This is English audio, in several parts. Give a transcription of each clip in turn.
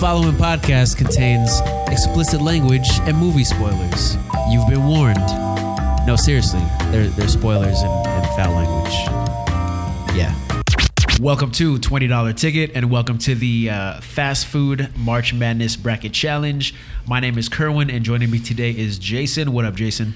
following podcast contains explicit language and movie spoilers. You've been warned. No, seriously, there, there's spoilers and, and foul language. Yeah. Welcome to $20 Ticket and welcome to the uh, Fast Food March Madness Bracket Challenge. My name is Kerwin and joining me today is Jason. What up, Jason?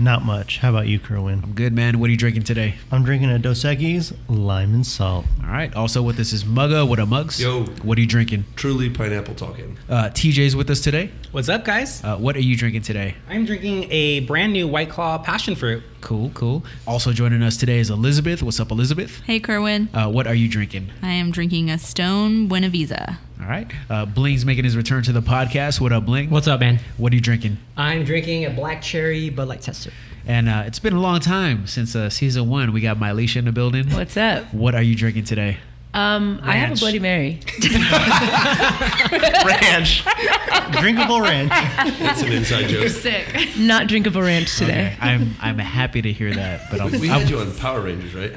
Not much. How about you, Kerwin? I'm good, man. What are you drinking today? I'm drinking a Dos Equis lime and salt. All right. Also with us is Mugga. What up, Mugs? Yo. What are you drinking? Truly pineapple talking. Uh, TJ's with us today. What's up, guys? Uh, what are you drinking today? I'm drinking a brand new White Claw passion fruit. Cool, cool. Also joining us today is Elizabeth. What's up, Elizabeth? Hey, Kerwin. Uh, what are you drinking? I am drinking a Stone Buena Vista. All right. Uh, Bling's making his return to the podcast. What up, Bling? What's up, man? What are you drinking? I'm drinking a black cherry Bud Light Tester. And uh, it's been a long time since uh, season one. We got Mylisha in the building. What's up? What are you drinking today? Um, I have a Ranch. Bloody Mary. Ranch. Drinkable ranch. That's an inside joke. Sick. Not drinkable ranch today. Okay. I'm I'm happy to hear that. But I'm, We I'm- had you on Power Rangers, right?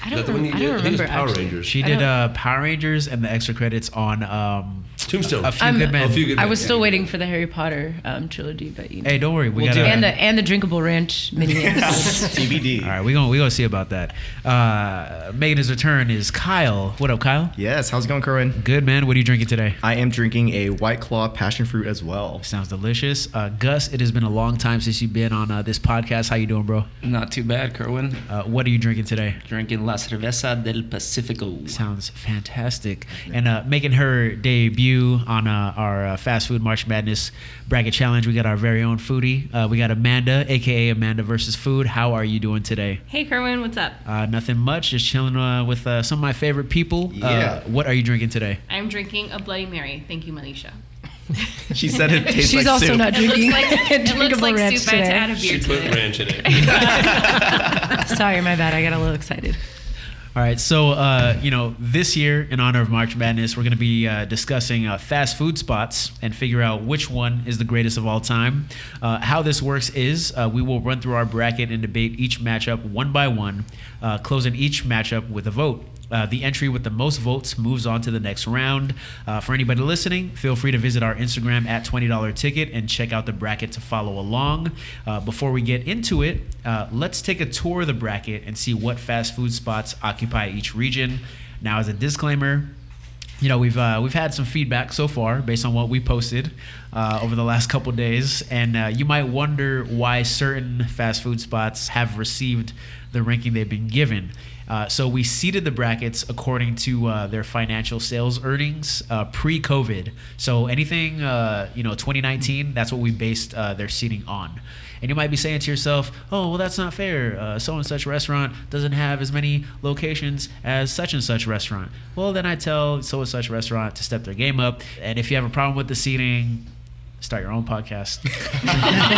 I don't, Is that the one rem- you I did? don't I think remember. it was Power actually. Rangers. she did don't- uh, Power Rangers and the extra credits on um, Tombstone. a few I'm- good men. A Few Good I Men. was still waiting for the Harry Potter um, trilogy, but you know. hey, don't worry. We We'll got do it. and the and the drinkable ranch minions. TBD. All right, we're gonna we gonna see about that. Uh, making his return is Kyle. What up, Kyle? Yes, how's it going, Kerwin? Good man. What are you drinking today? I am drinking a White Claw passion fruit as well. Sounds delicious. Uh, Gus, it has been a long time since you've been on uh, this podcast. How you doing, bro? Not too bad, Kerwin. Uh, what are you drinking today? Drinking La Cerveza del Pacifico. Sounds fantastic. And uh, making her debut on uh, our uh, fast food March Madness bracket challenge, we got our very own foodie. Uh, we got Amanda, aka Amanda versus Food. How are you doing today? Hey, Kerwin, what's up? Uh, nothing much. Just chilling uh, with uh, some of my favorite people. Yeah. Uh, what are you drinking today? I'm drinking a Bloody Mary. Thank you, Manisha. She said it tastes She's like also soup. not It looks drinking like, it looks drinkable like ranch soup. I had to add today. a beer She to put it. ranch in it. Sorry, my bad. I got a little excited. All right, so uh, you know, this year in honor of March Madness, we're going to be uh, discussing uh, fast food spots and figure out which one is the greatest of all time. Uh, how this works is uh, we will run through our bracket and debate each matchup one by one, uh, closing each matchup with a vote. Uh, the entry with the most votes moves on to the next round. Uh, for anybody listening, feel free to visit our Instagram at $20 ticket and check out the bracket to follow along. Uh, before we get into it, uh, let's take a tour of the bracket and see what fast food spots occupy each region. Now, as a disclaimer, you know we've uh, we've had some feedback so far based on what we posted uh, over the last couple days, and uh, you might wonder why certain fast food spots have received the ranking they've been given. Uh, so we seeded the brackets according to uh, their financial sales earnings uh, pre-COVID. So anything uh, you know, 2019, that's what we based uh, their seating on. And you might be saying to yourself, "Oh, well, that's not fair. Uh, so and such restaurant doesn't have as many locations as such and such restaurant." Well, then I tell so and such restaurant to step their game up. And if you have a problem with the seating, start your own podcast.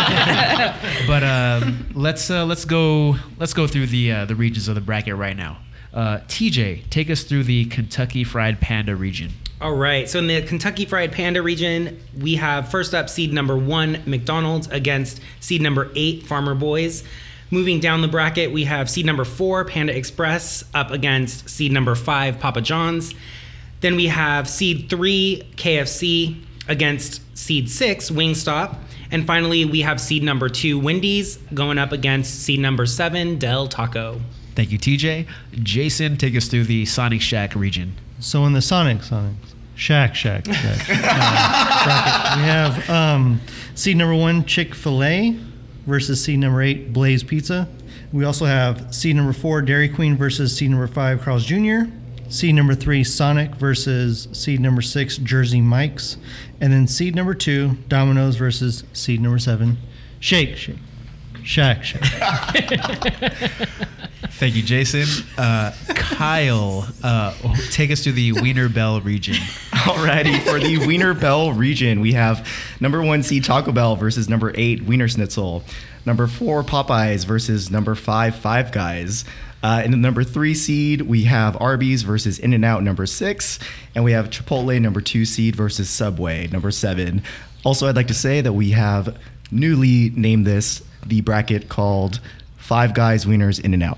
but um, let's uh, let's go let's go through the uh, the regions of the bracket right now. Uh, TJ, take us through the Kentucky Fried Panda region. All right, so in the Kentucky Fried Panda region, we have first up seed number one, McDonald's, against seed number eight, Farmer Boys. Moving down the bracket, we have seed number four, Panda Express, up against seed number five, Papa John's. Then we have seed three, KFC, against seed six, Wingstop. And finally, we have seed number two, Wendy's, going up against seed number seven, Del Taco. Thank you, TJ. Jason, take us through the Sonic Shack region. So in the Sonic Sonics, Shack Shack Shack. uh, bracket, we have um, seed number one Chick Fil A versus seed number eight Blaze Pizza. We also have seed number four Dairy Queen versus seed number five Carl's Jr. Seed number three Sonic versus seed number six Jersey Mike's, and then seed number two Domino's versus seed number seven Shake Shake. Shack Shack. Thank you, Jason. Uh, Kyle, uh, take us through the Wiener Bell region. Alrighty, for the Wiener Bell region, we have number one seed Taco Bell versus number eight Wiener Schnitzel, number four Popeyes versus number five Five Guys. Uh, in the number three seed, we have Arby's versus In N Out, number six, and we have Chipotle, number two seed versus Subway, number seven. Also, I'd like to say that we have newly named this the bracket called Five Guys Wieners In N Out.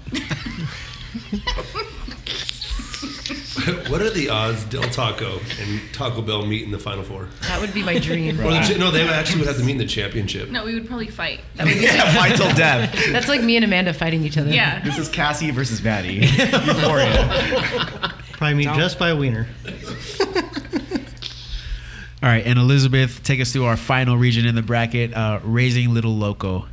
what are the odds Del Taco and Taco Bell meet in the Final Four? That would be my dream. Or the, cha- no, they actually would have to meet in the championship. No, we would probably fight. yeah, fight till death. That's like me and Amanda fighting each other. Yeah. This is Cassie versus Maddie. Euphoria. Probably meet just by wiener. All right, and Elizabeth, take us through our final region in the bracket, uh, Raising Little Loco.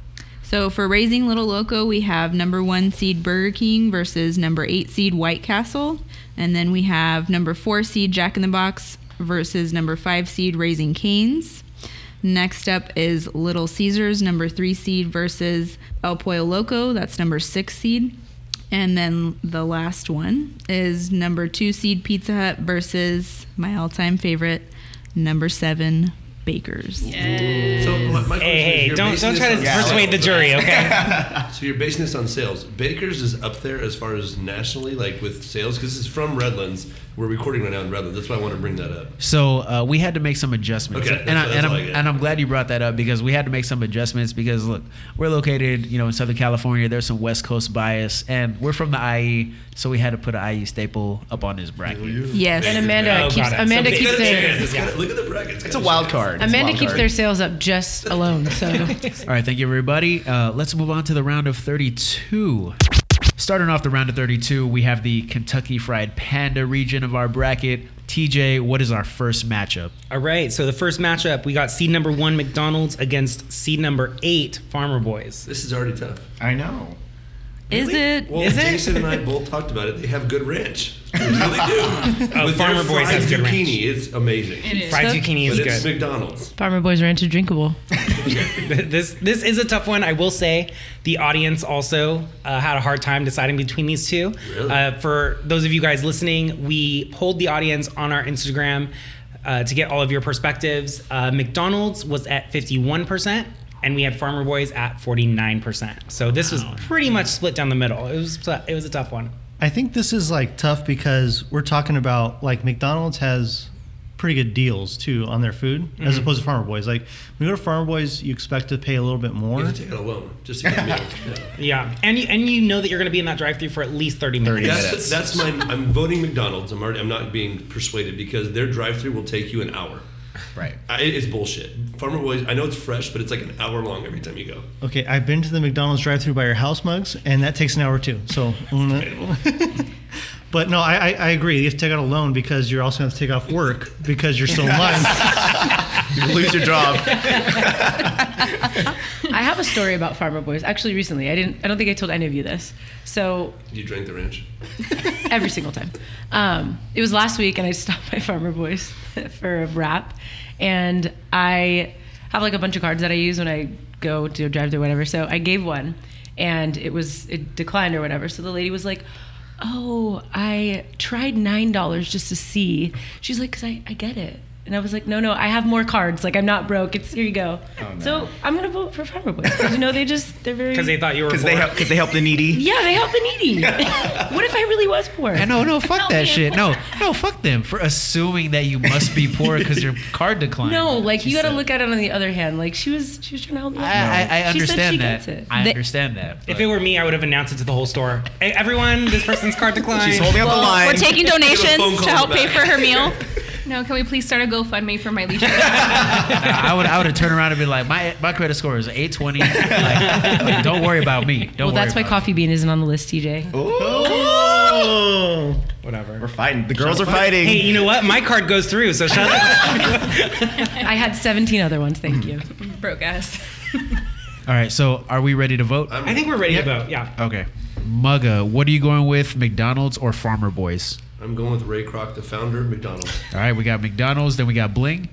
So for Raising Little Loco, we have number one seed Burger King versus number eight seed White Castle. And then we have number four seed Jack in the Box versus number five seed Raising Canes. Next up is Little Caesars, number three seed versus El Pollo Loco. That's number six seed. And then the last one is number two seed Pizza Hut versus my all time favorite, number seven Bakers. So my, my question Hey, is, hey, you're don't basing don't this try to on sales, persuade the right? jury, okay? So you're basing this on sales. Baker's is up there as far as nationally, like with sales, because it's from Redlands. We're recording right now in Redlands. That's why I want to bring that up. So uh, we had to make some adjustments, Okay, and, I, that's- that's and, I'm, all I get. and I'm glad you brought that up because we had to make some adjustments because look, we're located, you know, in Southern California. There's some West Coast bias, and we're from the IE, so we had to put an IE staple up on this bracket. Yes. And Amanda Oh, got keeps it. Amanda So keeps Look at it, their it's got- Look at the brackets. It's a wild card. It's a Amanda wild keeps card. their sales up just alone. So All right, thank you everybody. Uh, let's move on to the round of 32. Starting off the round of 32, we have the Kentucky Fried Panda region of our bracket. TJ, what is our first matchup? All right, so the first matchup, we got seed number one McDonald's against seed number eight Farmer Boys. This is already tough. I know. Is Really? it? Well, Is it? Jason and I both talked about it. They have good ranch. They really do. Oh, With their Farmer Boys fried has good ranch. zucchini, It's amazing. It is. Fried So- zucchini But is it's good. McDonald's. Farmer Boys Ranch is drinkable. this this is a tough one. I will say the audience also uh, had a hard time deciding between these two. Really? Uh, for those of you guys listening, we polled the audience on our Instagram uh, to get all of your perspectives. Uh, McDonald's was at 51%, and we had Farmer Boys at 49%. So this was pretty much split down the middle. It was it was a tough one. I think this is like tough because we're talking about like McDonald's has pretty good deals too on their food as Mm-hmm. opposed to Farmer Boys. Like when you go to Farmer Boys, you expect to pay a little bit more. You have to take it alone just to get a meal. Yeah. Yeah, and you and you know that you're going to be in that drive-through for at least 30 minutes. That's, that's my. I'm voting McDonald's. I'm already. I'm not being persuaded because their drive-through will take you an hour. Right. I, it's bullshit. Farmer Boys. I know it's fresh, but it's like an hour long every time you go. Okay, I've been to the McDonald's drive-through by your house mugs, and that takes an hour too. So, but no, I, I, I agree. You have to take out a loan because you're also going to take off work because you're still in line. You lose your job. I have a story about Farmer Boys. Actually, recently, I didn't. I don't think I told any of you this. So You drank the ranch. every single time. Um, it was last week, and I stopped by Farmer Boys for a wrap, and I have like a bunch of cards that I use when I go to drive through whatever. So I gave one, and it was it declined or whatever. So the lady was like. Oh, I tried nine dollars just to see. She's like, cause I, I get it, and I was like, no, no, I have more cards. Like I'm not broke. It's here you go. So I'm gonna vote for Farmer Boys. 'Cause, You know they just they're very because they thought you were Because they bored. help. Because they help the needy. yeah they help the needy. what if I really was poor? And no, no, fuck Help that me. shit. No, no, fuck them for assuming that you must be poor because your card declined. No, like you got to said- look at it on the other hand. Like she was, she was trying to help me. out. I, I, I She said understand she that. gets it. I They- understand that. If but- it were me, I would have announced it to the whole store. Hey, everyone, this person's card declined. She's holding up the line. We're taking phone donations call to help pay back. for her meal. No, can we please start a GoFundMe for my leisure? I would, I would have turned around and been like, my my credit score is 820. Like, like, don't worry about me. Don't well, worry that's why about Oh. Coffee Bean isn't on the list, TJ. Ooh. Oh. Whatever. We're fighting. The girls are fighting. Hey, you know what? My card goes through, so shut up. I had 17 other ones. Thank you. Broke ass. me. All right, so are we ready to vote? I'm, I think we're ready to vote. Yeah. Okay. Mugga, what are you going with, McDonald's or Farmer Boys? I'm going with Ray Kroc, the founder of McDonald's. All right, we got McDonald's, then we got Bling.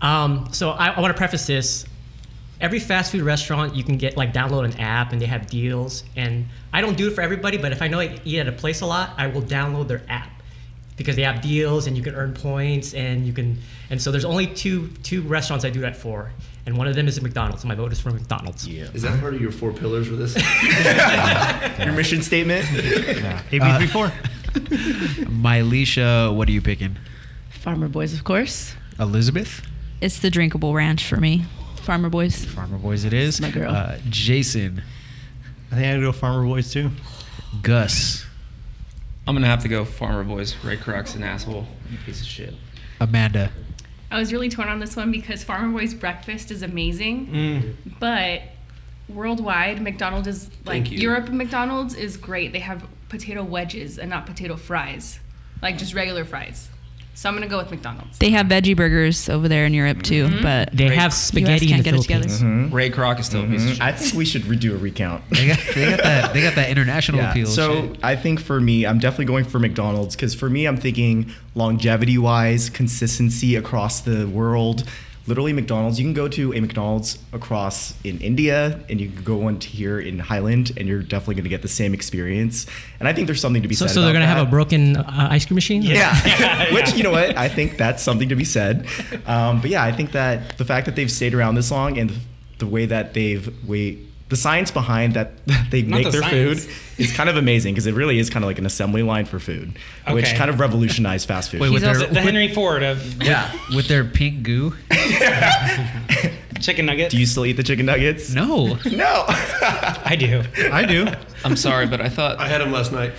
Um, so I, I want to preface this. Every fast food restaurant, you can get like download an app and they have deals. And I don't do it for everybody, but if I know I eat at a place a lot, I will download their app because they have deals and you can earn points and you can. And so there's only two two restaurants I do that for, and one of them is McDonald's. And my vote is for McDonald's. Yeah. Is that part of your four pillars for this? Your mission statement. AB three four. Mylisha, Uh, what are you picking? Farmer Boys, of course. Elizabeth? It's the drinkable ranch for me. Farmer Boys. Farmer Boys it is. My girl. Uh, Jason, I think I gotta go Farmer Boys too. Gus. I'm gonna have to go Farmer Boys. Ray Kroc's an asshole, You piece of shit. Amanda. I was really torn on this one because Farmer Boy's breakfast is amazing, Mm. but worldwide McDonald's is like Thank you. Europe McDonald's is great. They have potato wedges and not potato fries, like just regular fries. So I'm gonna go with McDonald's. They have veggie burgers over there in Europe too, but They have US spaghetti in can't the get it Philippines. together. Mm-hmm. Ray Kroc is still a piece of shit. I think we should redo a recount. They got, they got that. They got that international Yeah. appeal. So shit. I think for me, I'm definitely going for McDonald's because for me, I'm thinking longevity wise, consistency across the world. Literally, McDonald's, you can go to a McDonald's across in India and you can go one to here in Highland and you're definitely going to get the same experience. And I think there's something to be So, said so they're about gonna have a that. broken uh, ice cream machine. Yeah. Which, you know what? I think that's something to be said. Um, but yeah, I think that the fact that they've stayed around this long and the way that they've, wait, the science behind that they Not make the their science. food is kind of amazing because it really is kind of like an assembly line for food, which Okay. kind of revolutionized fast food. Wait, with He's their also- The Henry Ford of yeah. with their pink goo. chicken nuggets. Do you still eat the chicken nuggets? No. No. I do. I do. I'm sorry, but I thought I had them last night.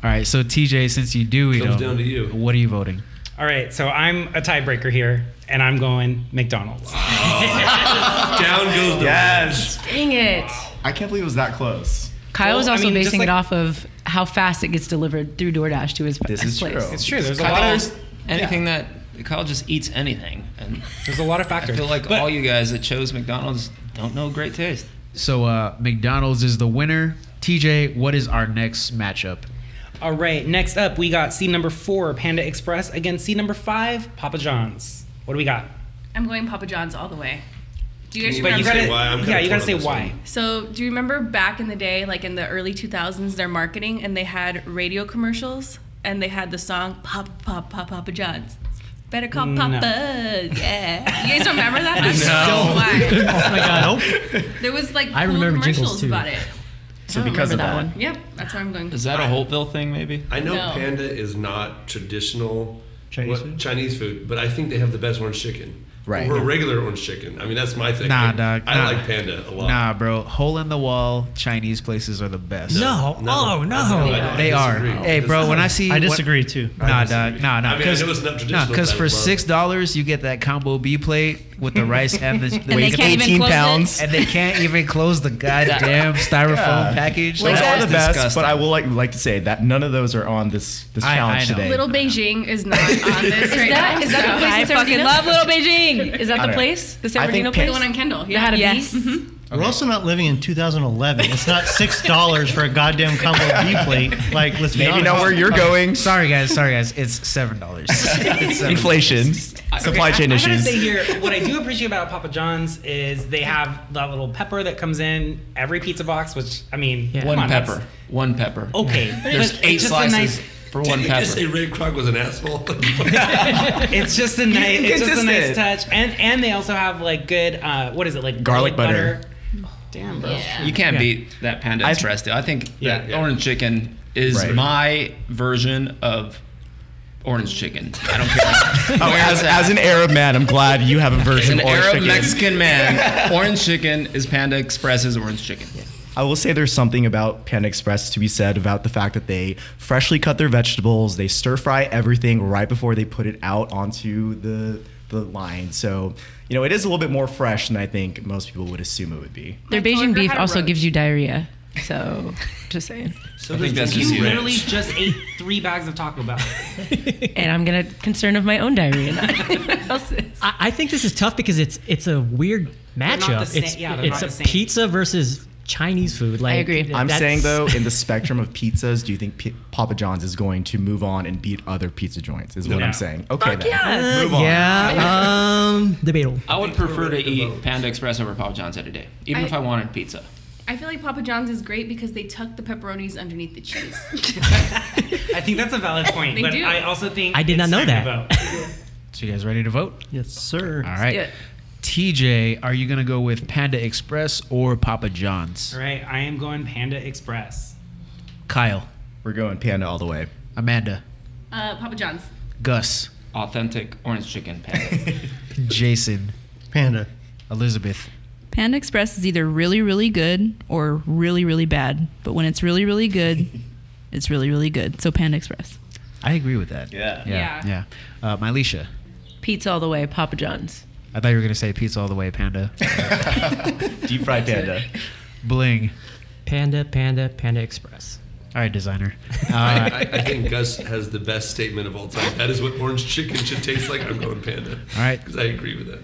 All right, so TJ, since you do eat Comes them, down to you. What are you voting? All right, so I'm a tiebreaker here, and I'm going McDonald's. Down goes the yes. Dang it. I can't believe it was that close. Kyle Well, was I also mean, just basing like- it off of how fast it gets delivered through DoorDash to his This his is place. true. It's true. There's a lot Kyle, of anything that Kyle just eats anything, and there's a lot of I factors. feel like But- all you guys that chose McDonald's don't know great taste. So uh, McDonald's is the winner. TJ, what is our next matchup? All right, next up we got seed number four, Panda Express, against seed number five, Papa John's. What do we got? I'm going Papa John's all the way. Do you guys Can But remember? you say gotta, why? I'm kinda yeah, you gotta say torn on this why. one. So, do you remember back in the day, like in the early 2000s, their marketing and they had radio commercials and they had the song Pop Pop Pop Papa John's. Better call No. Papa. Yeah. You guys remember that? I'm No. so glad. Oh my god. There was like I cool remember commercials jingles, too. about it. So because of that, remember Yep, that's where I'm going. Is that a Holtville thing, maybe? I know No. panda is not traditional Chinese food? Chinese food, but I think they have the best orange chicken. Right. Over regular orange chicken. I mean, that's my thing. Nah, Like, dog, I nah. like panda a lot. Nah, bro, hole in the wall Chinese places are the best. No. Oh No, no. I- I they are. disagree. Hey, bro, when I see I when- disagree too. Nah, disagree. dog. Nah, nah. I mean, I know it's not traditional, because but I for love- six dollars you get that combo B plate with the rice and the. the And they chicken. can't even 18 close pounds. it. and they can't even close the goddamn styrofoam Yeah. package. Those that are is the best, disgusting. but I will like, like to say that none of those are on this this I- I challenge know. today. Little Beijing is not on this right that- now. is that so- a place I in San fucking Bernardino? love Little Beijing. Is I that don't the know. place? The San I think Bernardino Pan- place? The one on Kendall. That had Yeah. a Yes. beast? We're also not living in 2011. It's not six dollars for a goddamn combo B plate. Like, let's be Maybe honest. not where you're going. Sorry guys, sorry guys. It's seven dollars. Inflation, supply chain I, I gotta issues. say here, what I do appreciate about Papa John's is they have that little pepper that comes in every pizza box, which I mean, Yeah. come One on, that's- pepper. One pepper. Okay, There's but eight it's just a slices nice- for Did one you pepper. just say Ray Kroc was an asshole? It's just a nice, it's just a nice consistent. touch, and and they also have like good, uh, what is it like Garlic butter. Oh, Damn, bro. You can't Yeah. beat that Panda I- Express deal. I think Yeah, that yeah. orange chicken is Right. my version of orange chicken. I don't care. Oh, where as, it's at. as an Arab man, I'm glad you have a As version an of orange Arab chicken. Mexican man, orange chicken is Panda Express's orange chicken. I will say there's something about Panda Express to be said about the fact that they freshly cut their vegetables, they stir fry everything right before they put it out onto the the line. So, you know, it is a little bit more fresh than I think most people would assume it would be. Their My Beijing coworker beef had a also roach. gives you diarrhea. So, just saying. so I think that's you just you. Literally ranch. just ate three bags of Taco Bell. And I'm going to concern of my own diarrhea, not anyone else's. I, I think this is tough because it's it's a weird not the matchup. same- It's yeah, they're it's not a the same. pizza versus Chinese food. Like agree. th- I'm that's- saying though, in the spectrum of pizzas, do you think P- Papa John's is going to move on and beat other pizza joints? Is what No. I'm saying. Okay, then. Uh, Move on. Yeah, um, debatable. I would prefer to eat Panda Express over Papa John's every day, even I- if I wanted pizza. I feel like Papa John's is great because they tuck the pepperonis underneath the cheese. I think that's a valid point, They but do. I also think I did not it's know time to that. vote. So you guys ready to vote? Yes, sir. All do it. right. TJ, are you gonna go with Panda Express or Papa John's? All right, I am going Panda Express. Kyle, We're going Panda all the way. Amanda, Uh, Papa John's. Gus, Authentic orange chicken Panda. Jason, Panda. Elizabeth. Panda Express is either really, really good or really, really bad. But when it's really, really good, It's really, really good. So Panda Express. I agree with that. Yeah. Yeah. Yeah. Uh, Mylisha, Pizza all the way, Papa John's. I thought you were going to say pizza all the way, Panda. Deep fried panda. Bling. Panda, Panda, Panda Express. All right, designer. I, Uh, I, I think Gus has the best statement of all time. That is what orange chicken should taste like. I'm going panda. All right. Because I agree with that.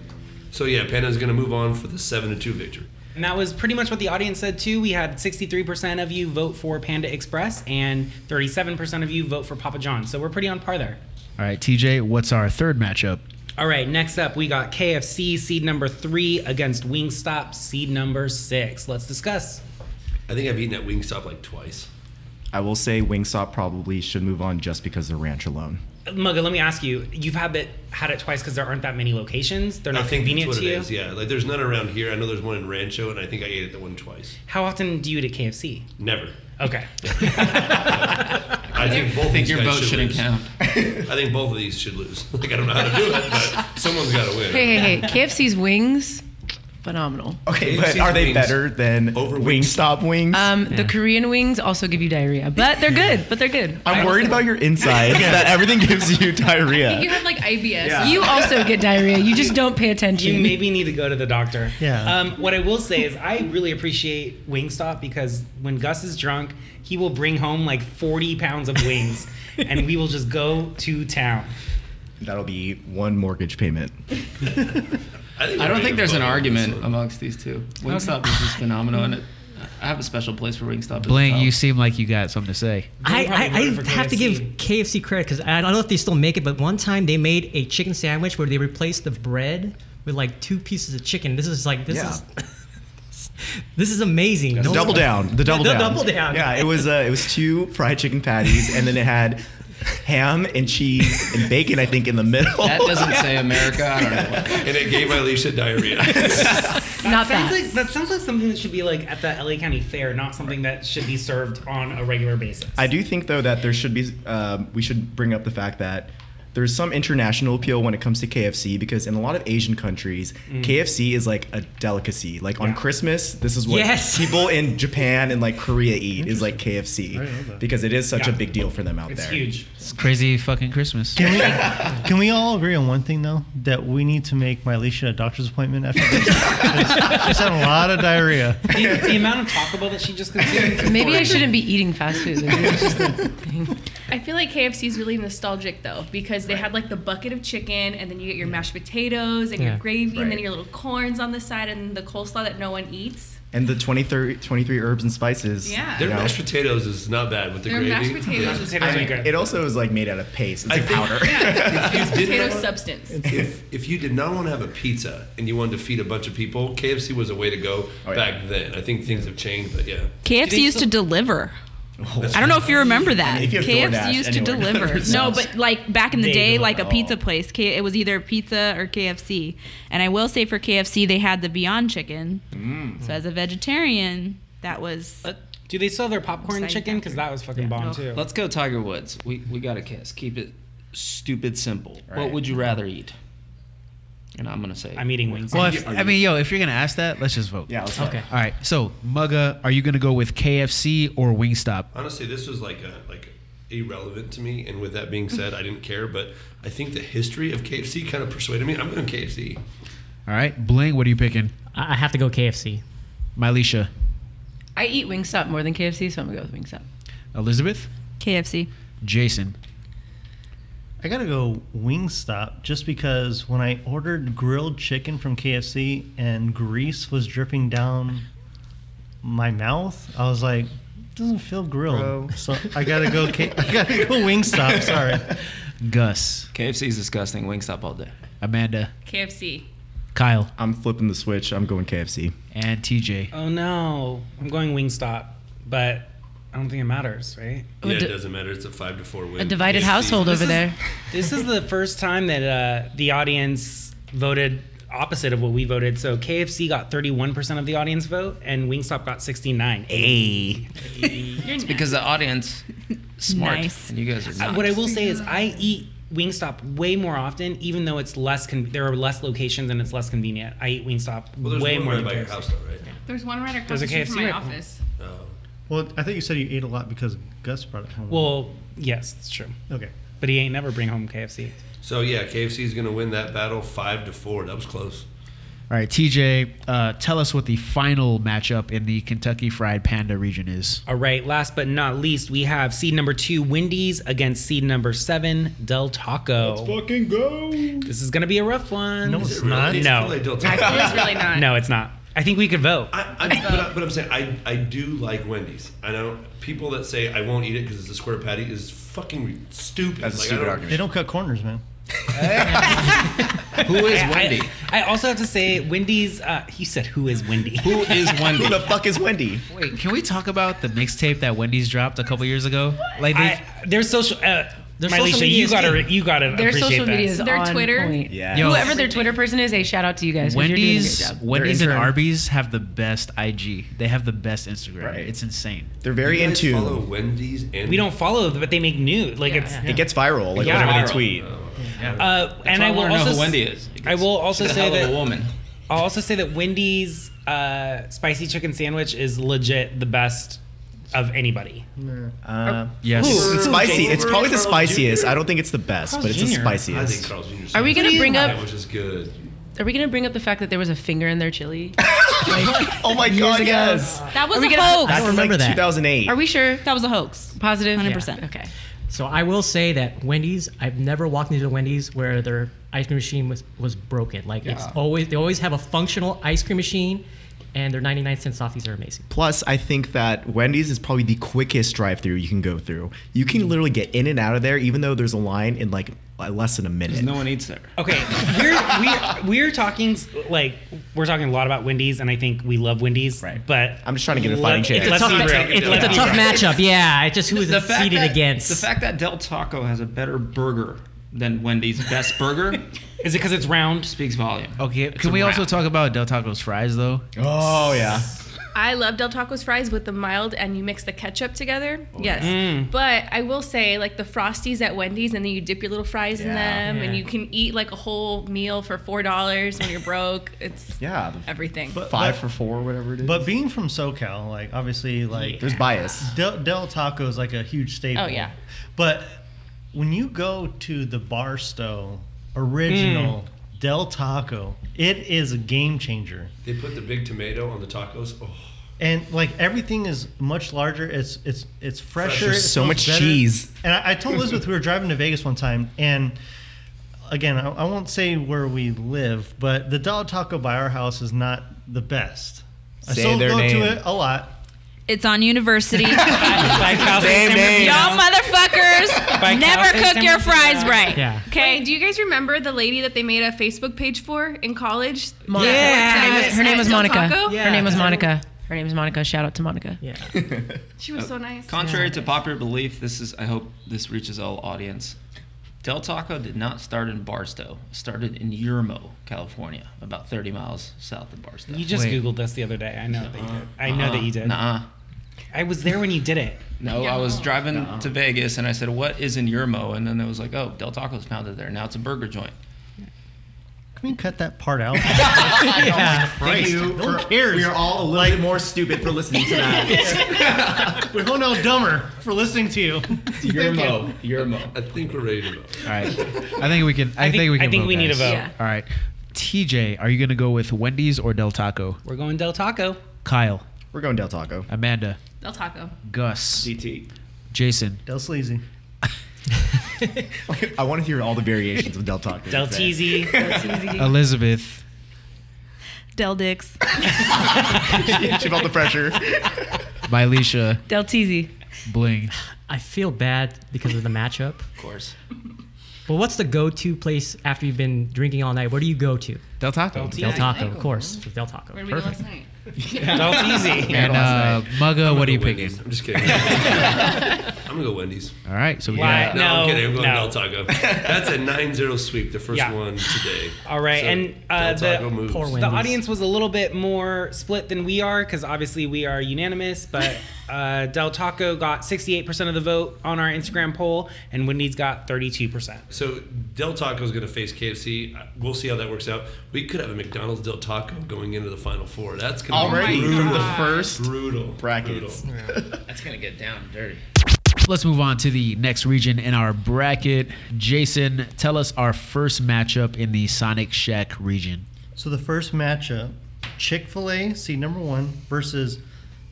So yeah, Panda's going to move on for the seven to two victory. And that was pretty much what the audience said too. We had 63% of you vote for Panda Express and 37% of you vote for Papa John's. So we're pretty on par there. all right, TJ, what's our third matchup? All right, next up we got KFC seed number 3 against Wingstop seed number 6. Let's discuss. I think I've eaten at Wingstop like twice. I will say Wingstop probably should move on just because of ranch alone. Mugga, let me ask you. You've had it had it twice because there aren't that many locations. They're I not think convenient that's what to it you. is. Yeah. Like there's none around here. I know there's one in Rancho, and I think I ate at that one twice. How often do you eat at KFC? Never. Okay. I think both. I think of these your guys vote should shouldn't lose. count. I think both of these should lose. Like I don't know how to do it, but someone's got to win. Hey, hey, hey. KFC's wings, phenomenal. Okay, KFC's but are they wings better than over Wingstop wings? Um, The Korean wings also give you diarrhea, but they're good. But they're good. I'm worried about your insides that everything gives you You diarrhea. have like IBS. You also get diarrhea. You just don't pay You attention. maybe need to go to the doctor. Yeah. Um, what I will say is I really appreciate Wingstop because when Gus is drunk, he will bring home like 40 pounds of wings and we will just go to town. That'll be one mortgage payment. think I we're don't gonna think there's an vote on this argument one. amongst these two. Wingstop is just phenomenal, and it, I have a special place for Wingstop. as Bling, well. you seem like you got something to say. I, probably voted I, for I have to give KFC. KFC credit because I don't know if they still make it, but one time they made a chicken sandwich where they replaced the bread with like two pieces of chicken. This is like this Yeah. is this is amazing. No- double down. The double The down. double down. Yeah, it was uh, it was two fried chicken patties, and then it had ham and cheese and bacon. I think in the middle. That doesn't say America. I don't know. what- And it gave Alicia diarrhea. Not Sounds bad. like, that sounds like something that should be like at the LA County Fair, not something that should be served on a regular basis. I do think though that there should be um, we should bring up the fact that there's some international appeal when it comes to KFC because in a lot of Asian countries, Mm. KFC is like a delicacy. Like on Christmas, this is what Yes. people in Japan and like Korea eat is like KFC because it is such Yeah. a big deal for them out It's there. huge. It's crazy fucking Christmas. Can we, can we all agree on one thing though? That we need to make my Alicia a doctor's appointment after this. She's had a lot of diarrhea. The, the amount of Taco Bell that she just consumed. Maybe I shouldn't be eating fast food. It's just the thing. I feel like KFC is really nostalgic though because they had like the bucket of chicken and then you get your mashed potatoes and Yeah. your gravy and then Right. your little corns on the side and the coleslaw that no one eats. And the 23, 23 herbs and spices. Yeah. Their you know? mashed potatoes is not bad with the Their gravy. mashed potatoes is Potatoes are good. It also is like made out of paste. It's I like think- powder. yeah, did potato that- substance. if if you did not want to have a pizza and you wanted to feed a bunch of people, KFC was a way to go Oh, yeah. back then. I think things have changed, but yeah. KFC used to deliver. I don't know if you remember that. if you have KFC DoorDash used to anywhere, deliver. there's no, sauce. but like back in the They day, do. like a Oh. pizza place, K- it was either pizza or KFC. And I will say for KFC, they had the Beyond Chicken. Mm. So as a vegetarian, that was Uh, Do they sell their popcorn Exciting chicken? Because that was fucking bomb too. Let's go Tiger Woods. We we got a kiss. Keep it stupid simple. What Right. would you rather eat? And I'm gonna say I'm eating wings. Well, if, I mean, yo, if you're going to ask that, let's just vote. Yeah, let's All go. right, so Mugga, are you going to go with KFC or Wingstop? Honestly, this was like a like irrelevant to me, and with that being said, I didn't care. But I think the history of KFC kind of persuaded me. I'm going KFC. All right, Bling, what are you picking? I I have to go KFC. Mylisha, I eat Wingstop more than KFC, so I'm gonna go with Wingstop. Elizabeth, KFC. Jason. I gotta go Wingstop just because when I ordered grilled chicken from KFC and grease was dripping down my mouth, I was like, doesn't feel grilled. Bro. So I gotta go. K- I gotta go Wingstop. Sorry. Gus, KFC is disgusting. Wingstop all day. Amanda, KFC. Kyle, I'm flipping the switch. I'm going KFC. and TJ. Oh no, I'm going Wingstop, but I don't think it matters, right? Oh, yeah, di- it doesn't matter. It's a five to four win. A divided household over there. This is the first time that uh, the audience voted opposite of what we voted. So KFC got 31% of the audience vote, and Wingstop got 69. Hey. You're It's because the audience smart Nice. and you guys are not. Uh, What I will say is, I eat Wingstop way more often, even though it's less. Con- there are less locations and it's less convenient. I eat Wingstop Well, there's way one more right than by your KFC. house, though, right? There's one right across There's a the street KFC from my right- office. Oh. Well, I think you said you ate a lot because Gus brought it home. Well, yes, it's true. Okay. But he ain't never bring home KFC. So yeah, KFC is going to win that battle five to four. That was close. All right, TJ, uh, tell us what the final matchup in the Kentucky Fried Panda region is. All right, last but not least, we have seed number two, Wendy's, against seed number seven, Del Taco. fucking go. This is going to be a rough one. No, Is it's it really? not. No. I feel like Del I feel it's Taco- really not. No, it's not. I think we could vote. I, I, but, I, but I'm saying I, I do like Wendy's. I know people that say I won't eat it because it's a square patty is fucking re- stupid. That's a Like, I stupid don't- argument. They don't cut corners, man. Who is I- Wendy? I, I also have to say, Wendy's, uh, he said, who is Wendy? Who is Wendy? Who the fuck is Wendy? Wait, can we talk about the mixtape that Wendy's dropped a couple years ago? Like, they, I, their social, uh, Their Mylisha, social media you is gotta, king. you gotta Their appreciate social that. media is Their on Twitter? point. Yeah. Yo. Whoever their Twitter person is, a shout out to you guys. 'cause you're doing a great Wendy's, job. Wendy's and intern. Arby's have the best IG. They have the best Instagram. Right. It's insane. They're very You in guys Follow tune. Wendy's and we don't follow them, but they make news. Like it's, It gets viral, like Yeah. whatever Viral. they tweet. uh, That's and why I will wanna also know s- who Wendy is. I will also She's a say hell of that a woman. I'll also say that Wendy's uh, spicy chicken sandwich is legit the best of anybody. Uh, Yes. it's the Ooh. spicy. It's probably the Carl's spiciest. Jr. I don't think it's the best, but it's the Jr. I think spiciest. Carl's Jr. Are we gonna bring up? Which is good. Are we gonna bring up the fact that there was a finger in their chili? Oh my god, yes. That was Are we a gonna- hoax. That's remember like that. 2008. Are we sure? that was a hoax. Positive. 100%. Okay. So I will say that Wendy's, I've never walked into a Wendy's where their ice cream machine was, was broken. Like it's always they always have a functional ice cream machine, and their 99 cent softies are amazing. Plus, I think that Wendy's is probably the quickest drive-through you can go through. You can literally get in and out of there, even though there's a line in like less than a minute. No one eats there. Okay, we're we're, we're talking like we're talking a lot about Wendy's, and I think we love Wendy's. Right. But I'm just trying to give it a Let- fighting it's chance. Let's tough be match- real. it's, it's Let's a be tough real. matchup. Yeah, it's just who is it fact seated that- against. The fact that Del Taco has a better burger than Wendy's best burger is it because it's round? speaks volume. Okay, It's can a we also wrap. talk about Del Taco's fries though? Oh yeah. I love Del Taco's fries with the mild and you mix the ketchup together. Oh, yes. Mm. But I will say, like the Frosties at Wendy's, and then you dip your little fries in Yeah. them, and Yeah. you can eat like a whole meal for $4 when you're broke. It's Yeah. the everything. But- Five but- for four, whatever it is. But being from SoCal, like obviously, like there's bias. Del, Del Taco is like a huge staple. Oh, yeah. But when you go to the Barstow original Mm. Del Taco, it is a game changer. They put the big tomato on the tacos. Oh, And like everything is much larger. It's it's it's fresher. There's it so smells much better. cheese. And I, I told Elizabeth we were driving to Vegas one time, and again, I, I won't say where we live, but the Del Taco by our house is not the best. I Say still their go name. to it a lot. It's on university. By Cal State Same San name. Bernardino. Y'all motherfuckers By never Cal- cook your San fries Francisco. right. yeah. Okay, do you guys remember the lady that they made a Facebook page for in college? Monica. Yeah. Her name was Del Monica. Taco? Her name was Monica. Her name is Monica. Shout out to Monica. Yeah. She was so nice. Uh, Contrary to popular belief, this is I hope this reaches all audience. Del Taco did not start in Barstow. It started in Yermo, California, about 30 miles south of Barstow. You just Wait. googled this the other day. I know that you did. I know Uh-uh. that you Uh-huh. did. Nuh-uh. I was there when you did it. No, I was driving to Vegas and I said, "What is in Yermo?" And then it was like, "Oh, Del Taco's founded there. Now it's a burger joint." Can we cut that part out? Thank you. No one for- cares. We are all a little bit more stupid for listening to that. We're going all dumber for listening to you. Yermo, Yermo. I think we're ready to go. All right, I think we can. I, I think, think- we I can. think vote, we need guys. a vote. Yeah. All right, TJ, are you gonna go with Wendy's or Del Taco? We're going Del Taco. Kyle, We're going Del Taco. Amanda, Del Taco. Gus, DT. Jason. Del Sleazy. I want to hear all the variations of Del Taco. Del Teasy. Elizabeth. Del Dix. she felt the pressure. Mylisha, Del Teasy. Bling. I feel bad because of the matchup. Of course. But what's the go-to place after you've been drinking all night? Where do you go to? Del Taco. Del Taco, of course. Del Taco. Where did we go Perfect. last night? Del Teasy. And uh, Mugga, uh, what are you picking? I'm just kidding. I'm I'm gonna go Wendy's. All right, so we Why- got No, I'm No, kidding. I'm going no. Del Taco. That's a 9-0 sweep, the first Yeah. one today. All right, So and uh, Del the Taco moves. poor the Wendy's. audience was a little bit more split than we are because obviously we are unanimous. But uh, Del Taco got 68% of the vote on our Instagram poll, and Wendy's got 32%. So Del Taco is going to face KFC. Uh, We'll see how that works out. We could have a McDonald's Del Taco going into the Final Four. That's going to Already be from brutal. the first brutal brackets. Brutal. That's gonna get down and dirty. Let's move on to the next region in our bracket. Jason, tell us our first matchup in the Sonic Shack region. So the first matchup, Chick Fil A seed number one versus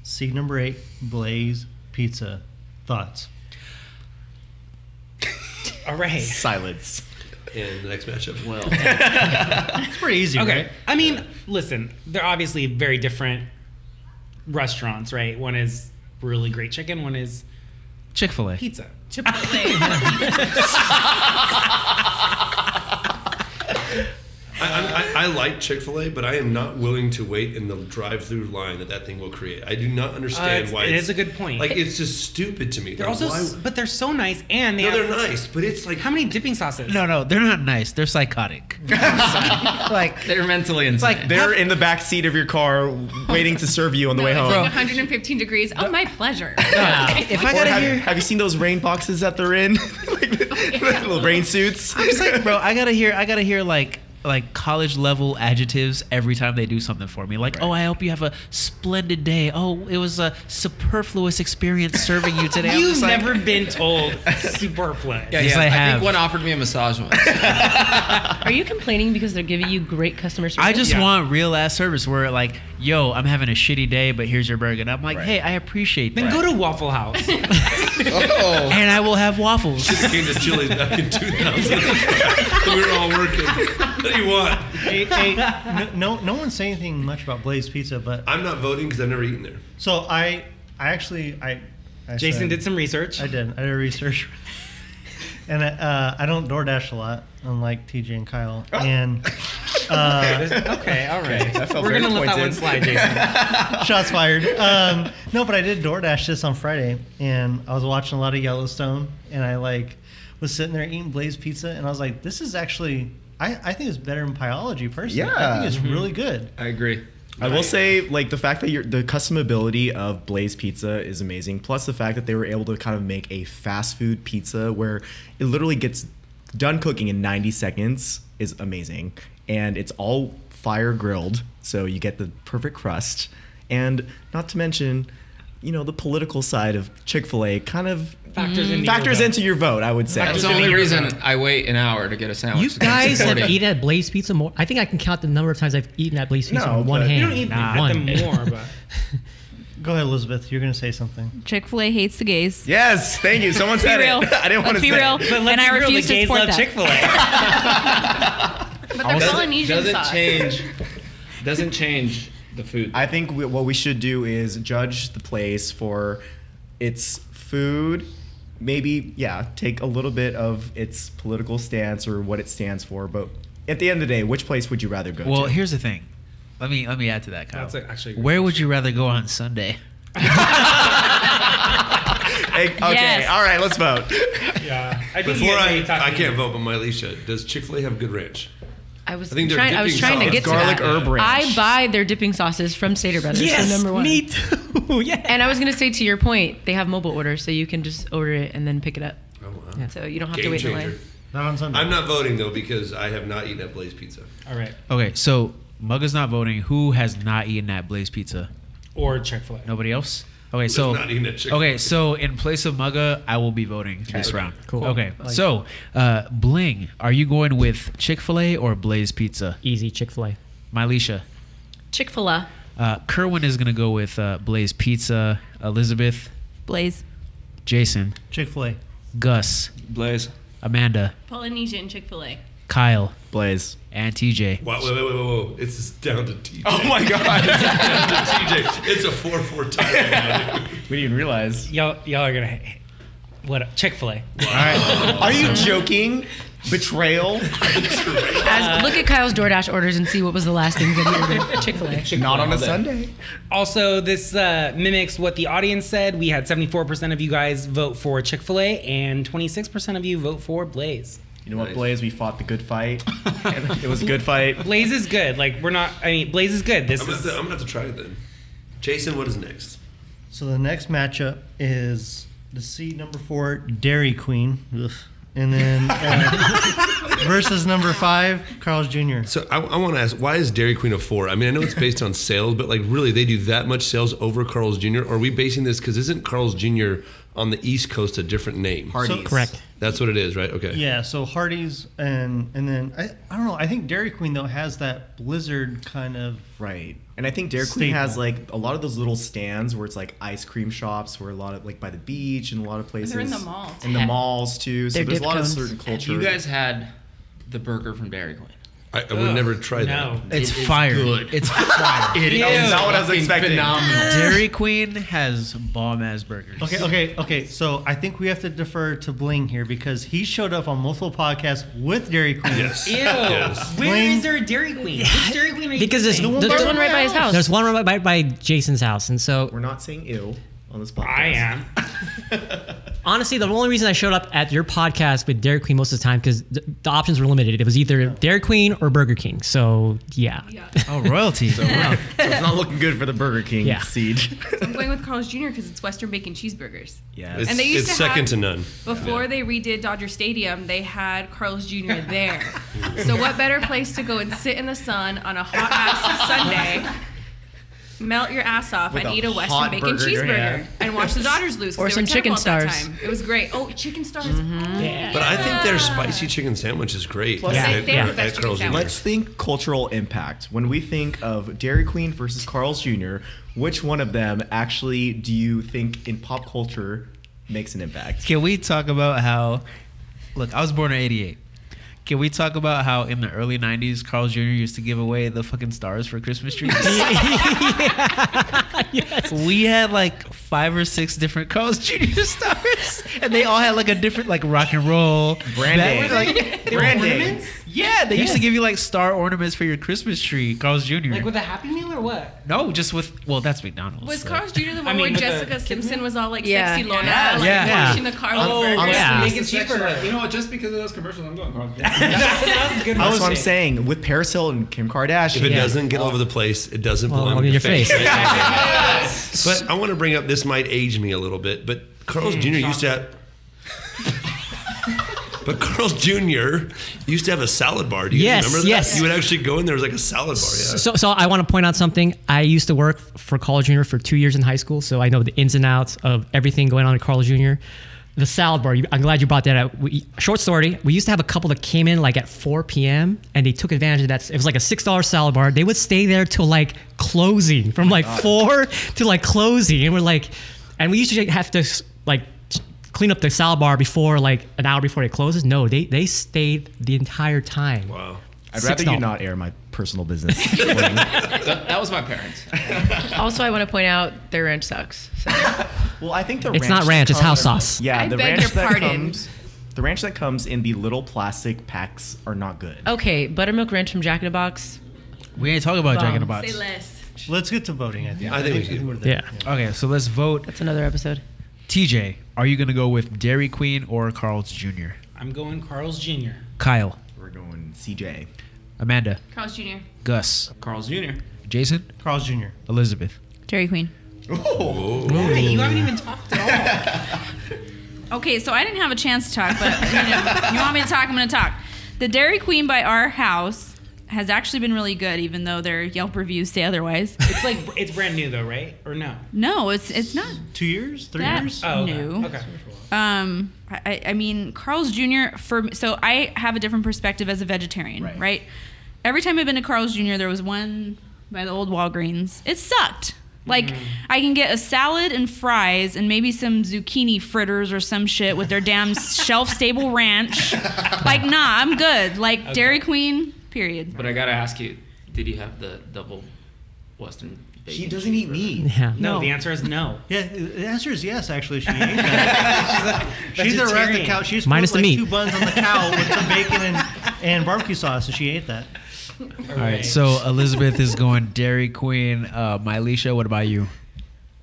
seed number eight Blaze Pizza. Thoughts? All right. Silence. And the next matchup. Well, It's pretty easy, Okay. right? I mean, listen, they're obviously very different restaurants, right? One is really great chicken, one is Chick fil A. pizza. Chipotle. I, I, I, I like Chick Fil A, but I am not willing to wait in the drive-through line that that thing will create. I do not understand it's- why. it is a good point. Like it's just stupid to me. They're Like, also, why- s- but they're so nice, and they no, they're have- nice, but it's like How many dipping sauces? No, no, they're not nice. They're psychotic. like, they're mentally insane. like They're in the back seat of your car waiting to serve you on the way it's home. like 115 degrees. Oh, my pleasure. if I Or gotta have, hear, have you seen those rain boxes that they're in? like the, the little rain suits. I'm just like, bro, I gotta hear, I gotta hear like like college level adjectives every time they do something for me. Like, oh, I hope you have a splendid day. Oh, it was a superfluous experience serving you today. I'm You've just like- never been told superfluous. yeah, Yes, yeah. I I, have. think one offered me a massage once. Are you complaining because they're giving you great customer service? I just Yeah. want real ass service where like, yo, I'm having a shitty day, but here's your burger. And I'm like, Right. hey, I appreciate Then that. go to Waffle House. Oh. and I will have waffles. Should have came to Chili's back in 2000. we were all working. What do you want? Hey, hey, no, no, no one's saying anything much about Blaze Pizza, but I'm not voting because I've never eaten there. so I, I actually, I, I Jason said- did some research. I did. I did research, and I, uh, I don't DoorDash a lot, unlike TJ and Kyle. And uh, Oh. Okay, all right. that felt We're very gonna let that one pointed. slide, Jason. Shots fired. Um, no, but I did DoorDash this on Friday, and I was watching a lot of Yellowstone, and I like was sitting there eating Blaze Pizza, and I was like, "This is actually, I, I think it's better in biology, personally. I Yeah. think it's Mm-hmm. really good." I agree. I will say, like the fact that you're, the customability of Blaze Pizza is amazing. Plus the fact that they were able to kind of make a fast food pizza where it literally gets done cooking in 90 seconds is amazing, and it's all fire grilled, so you get the perfect crust, and not to mention, you know, the political side of Chick Fil A kind of Mm, Factors in factors into your vote. I would say. That's the only reason I wait an hour to get a sandwich. You It's guys have 6:40. eaten at Blaze Pizza more. I think I can count the number of times I've eaten at Blaze Pizza No, on one but- hand. You don't even Nah, at one. them more, but Go ahead, Elizabeth. You're gonna say something. Chick Fil A hates the gays. Yes, thank you. Someone said Be real. it. I didn't want Let's to be say real. It. and I refuse to support that. A. But they're Polynesian doesn't sauce. change. Doesn't change the food. I think we, what we should do is judge the place for its food. Maybe, yeah, take a little bit of its political stance or what it stands for. But at the end of the day, which place would you rather go Well, to? here's the thing. Let me let me add to that, Kyle. That's a- actually a good Where would you rather go on Sunday? Hey, okay, Yes. all right, let's vote. yeah, I think you Before guys know I, you're talking I can't vote, but my Alicia, does Chick Fil A have good ranch? I was I think they're trying. I was dipping trying to sauce. get to Garlic that. herb ranch. I buy their dipping sauces from Stater Brothers. so Yes, number one. me too. yeah. And I was gonna say to your point, they have mobile order, so you can just order it and then pick it up. Oh, wow. So you don't have to Game wait in changer. line. Not on Sunday. I'm not voting though because I have not eaten at Blaze Pizza. All right, Okay, so Mugga's not voting. Who has not eaten at Blaze Pizza? or Chick Fil A. Nobody else? Okay, has so not eaten at Chick-fil-A? okay, so in place of Mugga, I will be voting this Okay. round. Cool. Okay, Like- so uh, Bling, are you going with Chick Fil A or Blaze Pizza? Easy Chick Fil A. Mylisha, Chick Fil A. uh, Kerwin is gonna go with uh, Blaze Pizza. Elizabeth, Blaze. Jason, Chick Fil A. Gus, Blaze. Amanda, Polynesian Chick Fil A. Kyle, Blaze. and TJ. Wow, wait, wait, wait, wait, wait. It's just down to TJ. Oh my God. down to TJ. It's a four-four tie. we didn't realize. Y'all, y'all are gonna. What Chick Fil A? Are you joking? Betrayal. As, look at Kyle's DoorDash orders and see what was the last thing that he ordered. Chick Fil A. Not on a Sunday. Also, this uh, mimics what the audience said. We had 74% of you guys vote for Chick fil A, and 26% of you vote for Blaze. You know what, Blaze? We fought the good fight. it was a good fight. Blaze is good. Like, we're not, I mean, Blaze is good. This I'm gonna, have is. to, I'm gonna have to try it then. Jason, what is next? So the next matchup is the seed number four Dairy Queen, Ugh. and then uh, versus number five Carl's Jr. So I, I want to ask, why is Dairy Queen a four? I mean, I know it's based on sales, but like, really, they do that much sales over Carl's Jr. Or are we basing this because isn't Carl's Jr. on the East Coast a different name? Hardee's. Correct. That's what it is, right? Okay. Yeah, so Hardee's and and then I, I don't know. I think Dairy Queen though has that Blizzard kind of Right. And I think Dairy Queen Staple. has like a lot of those little stands where it's like ice cream shops, where a lot of like by the beach and a lot of places. they're in the mall, too. In the malls too. So They're there's a dip lot cones. of certain Have culture. you guys had the burger from Dairy Queen? I, I would never try No. that. It's fire. It's fire. It Ew. is not what I was Fucking expecting. Phenomenal. Dairy Queen has bomb ass burgers. Okay, okay, okay. So I think we have to defer to Bling here because he showed up on multiple podcasts with Dairy Queen. Yes. Ew. Yes. Where Blaine- is there a Dairy Queen? Which Dairy Queen are you Because there's, using? there's, There's one right by his house. there's one right by, by Jason's house, and so We're not saying ew on this podcast. I am. honestly, the only reason I showed up at your podcast with Dairy Queen most of the time because the, the options were limited. It was either Dairy Queen or Burger King. So yeah, Yeah. Oh, royalty. So it's not looking good for the Burger King Yeah. seed. I'm going with Carl's Jr. because it's Western Bacon Cheeseburgers. yeah. It's, And they used it's to second have- to none. Before they redid Dodger Stadium, they had Carl's Jr. there. so what better place to go and sit in the sun on a hot ass Sunday, melt your ass off, With and a eat a Western hot bacon burger in your cheeseburger hand. and watch the Dodgers lose 'cause they Or were some chicken terrible at that stars. Mm-hmm. time. It was great. Oh, chicken stars. But I think their spicy chicken sandwich is great. Plus- at- They- they have at the best chicken Carl's Jr. sandwich. Let's think cultural impact. When we think of Dairy Queen versus Carl's Jr., which one of them actually do you think in pop culture makes an impact? Can we talk about how? Look, I was born in '88. Can we talk about how in the early '90s, Carl's Jr. used to give away the fucking stars for Christmas trees? We had like five or six different Carl's Jr. stars, and they all had like a different like rock and roll Branding. That- like, Branding. yeah, they used to give you like star ornaments for your Christmas tree, Carl's Jr. Like with a Happy Meal or what? no, just with well, that's McDonald's. Was so- Carl's Jr. the one mean, where with the Jessica kidney? Simpson was all like Yeah. sexy Lona, Yeah. like Yeah. watching the Carl's Oh, burger? yeah. It's Make it the section cheaper. of- You know what? Just because of those commercials, I'm going Carl's Jr. That's a good That's what one. I'm saying. With Paris Hilton, Kim Kardashian. If it doesn't get all over the place, it doesn't Well, belong on in your face. But I want to bring up this might age me a little bit, but Carl's Jr. used to have. But Carl's Jr. used to have a salad bar. Do you Yes, remember that? yes. You would actually go in there. It was like a salad bar. Yeah. So, so I want to point out something. I used to work for Carl Jr. for two years in high school, so I know the ins and outs of everything going on at Carl Jr. The salad bar. you- I'm glad you brought that up. We, short story. We used to have a couple that came in like at 4 p.m. and they took advantage of that. It was like a six dollar salad bar. They would stay there till like closing, from like four to like closing, and we're like, and we used to have to like clean up the salad bar before like an hour before it closes. No, they they stayed the entire time. wow. I'd rather $6. you not air my personal business. That, that was my parents. Also, I want to point out their ranch sucks. So. well, I think the It's not that ranch, it's comes- house sauce. Yeah, I the beg ranch your that pardon. comes. The ranch that comes in the little plastic packs are not good. Okay, buttermilk ranch from Jack in the Box. we ain't talking about Jack in the Bombs. Box. Say less. Let's get to voting. I think. I think we should. we're there. Yeah. Okay, so let's vote. That's another episode. TJ, are you gonna go with Dairy Queen or Carl's Jr.? I'm going Carl's Jr. Kyle, We're going CJ. Amanda, Carl's Jr. Gus, Carl's Jr. Jason, Carl's Jr. Elizabeth. Dairy Queen. Hey, you haven't even talked at all. Okay, so I didn't have a chance to talk, but you, know, you want me to talk? I'm going to talk. The Dairy Queen by our house has actually been really good, even though their Yelp reviews say otherwise. It's like it's brand new though, right? Or no? No, it's it's not Two years, three that years. Oh, okay. new. Okay. Um, I- I, I mean, Carl's Jr. For so I have a different perspective as a vegetarian, Right. right. Every time I've been to Carl's Jr., there was one by the old Walgreens. It sucked. Like I can get a salad and fries and maybe some zucchini fritters or some shit with their damn shelf-stable ranch. Like, nah, I'm good. Like Dairy Queen, period. But I gotta ask you, did you have the double Western She doesn't eat meat. Yeah. No, the answer is no. Yeah, the answer is yes. Actually, she ate that. she's a wreck the vegetarian. cow. She just Minus put, the like, meat. two buns on the cow with some bacon and, and barbecue sauce, and she ate that. All right. So Elizabeth is going Dairy Queen. Uh, Mylisha, what about you?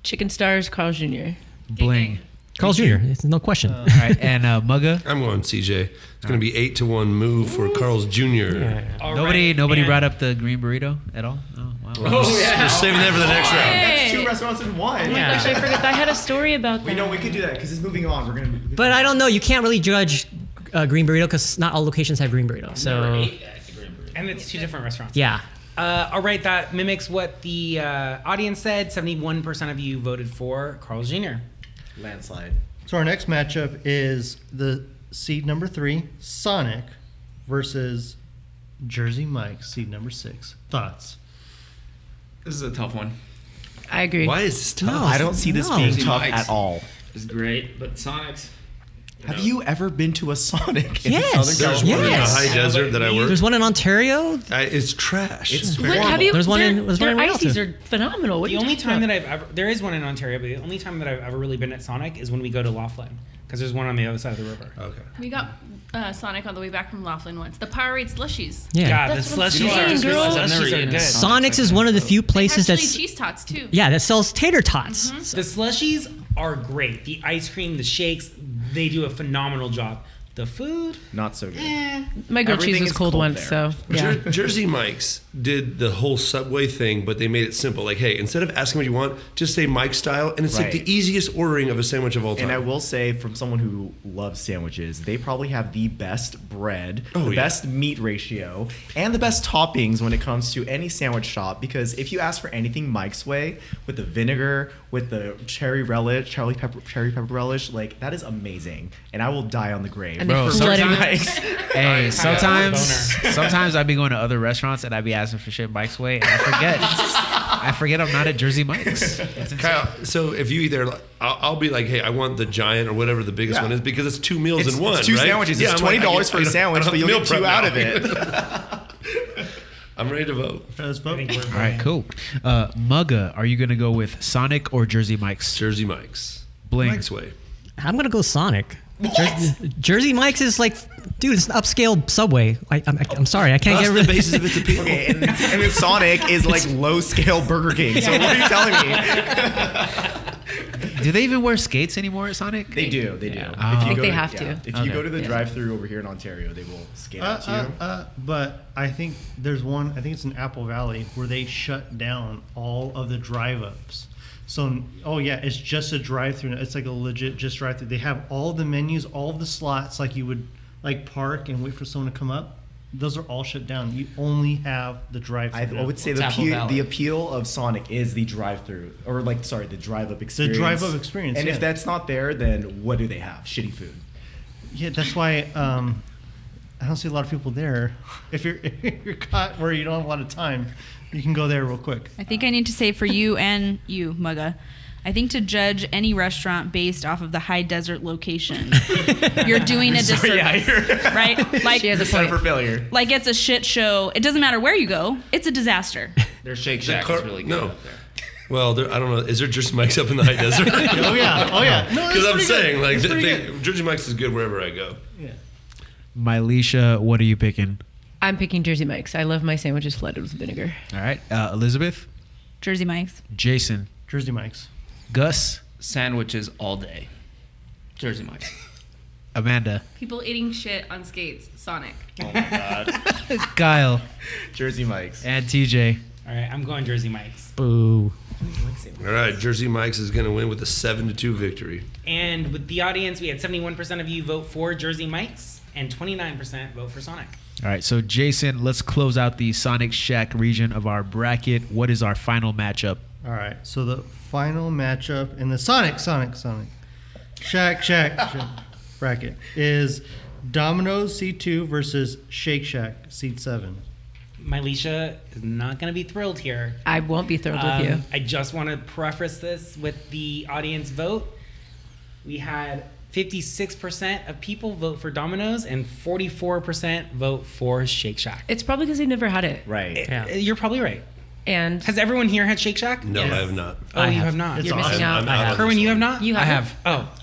Chicken Stars, Carl Jr. Bling. Carl's Jr. It's no question. All right. And uh, Mugga. I'm going CJ. It's going to be eight to one move for Carl's Jr. All Nobody, right, nobody and- brought up the green burrito at all. Oh wow. Oh, We're saving that for the next round. That's two restaurants in one. Oh my gosh, I forgot. I had a story about We that. know we could do that because it's moving on. We're gonna. But I don't know. You can't really judge uh, green burrito because not all locations have green burrito. So And it's two different restaurants. yeah, Uh, all right, that mimics what the uh, audience said. 71% of you voted for Carl's Jr. landslide. So our next matchup is the seed number three, Sonic, versus Jersey Mike, seed number six. Thoughts? This is a tough one. I agree. Why is this tough? I don't see this No. being See, tough Mike's- at all. It's great, but Sonics. Have you ever been to a Sonic in Yes. Southern There's California? one in the Yes. high desert that I work. there's one in Ontario. I, it's trash. It's What, have you, There's one their, in- there's one their in Real, ices too. are phenomenal. What The only time that I've ever, there is one in Ontario, but the only time that I've ever really been at Sonic is when we go to Laughlin, because there's one on the other side of the river. okay. We got uh, Sonic on the way back from Laughlin once. The Powerade slushies. Yeah. God, the That's what I'm slushies saying, are, the girl. I've never slushies are eaten a good. Sonic. Sonics is one of the few places Actually, that's cheese tots too. yeah that sells tater tots. Mm-hmm. The slushies are great. The ice cream, the shakes, they do a phenomenal job. The food, Not so good. my grilled cheese Eh. Everything was is cold, cold once, there. so yeah. Jer- Jersey Mike's did the whole Subway thing, but they made it simple. Like, hey, instead of asking what you want, just say Mike style, and it's like Right. the easiest ordering of a sandwich of all time. And I will say, from someone who loves sandwiches, they probably have the best bread, Oh, the yeah. best meat ratio, and the best toppings when it comes to any sandwich shop. Because if you ask for anything Mike's way, with the vinegar, with the cherry relish, cherry pepper, cherry pepper relish, like that is amazing. And I will die on the grave. And they for flood it with- Mike's. Hey, sometimes Boner. sometimes I'd be going to other restaurants and I'd be asking for shit Mike's way and I forget. I forget I'm not at Jersey Mike's. That's insane. Kyle, so if you eat there, like, I'll, I'll be like, hey, I want the giant or whatever the biggest Yeah. one is because it's two meals It's, in one. it's two right? sandwiches. Yeah, it's I'm like, twenty I dollars get- for I a don't- I sandwich, don't have but you'll meal get prep two out now. of it. I'm ready to vote. Let us vote. All right, cool. Uh, Mugga, are you gonna go with Sonic or Jersey Mike's? Jersey Mike's. Blink. Mike's way. I'm gonna go Sonic. Jersey, Jersey Mike's is like, dude, it's an upscale Subway. I, I'm, I'm sorry, I can't That's get the rid. basis of its appeal. Okay, and, and then Sonic is like low scale Burger King. So what are you telling me? Do they even wear skates anymore at Sonic? They do. They do. I think they have to. If Okay. you go to the Yeah. drive-through over here in Ontario, they will scan Uh, it to you. uh, uh, but I think there's one. I think it's in Apple Valley where they shut down all of the drive-ups. So, oh yeah, it's just a drive-through. It's like a legit just drive-through. They have all the menus, all the slots, like you would like park and wait for someone to come up. Those are all shut down. You only have the I drive-through. I would say It's the, Apple appeal, Valley. the appeal of Sonic is the drive-through, or like sorry, the drive-up experience. drive-up experience, And yeah. if that's not there, then what do they have? Shitty food. Yeah, that's why um, I don't see a lot of people there. If you're if you're caught where you don't have a lot of time, you can go there real quick. I think I need to say for you and you, Mugga, I think to judge any restaurant based off of the high desert location, you're doing a disservice, right? Like, She has a Time for point. failure. like it's a shit show. It doesn't matter where you go; it's a disaster. Their Shake Shack car- is really good no. up there. Well, there, I don't know. Is there Jersey Mike's up in the high desert? Oh yeah, oh yeah. No, that's Because I'm pretty good. saying, like, That's th- pretty they, good. Jersey Mike's is good wherever I go. Yeah. Mylisha, what are you picking? I'm picking Jersey Mike's. I love my sandwiches flooded with vinegar. All right, uh, Elizabeth, Jersey Mike's. Jason, Jersey Mike's. Gus, Sandwiches all day. Jersey Mike's. Amanda, People eating shit on skates. Sonic. Kyle, Jersey Mike's. and TJ. all right, I'm going Jersey Mike's. Boo. All right, Jersey Mike's is going to win with a seven to two victory. And with the audience, we had 71% of you vote for Jersey Mike's and 29% vote for Sonic. All right, so Jason, let's close out the Sonic Shack region of our bracket. What is our final matchup? All right. So the final matchup in the Sonic, Sonic, Sonic, Shaq, Shaq, Shaq bracket is Domino's C2 versus Shake Shack seed seven. Mylisha is not going to be thrilled here. I won't be thrilled with Um, you. I just want to preface this with the audience vote. We had 56% of people vote for Domino's and 44% vote for Shake Shack. It's probably because they never had it. Right. Yeah. You're probably right. And Has everyone here had Shake Shack? No, Yes. I have not. Oh, I you have. have not. It's You're awesome. missing out. I'm out I on out. this have. Kerwin, you one. have not. You I haven't? have. Oh,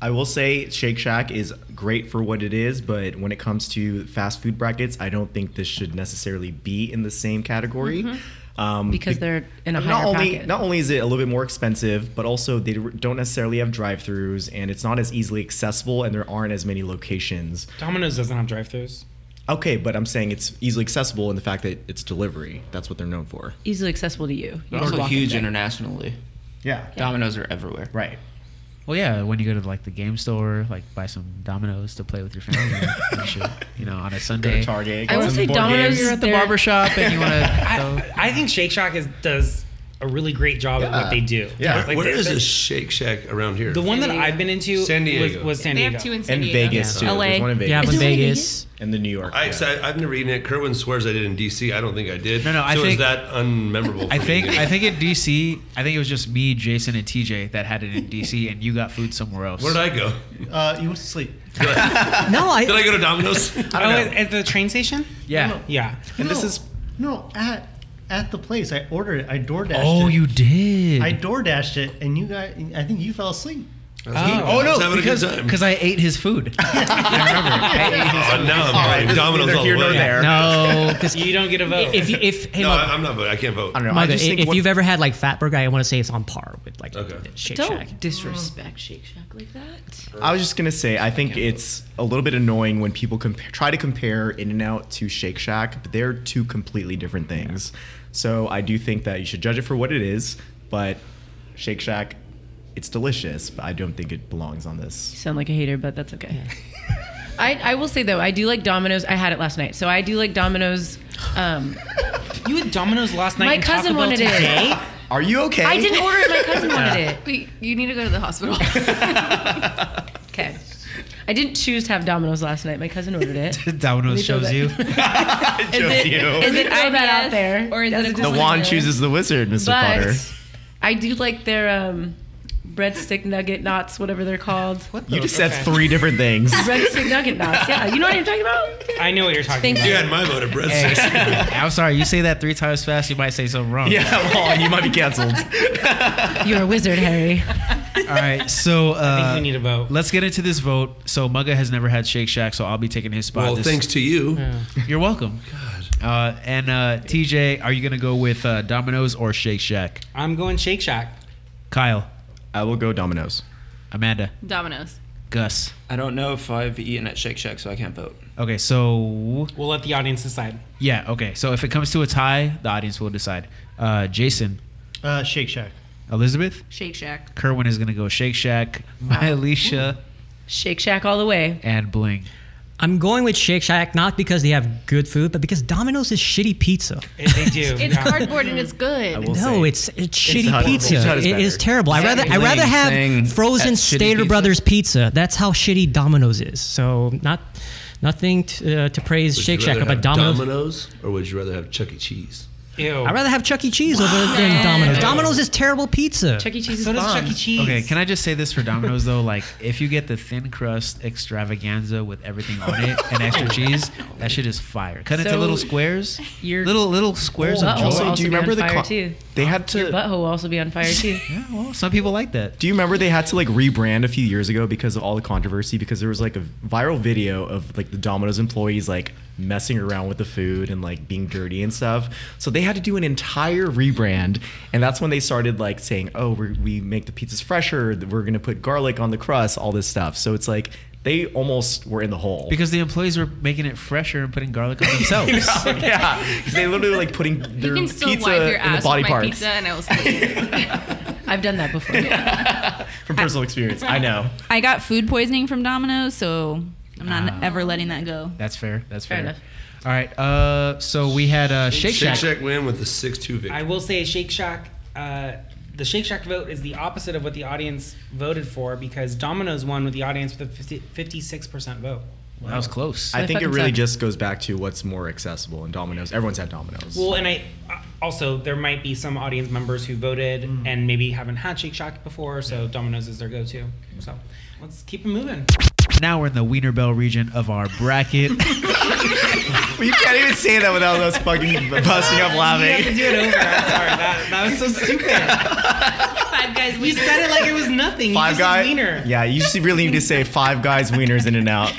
I will say Shake Shack is great for what it is, but when it comes to fast food brackets, I don't think this should necessarily be in the same category. Um, Mm-hmm. Because be- they're in a not higher only bracket. not only is it a little bit more expensive, but also they don't necessarily have drive-throughs, and it's not as easily accessible, and there aren't as many locations. Domino's doesn't have drive-throughs. Okay, but I'm saying it's easily accessible in the fact that it's delivery. That's what they're known for. easily accessible to you. They're You also walk in huge there. internationally. Yeah. Dominoes are everywhere. Right. Well, yeah, when you go to like the game store, like buy some dominoes to play with your family, and shit, you know, on a Go to Sunday. Target. I get will some say board Domino's games. is You're at the They're- barber shop and you want to. I, I think Shake Shack is, does a really great job at Yeah. what they do. Yeah. Like, Where they're- is they're- a Shake Shack around here? The one that San I've been into San Diego. Was, was San They Diego. have two in San And Diego. Vegas too. Yeah. There's LA. one in Vegas. Yeah, Is but there any Vegas. and the New York. I, yeah. so I, I've never eaten it. Kerwin swears I did in D.C. I don't think I did. No, no, I so think- is that unmemorable. I for think you? I think in DC, I think it was just me, Jason, and TJ that had it in DC, and you got food somewhere else. Where did I go? Uh, you went to sleep. No, I. Did I go to Domino's? Oh, at- at the train station? Yeah. Yeah. And this is No, at at the place I ordered it. I DoorDashed it. Oh, you did. I DoorDashed it, and you got. I think you fell asleep. oh I was no, having a good because time. because I ate his food. I remember. I ate his Oh, now I'm voting. this is Domino's neither all here the nor way. there. No, because You don't get a vote. if you, if hey, No, Mother- I, I'm not voting. I can't vote. I don't know. I Mother, just think if what- you've ever had like Fatburger, I want to say it's on par with like Okay. Shake Don't Shack. disrespect Shake Shack like that. I was just gonna say, I think it's a little bit annoying when people comp- try to compare In and Out to Shake Shack, but they're two completely different things. So I do think that you should judge it for what it is, but Shake Shack, it's delicious, but I don't think it belongs on You this. sound like a hater, but that's okay. I, I will say though, I do like Domino's. I had it last night, so I do like Domino's. Um, you had Domino's last night. My and Taco cousin Bell wanted it. today? Are you okay? I didn't order it. My cousin wanted it. Wait, you need to go to the hospital. Okay. I didn't choose to have Domino's last night. My cousin ordered it. Is Domino's throw shows that- you. Joke you. it throw IBS that out there? or is That's it a just The what it wand is. chooses the wizard, Mr. Potter. But I do like their um, breadstick nugget knots, whatever they're called. What? You just said Okay. three different things. Breadstick nugget knots. Yeah, you know what I'm talking about. I know what you're talking Thank about. you had my vote at bread station. I'm sorry, you say that three times fast, you might say something wrong. yeah, well, you might be canceled. You're a wizard, Harry. All right, so uh, I think we need a vote. Let's get into this vote. So Mugga has never had Shake Shack, so I'll be taking his spot. Well, this- thanks to you. You're welcome. God. Uh, and uh, TJ, are you gonna go with uh, Domino's or Shake Shack? I'm going Shake Shack. Kyle, I will go Domino's. Amanda, Domino's. Gus. I don't know if I've eaten at Shake Shack, so I can't vote. Okay, so We'll let the audience decide. yeah, okay. So if it comes to a tie, the audience will decide. Uh, Jason, Uh, Shake Shack. Elizabeth, Shake Shack. Kerwin is gonna go Shake Shack. My Alicia Shake Shack all the way. and Bling. I'm going with Shake Shack not because they have good food, but because Domino's is shitty pizza. If they do. It's yeah. cardboard and it's good. no, will say. it's it's It's shitty not- pizza. it's not as It better. is terrible. I rather I Exactly. rather Saying have frozen that's shitty Stater pizza. Brothers pizza. That's how shitty Domino's is. So not nothing t- uh, to praise Would Shake you Shack rather about have Domino's. Domino's, or would you rather have Chuck E. Cheese? Ew. I'd rather have Chuck E. Cheese over than Domino's. Domino's is terrible pizza. Chuck E. Cheese is so does bomb. Chuck E. Cheese. Okay, can I just say this for Domino's though? Like, if you get the thin crust extravaganza with everything on it and extra cheese, that shit is fire. Cut into Oh. So, little squares, your little little squares of butthole joy. also, also do you be on remember the fire, co- too. They had to. Your butthole will also be on fire too. Yeah, well, some people like that. Do you remember they had to like rebrand a few years ago because of all the controversy? Because there was like a viral video of like the Domino's employees like messing around with the food and like being dirty and stuff. So they had to do an entire rebrand, and that's when they started like saying, "Oh, we're, we make the pizzas fresher. We're gonna put garlic on the crust. All this stuff." So it's like they almost were in the hole. Because the employees were making it fresher and putting garlic on themselves. yeah, 'cause they literally like putting You their can still pizza wipe your in the ass body with my parts pizza and I will still I've done that before. from personal experience. I know. I got food poisoning from Domino's, so I'm not Ah. ever letting that go. That's fair. That's fair. Fair enough. All right. Uh, so we had uh, Shake Shake Shack. Shack win with the six-two victory. I will say Shake Shack. Uh, the Shake Shack vote is the opposite of what the audience voted for because Domino's won with the audience with a 50, 56% vote. That was close. I I think it fucking really suck. just goes back to what's more accessible and Domino's. Everyone's had Domino's. Well, and I uh, also there might be some audience members who voted Mm. and maybe haven't had Shake Shack before, so Domino's is their go-to. So let's keep it moving. now we're in the Wiener Bell region of our bracket. you can't even say that without us fucking busting up You have laughing. to do it over. I'm sorry. That, that was so stupid. Five guys. You said it like it was nothing. You Five just said guys. wiener. Yeah, you just really need to say five guys wieners in and out.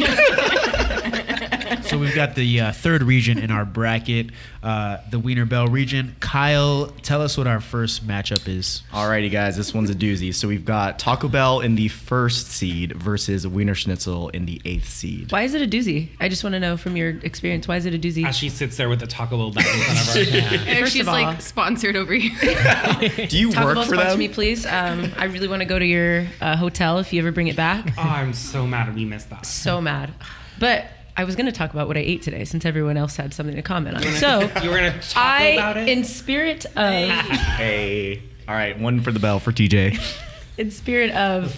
So we've got the uh, third region in our bracket, uh, the Wiener Bell region. Kyle, tell us what our first matchup is. Alrighty, guys, this one's a doozy. So we've got Taco Bell in the first seed versus Wiener Schnitzel in the eighth seed. Why is it a doozy? I just want to know from your experience. Why is it a doozy? As she sits there with the Taco Bell bag in front of her. If First she's of all- like sponsored over here. Do you Taco work Bell for sponsor them? me, please. Um, I really want to go to your uh, hotel if you ever bring it back. Oh, I'm so mad we missed that. So mad. But I was going to talk about what I ate today since everyone else had something to comment on. So You were gonna talk about I, um, it. in spirit of, Hey. All right, one for the bell for TJ. in spirit of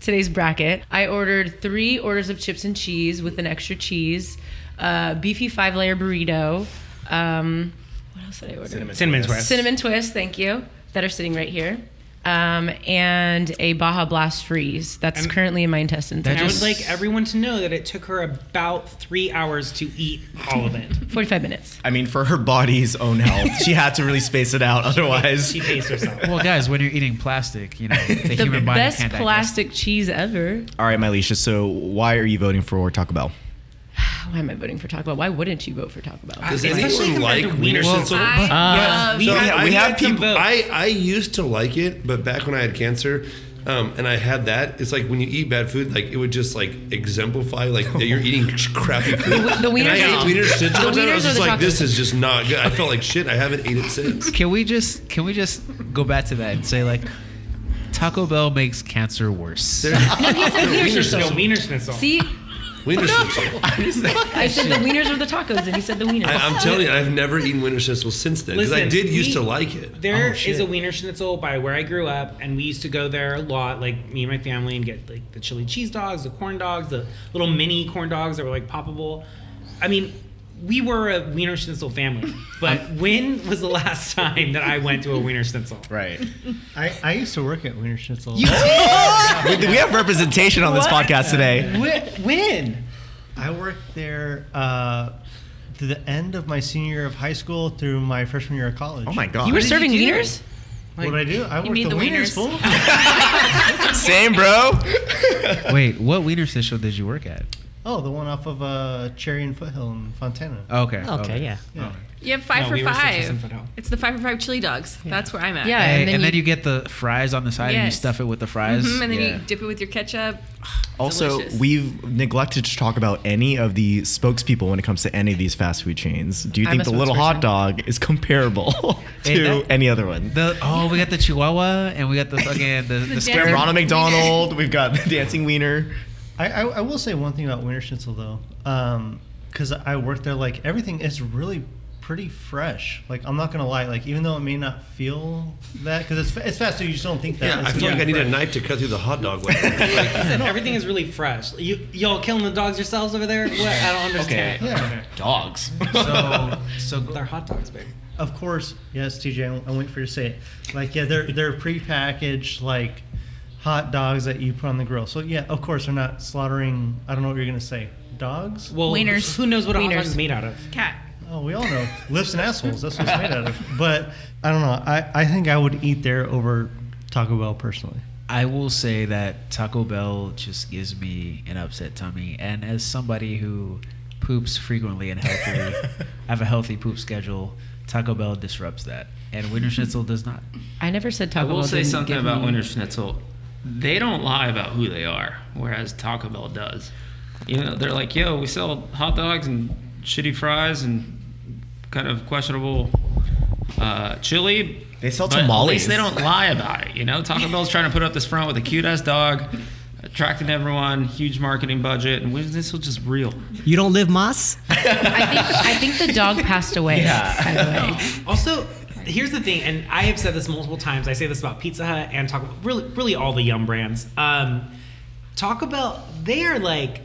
today's bracket, I ordered three orders of chips and cheese with an extra cheese, uh, beefy five-layer burrito. Um, what else did I order? Cinnamon twist. cinnamon twist thank you that are sitting right here um, and a baja blast freeze that's And- currently in my intestines That And I would just- like everyone to know that it took her about three hours to eat all of it. 45 minutes I mean, for her body's own health, she had to really space it out. Otherwise, She paced herself. Well, guys, when you're eating plastic, you know the, the human body best can't digest plastic cheese ever all right, Mylisha. So why are you voting for Taco Bell? why am i voting for taco bell why wouldn't you vote for taco bell Does Especially anyone compared like to Wiener Well, Schnitzel? I love we So have- I we had have some people- votes. I, I used to like it, but back when I had cancer, um, and I had that, it's like when you eat bad food, like it would just like exemplify like that you're eating crappy food. the and I wieners are- ate wiener schnitzel. the one time, I wieners was are just the like, this chocolate. is just not good. I felt like shit. I haven't ate it since. Can we just can we just go back to that and say like Taco Bell makes cancer worse? Wiener schnitzel. Wiener schnitzel. see Wiener schnitzel. i said the wieners are the tacos and you said the wieners I, I'm telling you, I've never eaten wiener schnitzel since then because I Listen, did used we- to like it. Oh, There is a Wiener Schnitzel by where I grew up, and we used to go there a lot, like me and my family, and get like the chili cheese dogs, the corn dogs, the little mini corn dogs that were like poppable. I mean, we were a Wiener Schnitzel family, but when was the last time that I went to a Wiener Schnitzel? Right. I, I used to work at Wiener Schnitzel. we, we have representation on this podcast today. Wh- when? I worked there uh, to the end of my senior year of high school through my freshman year of college. Oh my god. you were did you serving do? wieners What did I do? I worked made the, the wieners. Wieners, fool. Same, bro. Wait, what Wiener Schnitzel did you work at? oh, the one off of uh, Cherry and Foothill in Fontana. Okay. Okay, yeah. Yeah. You have five No, for we were Citrus and five. Foothill. It's the five for five chili dogs. That's where I'm at. Yeah. Hey, And and, then then you- you get the fries on the side and you Yes. stuff it with the fries. Mhm, and then Yeah. you dip it with your ketchup. Also, Delicious. we've neglected to talk about any of the spokespeople when it comes to any of these fast food chains. Do you I'm think a the little hot spokesperson. dog is comparable Hey, to that- any other one? The oh, we got the Chihuahua and we got the fucking the, the, square dancer. Ronald McDonald. We've got the dancing wiener. I, I, I will say one thing about Wiener Schnitzel though, because I worked there. Like everything is really pretty fresh. Like I'm not gonna lie. Like even though it may not feel that, because it's fa- it's fast, so you just don't think that. Yeah, It's I feel really like I need a fresh. knife to cut through the hot dog. Like, Listen, everything is really fresh. You y'all killing the dogs yourselves over there? What? I don't understand. Yeah. Dogs. So so They're hot dogs, babe. Of course, yes, TJ. I, I wait for you to say it. Like yeah, they're they're prepackaged like hot dogs that you put on the grill. So yeah, of course they're not slaughtering. I don't know what you're gonna say. Dogs? Well, Wieners. Who knows what a hot dog Wieners. is made out of? Cat. Oh, we all know lips and assholes. That's what it's made out of. But I don't know. I, I think I would eat there over Taco Bell personally. I will say that Taco Bell just gives me an upset tummy, and as somebody who poops frequently and healthily, I have a healthy poop schedule. Taco Bell disrupts that, and Wiener Schnitzel does not. i never said I taco will bell say didn't something give about me- Wiener Schnitzel. They don't lie about who they are, whereas Taco Bell does. You know, they're like, yo, we sell hot dogs and shitty fries and kind of questionable uh, chili. They sell but At tamales. least they don't lie about it. You know, Taco Bell's trying to put up this front with a cute ass dog, attracting everyone, huge marketing budget, and Wiener Schnitzel just real. You don't live Moss? I, think, I think the dog passed away by the way Also, here's the thing, and I have said this multiple times. I say this about Pizza Hut and Taco Bell, really, really all the Yum brands. Um, Taco Bell, they are like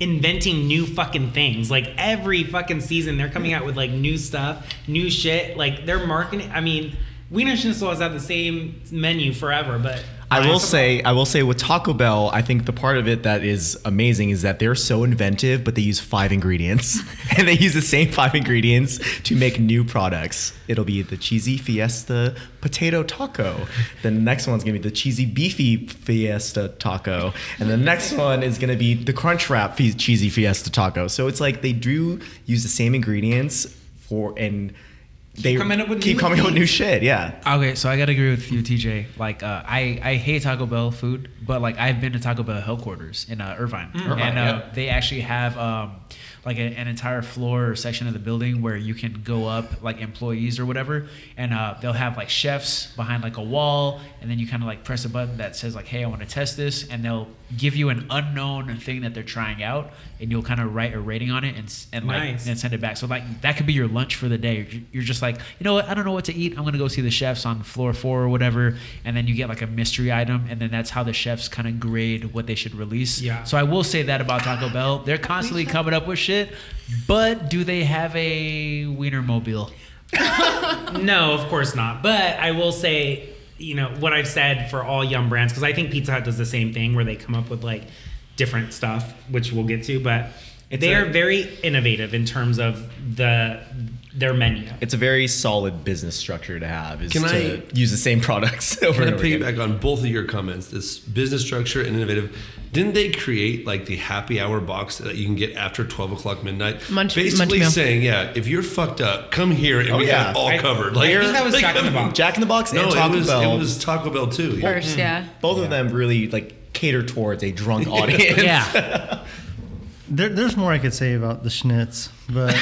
inventing new fucking things. Like every fucking season, they're coming out with like new stuff, new shit. Like they're marketing. I mean, Wiener Schnitzel has had the same menu forever, but I will Lions. say, I will say with Taco Bell, I think the part of it that is amazing is that they're so inventive, but they use five ingredients, and they use the same five ingredients to make new products. It'll be the cheesy fiesta potato taco. Then the next one's gonna be the cheesy beefy fiesta taco, and the next one is gonna be the crunch wrap fe- cheesy fiesta taco. So it's like they do use the same ingredients for and. They coming up with keep new coming up with new things. shit, yeah. Okay, so I gotta agree with you, TJ. Like, uh, I I hate Taco Bell food, but like I've been to Taco Bell headquarters in uh, Irvine, and uh, yeah. they actually have um, like a, an entire floor or section of the building where you can go up, like employees or whatever, and uh, they'll have like chefs behind like a wall, and then you kind of like press a button that says like, "Hey, I want to test this," and they'll give you an unknown thing that they're trying out, and you'll kind of write a rating on it and s- and like Nice. and send it back. So like that could be your lunch for the day. You're- You're just like, you know what? I don't know what to eat. I'm gonna go see the chefs on floor four or whatever, and then you get like a mystery item, and then that's how the chefs kind of grade what they should release. Yeah. So I will say that about Taco Bell, they're constantly coming up with shit, but do they have a wiener mobile? No, of course not. But I will say, you know, what I've said for all Yum brands, because I think Pizza Hut does the same thing where they come up with like different stuff, which we'll get to, but they a- are very innovative in terms of the their menu. It's a very solid business structure to have. Is Can to I- use the same products over Can and I over again. piggyback on both of your comments? This business structure and innovative. Didn't they create like the happy hour box that you can get after twelve o'clock midnight? Munch- Basically Munch Meal. saying, yeah, if you're fucked up, come here and Oh, we yeah. got it all I- covered. I think that was Jack in the Box. Jack in the Box No, and it Taco was Bell. it was Taco Bell too. Yeah. First, yeah. both of them really like cater towards a drunk audience. Yeah. There, there's more I could say about the schnitz, but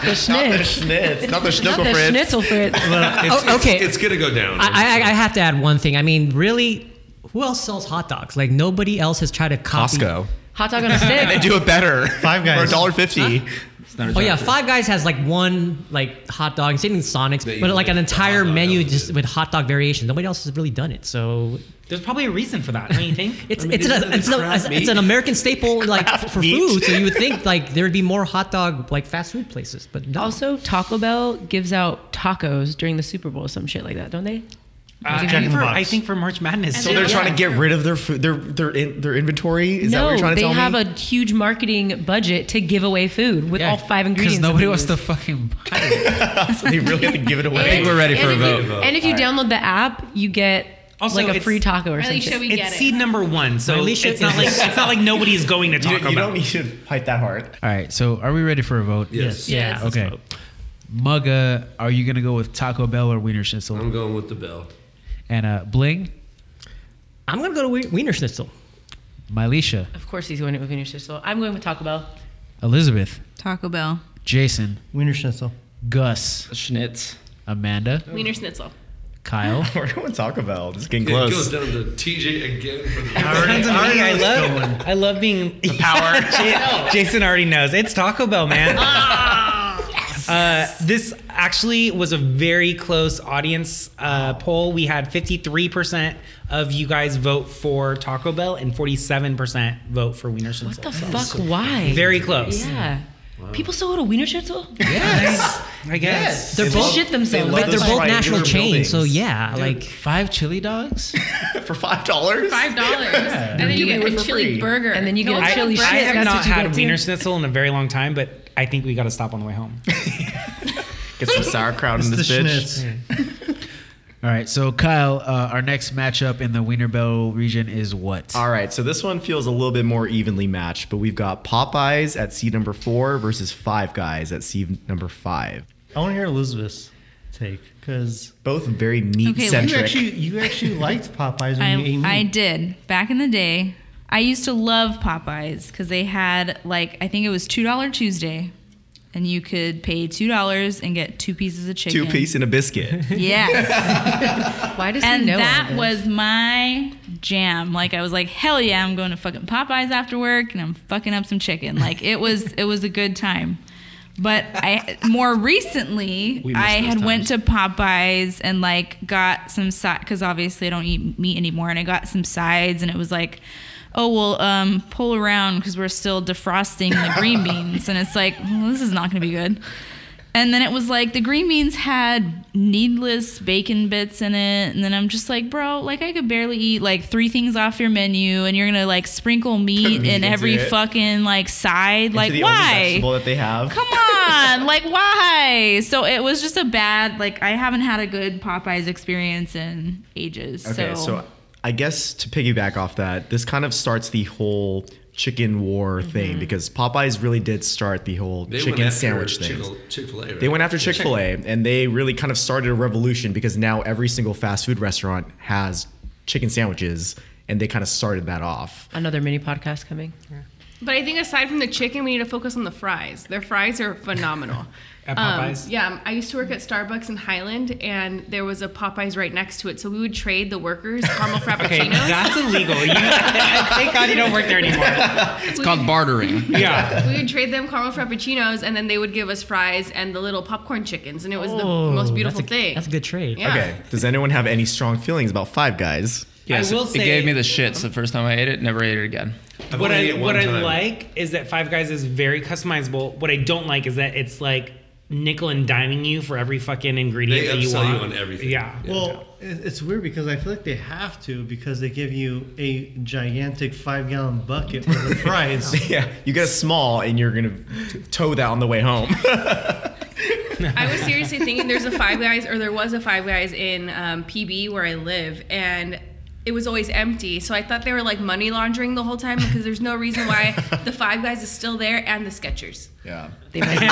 Not the the schnitz. schnitz, not the Not the schnitzel fritz. schnitzel fritz. It's- Oh, okay. It's, it's gonna go down. I, I, I have to add one thing. I mean, really, who else sells hot dogs? Like nobody else has tried to copy. Costco. Hot dog on a stick. They do it better. Five Guys. for a dollar fifty. It's not a Oh yeah, drive-thru. Five Guys has like one like hot dog, same in Sonic's, They but like an make the entire hot dog menu elements. just with hot dog variations. Nobody else has really done it, so There's probably a reason for that, don't you think? it's I mean, it's, isn't an, it it's, an- crap it's, it's meat? an American staple like Craft f- for meat. food. So you would think like there would be more hot dog like fast food places, but no. Also, Taco Bell gives out tacos during the Super Bowl, some shit like that, don't they? Uh, I, Jack in think the for, Box. I think for March Madness. And So they're Yeah. trying to get rid of their food, their their in, their inventory. Is that what no, you're trying to they tell have me? a huge marketing budget to give away food with all five ingredients. Because that nobody they wants use. to fucking buy it. so they really have to give it away. And- ready for and a if Oh, you- vote. And if you download the app, you get Also, like a it's- free taco or At least should something. we it's get seed it? number one, so At least it's not like it's- it's not like nobody's going to You, Taco you Bell. don't need to fight that hard. All right, so are we ready for a vote? Yes. yeah. Yes. Okay. Mugga, are you gonna go with Taco Bell or Wiener Schnitzel? I'm going with the bell. And uh, Bling, I'm gonna go to Wien- Wiener Schnitzel. Mylisha, Of course, he's going with Wiener Schnitzel. I'm going with Taco Bell. Elizabeth, Taco Bell. Jason, Wiener Schnitzel. Gus, Schnitz. Amanda, Wiener Schnitzel. Kyle, We're going Taco Bell. This is getting It close. goes down to TJ again for the Depends on me. I love, I love being the power. Jason already knows. It's Taco Bell, man. Uh, this actually was a very close audience uh, poll. We had 53% of you guys vote for Taco Bell and 47% vote for Wiener Schnitzel. The fuck? Why? Very close. Yeah. People still go to Wiener Schnitzel? Yes. I guess. They're They both love- shit themselves. love But they're those both triangular national chains, so buildings. yeah, like five chili dogs. for five dollars. Five dollars. and then you Give get me a one for chili free. burger. And then you get a one's chili got shit. bread. I have that's not what you had get, too. Wiener Schnitzel in a very long time, but I think we got to stop on the way home. Get some sauerkraut in It's the this bitch. schnitz. All right, so Kyle, uh, our next matchup in the Wiener Bell region is what? All right, so this one feels a little bit more evenly matched, but we've got Popeyes at seed number four versus Five Guys at seed number five. I want to hear Elizabeth's take because Both very meat Okay, you centric. actually you actually liked Popeyes when you ate I, meat. I did back in the day. I used to love Popeyes because they had like I think it was two dollar Tuesday, and you could pay two dollars and get two pieces of chicken. Two piece and a biscuit. Yes, Why does he and know all that this? was my jam. Like I was like, hell yeah, I'm going to fucking Popeyes after work, and I'm fucking up some chicken. Like it was, it was a good time. But I more recently, We miss I those had went times. to to Popeyes and like got some side because obviously I don't eat meat anymore, and I got some sides, and it was like, oh well, um, pull around because we're still defrosting the green beans, and it's like well, this is not gonna be good. And then it was like the green beans had needless bacon bits in it. And then I'm just like, bro, like I could barely eat like three things off your menu and you're going to like sprinkle meat Meat in into every it. fucking like side. Into Like, the why? only vegetable that they have. Come on, like why? So it was just a bad. Like I haven't had a good Popeyes experience in ages. Okay, so, so. I guess to piggyback off that, this kind of starts the whole chicken war thing because Popeyes really did start the whole They went chicken after sandwich thing. Chick fil A, right? They went after Chick fil A and they really kind of started a revolution because now every single fast food restaurant has chicken sandwiches and they kind of started that off. Another mini podcast coming. But I think aside from the chicken, we need to focus on the fries. Their fries are phenomenal. At Um, Popeyes? yeah, I used to work at Starbucks in Highland, and there was a Popeyes right next to it. So we would trade the workers caramel frappuccinos. Okay, that's illegal. You, thank God you don't work there anymore. it's called bartering. Yeah. We would trade them caramel frappuccinos, and then they would give us fries and the little popcorn chickens, and it was Oh, the most beautiful that's a, thing. That's a good trade. Yeah. Okay, does anyone have any strong feelings about Five Guys? I Yes, will it, say- gave me the shits the first time I ate it. Never ate it again. I've what only ate I it one what I time. like is that Five Guys is very customizable. What I don't like is that it's like nickel and diming you for every fucking ingredient They that you upsell you want. on everything. Yeah. Well, it- it's weird because I feel like they have to because they give you a gigantic five gallon bucket with the fries. Yeah, you get a small and you're gonna tow that on the way home. I was seriously thinking there's a Five Guys, or there was a Five Guys in um, PB where I live, and it was always empty. So I thought they were like money laundering the whole time because there's no reason why the Five Guys is still there and the Skechers. yeah. They might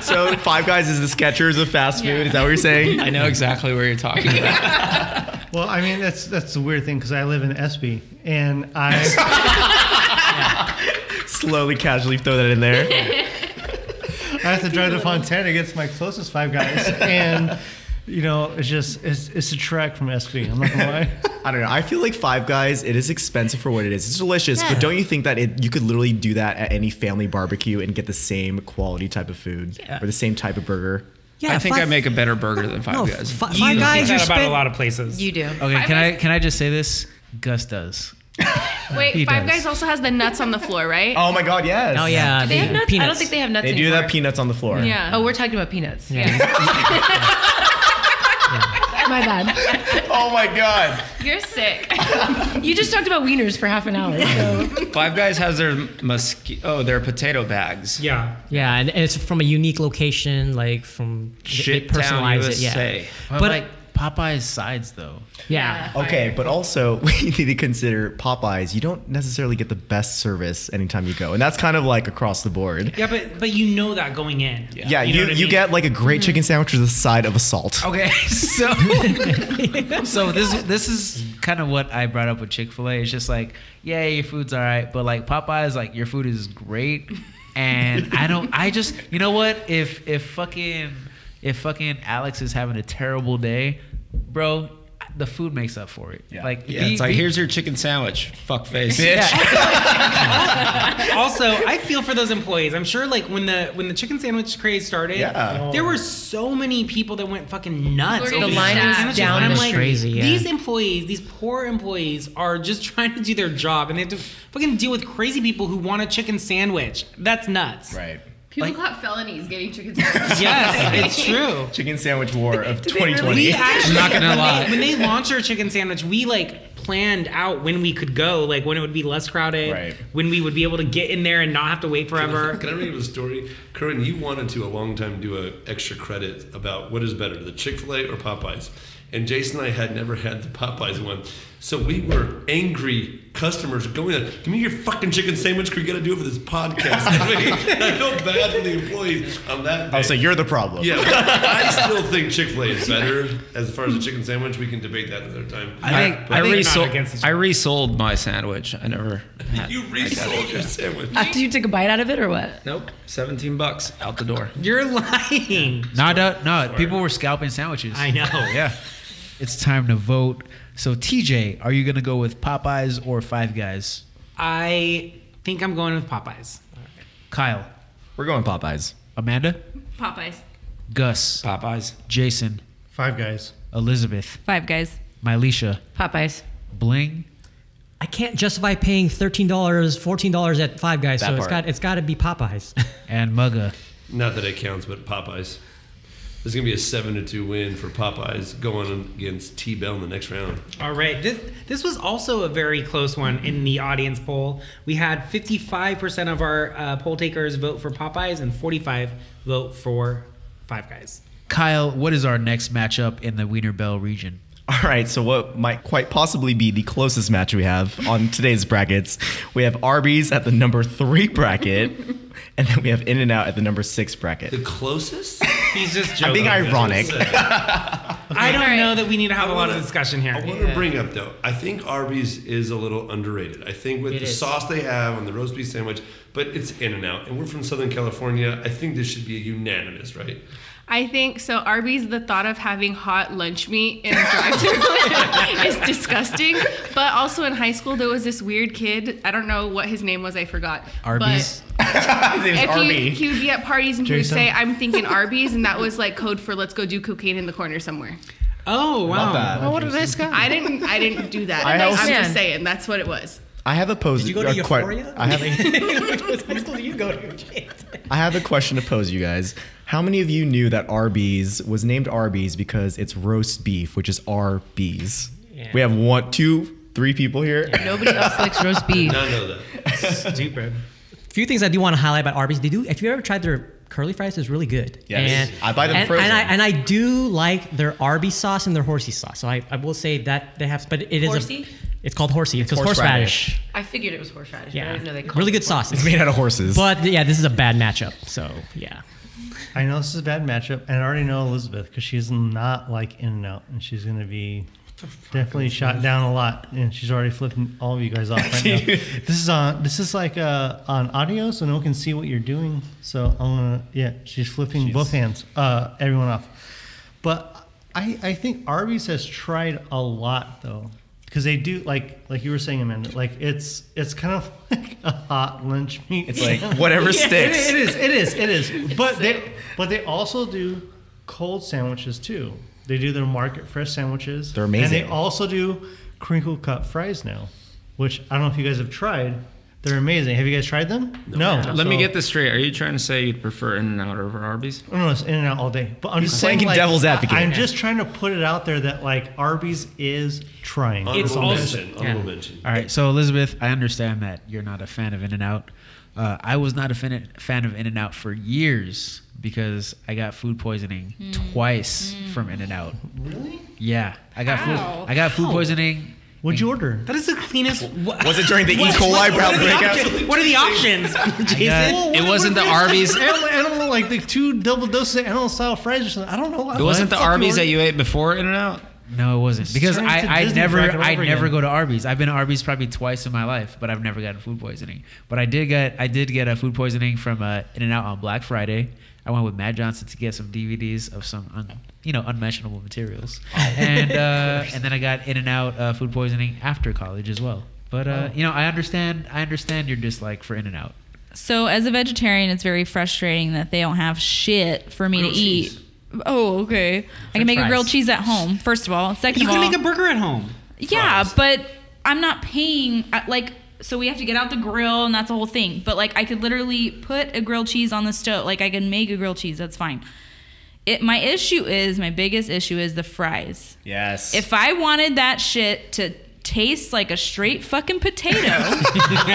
So Five Guys is the Skechers of fast food. Is that what you're saying? I know exactly where you're talking about. Well, I mean that's that's the weird thing because I live in Espy and I Slowly, casually throw that in there. I have to drive to Fontana to get to my closest Five Guys and you know it's just it's, it's a track from Espy. I'm not gonna lie. I don't know. I feel like Five Guys. It is expensive for what it is. It's delicious, but don't you think that it, you could literally do that at any family barbecue and get the same quality type of food or the same type of burger? Yeah, I think five- I make a better burger than Five No, Guys. fi- five You think guys. that You're about a spend- lot of places. You do. Okay, Five can I Guys- can I just say this? Gus does. Wait, He Five does. Guys also has the nuts on the floor, right? Oh my God! Yes. Oh yeah, They have nuts. peanuts. I don't think they have nuts. They do anymore. that peanuts on the floor. yeah. Oh, we're talking about peanuts. Yeah. My bad. Oh my God! You're sick. You just talked about wieners for half an hour. So Five Guys has their mosqui- oh their potato bags. Yeah. Yeah, and, and it's from a unique location, like from they- Shit they town personalize USA. it. But, But- like Popeye's sides though. Yeah, yeah. Okay, but also we need to consider Popeyes. You don't necessarily get the best service anytime you go, and that's kind of like across the board. Yeah, but but you know that going in. Yeah, you know you, what I mean? Oh, get like a great Mm-hmm. chicken sandwich with a side of a salt. Okay, so so this this is kind of what I brought up with Chick Fil A. It's just like, yeah, your food's all right, but like Popeye's, like your food is great, and I don't. I just, you know what? If if fucking if fucking Alex is having a terrible day, bro, the food makes up for it. Like, Yeah, be- it's like be- here's your chicken sandwich. Fuck face. also, I feel for those employees. I'm sure, like when the when the chicken sandwich craze started, Yeah. there were so many people that went fucking nuts. The over these line chicken was sandwiches. down And the I'm like, crazy, yeah. these employees, these poor employees, are just trying to do their job, and they have to fucking deal with crazy people who want a chicken sandwich. That's nuts. Right. People caught felonies getting chicken sandwiches. Yes, it's true. Chicken sandwich war of We 2020. actually, not gonna when lie. They, when they launched our chicken sandwich, we like planned out when we could go, like when it would be less crowded, Right. when we would be able to get in there and not have to wait forever. Can I read you a story? Corinne, you wanted to a long time do a extra credit about what is better, the Chick fil A or Popeyes. And Jason and I had never had the Popeyes one. So we were angry customers going, like, Give me your fucking chicken sandwich, 'cause we got to do it for this podcast. And I felt bad for the employees on that day. Oh, so you're the problem. yeah, I still think Chick fil A is better. As far as the chicken sandwich, we can debate that another time. I, think- I, I think- resold, Not against each I resold my sandwich. I never. Had, you resold your sandwich. after you took a bite out of it or what? nope. 17 bucks out the door. You're lying. Nah, duh, no, people were scalping sandwiches. I know. Yeah. It's time to vote. So TJ, are you gonna go with Popeyes or Five Guys? I think I'm going with Popeyes. Kyle, We're going Popeyes. Amanda, Popeyes. Gus, Popeyes. Jason, Five Guys. Elizabeth, Five Guys. Mylisha, Popeyes. Bling. I can't justify paying thirteen dollars, fourteen dollars at Five Guys, so it's part. got it's got to be Popeyes. And Mugga. Not that it counts, but Popeyes. There's gonna be a seven to two win for Popeyes going against T Bell in the next round. All right. This this was also a very close one in the audience poll. We had 55% of our uh, poll takers vote for Popeyes and 45 vote for Five Guys. Kyle, what is our next matchup in the Wiener Bell region? All right, so what might quite possibly be the closest match we have on today's brackets, we have Arby's at the number three bracket, and then we have In and Out at the number six bracket. The closest? He's just joking. I'm being ironic. I don't know that we need to have a lot of discussion here. I want to bring up though. I think Arby's is a little underrated. I think with It the is. sauce they have on the roast beef sandwich, but it's in and out. And we're from Southern California. I think this should be a unanimous, right? I think so. Arby's, the thought of having hot lunch meat in a drive-thru is disgusting. But also in high school, there was this weird kid. I don't know what his name was. I forgot. Arby's. But if he, he would be at parties and he would Jason? say, "I'm thinking Arby's," and that was like code for "Let's go do cocaine in the corner somewhere." Oh wow! that. what did this guy? I didn't. I didn't do that. I I am also- just saying that's what it was. I have a pose. Did you go to a que- Euphoria? I have a, Which high school did you go to? I have a question to pose you guys. How many of you knew that Arby's was named Arby's because it's roast beef, which is Arby's? We have one, two, three people here. Nobody else likes roast beef. I know that. Stupid. few things I do want to highlight about Arby's. They do. If you ever tried their curly fries, it's really good. Yes. I buy them and, frozen. And I, and I do like their Arby's sauce and their horsey sauce. So I, I will say that they have, but it is Horsey? a. It's called horsey. It's, called horseradish. horseradish. I figured it was horseradish. Yeah. I didn't know they called really it good horseradish. sauce. It's Made out of horses. But yeah, this is a bad matchup. So yeah. I know this is a bad matchup, and I already know Elizabeth because she's not like In and Out, and she's gonna be definitely shot down a lot, and she's already flipping all of you guys off right now. this is on. This is like uh, on audio, so no one can see what you're doing. So I'm gonna. Yeah, she's flipping both hands, uh, everyone off. But I, I think Arby's has tried a lot though, because they do like like you were saying, Amanda. Like it's it's kind of like a hot lunch meat. it's like whatever sticks. It is. It is. It is. It is. But they but they also do cold sandwiches too. They do their market fresh sandwiches. They're amazing. And they also do crinkle cut fries now, which I don't know if you guys have tried. They're amazing. Have you guys tried them? No. Let me So- get this straight. Are you trying to say you'd prefer In and Out over Arby's? No, no, it's in and out all day. But I'm just playing saying, like, devil's advocate. I'm just trying to put it out there that like Arby's is trying. Honorable also- mention. Honorable mention. All right, so Elizabeth, I understand that you're not a fan of In and Out. Uh, I was not a fan, fan of In and Out for years because I got food poisoning Hmm. twice from In and Out. really? Yeah, I got Ow. food. I got food poisoning. What'd you order? That is the cleanest. What, Was it during the E. coli what, are the breakout? options? what are the options, Jason? It wasn't the Arby's. animal, animal like the two double doses of animal style fries or something. I don't know. It wasn't the Arby's that you ate before In and Out? No, it wasn't because Straight to I, I Disney never bracket all I over never again. go to Arby's. I've been to Arby's probably twice in my life, but I've never gotten food poisoning. But I did get I did get a food poisoning from uh, In and Out on Black Friday. I went with Matt Johnson to get some DVDs of some un, you know unmentionable materials, Oh, and uh, and then I got In and Out uh, food poisoning after college as well. But uh, you know I understand I understand your dislike for In and Out. So as a vegetarian, it's very frustrating that they don't have shit for me Grilled to cheese. eat. Oh, okay. I can make a fries. grilled cheese at home. First of all, second You of can all, make a burger at home. yeah, but I'm not paying I- like. So we have to get out the grill, and that's a whole thing. But like, I could literally put a grilled cheese on the stove. Like, I can make a grilled cheese. That's fine. It. My issue is my biggest issue is the fries. Yes. If I wanted that shit to taste like a straight fucking potato,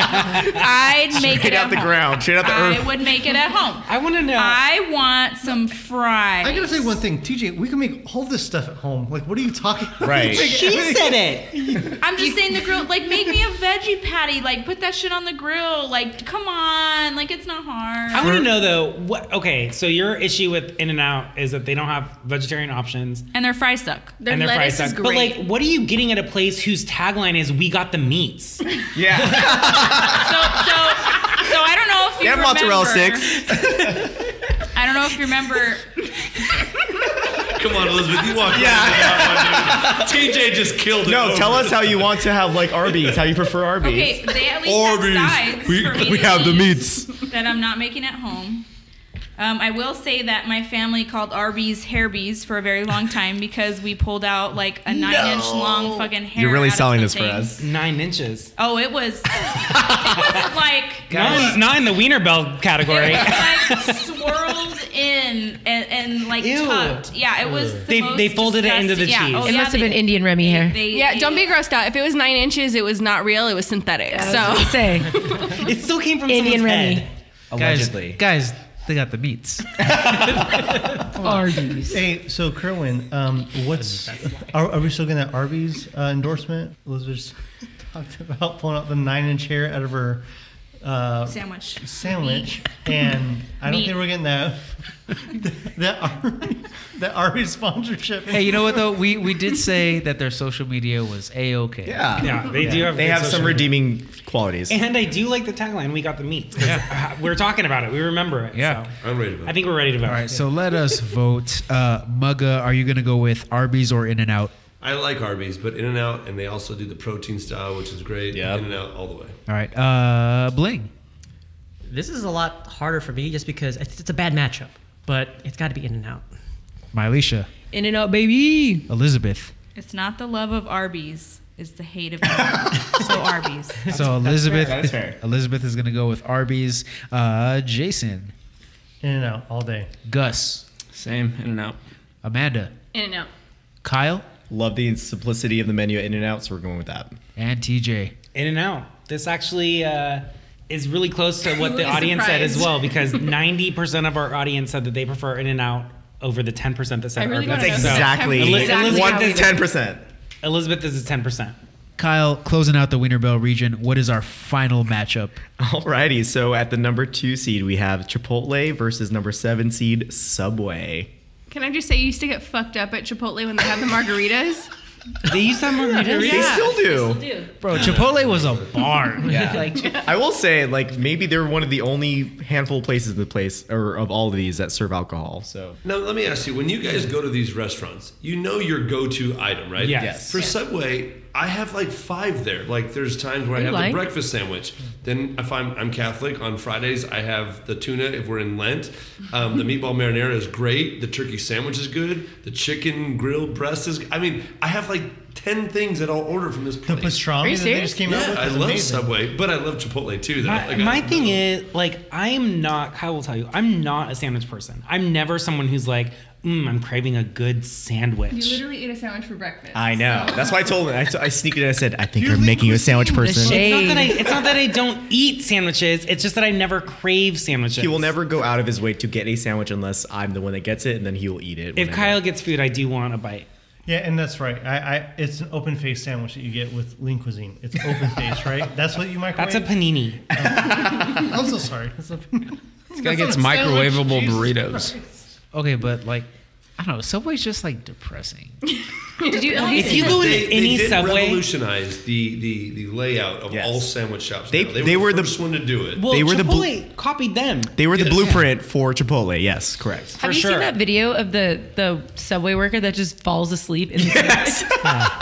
I'd make Straight it at out the home. ground, straight out the I earth. would make it at home. I want to know. I want some fries. I gotta say one thing, TJ. We can make all this stuff at home. Like, what are you talking? about? Right. Like, she said it. I'm just saying the grill. Like, make me a veggie patty. Like, put that shit on the grill. Like, come on. Like, it's not hard. I want to know though. What? Okay, so your issue with In and Out is that they don't have vegetarian options. and their fries suck. Their and their lettuce fries is suck. great. But like, what are you getting at a place whose tagline is "We got the meats"? yeah. So, so, so I don't know if you They have remember. mozzarella sticks. I don't know if you remember. Come on, Elizabeth. You walked yeah. TJ just killed it. No, over. tell us how you want to have like Arby's, how you prefer Arby's. Okay, they at least have sides for me to eat. that I'm not making at home. Um, I will say that my family called Arby's Hairbies for a very long time because we pulled out like a nine inch long fucking hair. You're really out of selling this for something. us. Nine inches. Oh, it was. it wasn't like. Not, not in the wiener belt category. It was like swirled and, and like Ew. tucked. Yeah, it was. The They- most they folded it into the disgusting- yeah, cheese. oh, It yeah, must have they been Indian Remy hair. yeah, don't be grossed out. If it was nine inches, it was not real. It was synthetic. so say it still came from Indian someone's Remy. head. Allegedly. Guys, guys they got the meats. Arby's. Hey, so Kerwin, um, what's are, are we still getting that Arby's uh, endorsement? Elizabeth talked about pulling out the nine-inch hair out of her uh, Sandwich. Sandwich, and I don't Meat. think we're getting that. that Arby's, that Arby's sponsorship. hey, you know what though? We we did say that their social media was a okay. Yeah. Yeah, they do have. They good have social some media. redeeming qualities. And I do like the tagline. We got the meat. 'cause, uh, we're talking about it. We remember it. Yeah. so. I'm ready to vote. I think we're ready to vote. All right, so let us vote. Uh, Mugga, are you going to go with Arby's or In and Out? I like Arby's, but In and Out, and they also do the protein style, which is great. In and Out all the way. All right, uh, Bling. This is a lot harder for me just because it's, it's a bad matchup, but it's got to be in and out. Mylisha, In and out, baby. Elizabeth. It's not the love of Arby's. It's the hate of Arby's. so Arby's. so Elizabeth, fair, that's fair. Elizabeth is going to go with Arby's. Uh, Jason, In and out all day. Gus, Same in and out. Amanda, in and out. Kyle, Love the simplicity of the menu at In and Out, so we're going with that. and TJ. In and out. This actually uh, is really close to what the really audience said as surprised. well, because 90% of our audience said that they prefer In and Out over the 10% that I said really Arby's. wanna know So, Exactly. Eli- Exactly. One how to we- ten percent. Elizabeth is a 10%. Kyle, closing out the Wiener Bell region. What is our final matchup? Alrighty, so at the number two seed we have Chipotle versus number seven seed Subway. Can I just say you used to get fucked up at Chipotle when they had the margaritas? They used to have margaritas. They still do. Bro, Chipotle was a barn. Yeah. I will say, like, maybe they're one of the only handful of places in the place or of all of these that serve alcohol. So Now, let me ask you when you guys go to these restaurants, you know your go to item, right? Yes. Yes. For Subway, I have like five there. Like, there's times where I You have like? the breakfast sandwich. Then, if I'm, I'm Catholic, on Fridays, I have the tuna if we're in Lent. Um, the meatball marinara is great. The turkey sandwich is good. The chicken grilled breast is I mean, I have like 10 things that I'll order from this The place. pastrami that they serious? just came out Yeah, with. I is love amazing. Subway, but I love Chipotle too. Though. My, Like, I- my thing is, like, I am not, Kyle will tell you, I'm not a sandwich person. I'm never someone who's like, mm, I'm craving a good sandwich. You literally ate a sandwich for breakfast. I know. That's why I told him. I, I sneaked in. and I said, I think You're you're making you a Lean sandwich Cuisine, person. the shade. It's not, that I, it's not that I don't eat sandwiches. It's just that I never crave sandwiches. He will never go out of his way to get a sandwich unless I'm the one that gets it, and then he will eat it. If whenever. Kyle gets food, I do want a bite. Yeah, and that's right. I, I it's an open faced sandwich that you get with lean cuisine. It's open faced, right? That's what you microwave. Oh. That's a panini. I'm so sorry. That's a This guy That's gets not a sandwich, microwavable Jesus burritos. Okay, but like, I don't know. Subway's just like depressing. Did you? Have If you go into they, they any did subway, revolutionize the, the, the layout of Yes. all sandwich shops. They- now. they were the- the first one to do it. well, They were the bl- Chipotle copied them. they were the blueprint for Chipotle. Yes, correct. for you sure. seen that video of the the subway worker that just falls asleep in the sandwich?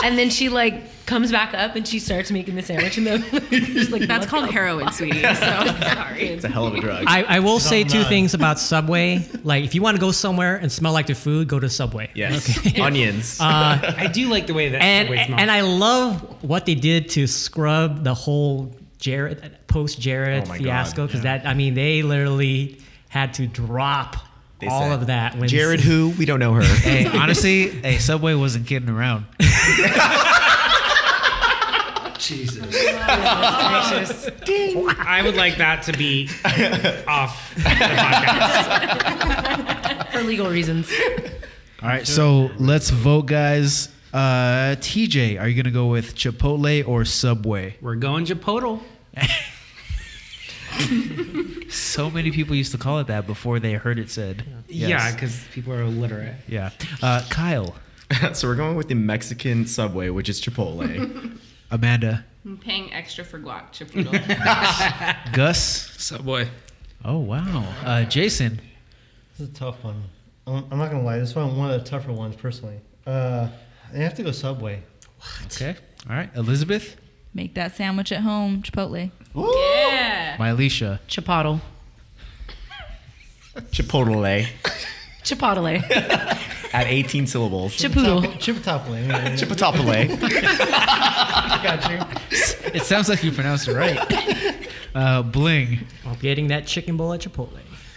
and then she like comes back up and she starts making the sandwich and then just like That's look called up. heroin, sweetie. So sorry. It's a hell of a drug. I, I will say two nine. things about Subway. like, if you want to go somewhere and smell like the food, go to Subway. Uh, yes, onions. Uh, I do like the way that And, subway smells. and I love what they did to scrub the whole Jared post Jared Oh my God, fiasco because that I mean they literally had to drop They all said, of that when Jared, who we don't know her. hey, honestly, hey, Subway wasn't kidding around. Jesus. I would like that to be off the podcast. for legal reasons. All right, so let's vote, guys. Uh, TJ, are you gonna go with Chipotle or Subway? We're going Chipotle. So many people used to call it that before they heard it said. Yeah, because people are illiterate. Yeah. Uh, Kyle, so we're going with the Mexican Subway, which is Chipotle. Amanda, I'm paying extra for guac chipotle. Gus. Subway. Oh wow. Uh, Jason. This is a tough one. I'm I'm not gonna lie. This is one one of the tougher ones personally. Uh, I have to go Subway. Okay. All right. Elizabeth. Make that sandwich at home, Chipotle. Uh, yeah. Mylisha. Chipotle. Chipotle Chipotle. at 18 syllables. Chipotle. Chipotle. yeah, yeah, Chipotle. I got you. It sounds like you pronounced it right. Uh, Bling. I'm getting that chicken bowl at Chipotle.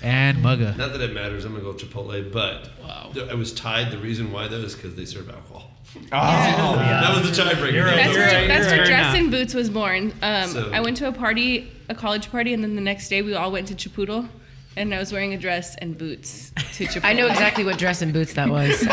And mugga. Not that it matters. I'm gonna go with Chipotle, but th- I was tied. The reason why though is because they serve alcohol. Oh, that was the tiebreaker. That's, That was where, the that's tiebreaker. where Dress in Boots was born. Um, So- I went to a party, a college party, and then the next day we all went to Chipotle, and I was wearing a dress and boots to Chipotle. I know exactly what dress and boots that was.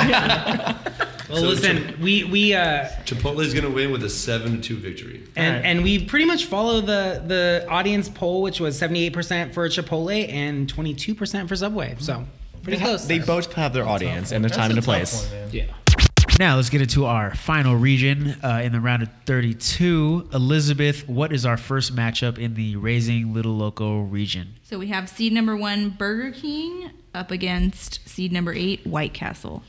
Well, listen, we we uh, Chipotle's gonna win with a seven to two victory. and and we pretty much follow the the audience poll, which was 78% for Chipotle and 22% for Subway. So pretty They, close. they both have their audience and their time and their place. yeah. Now let's get into our final region uh, in the round of 32. Elizabeth, what is our first matchup in the Raising Little Loco region? So we have seed number one, Burger King, up against seed number eight, White Castle.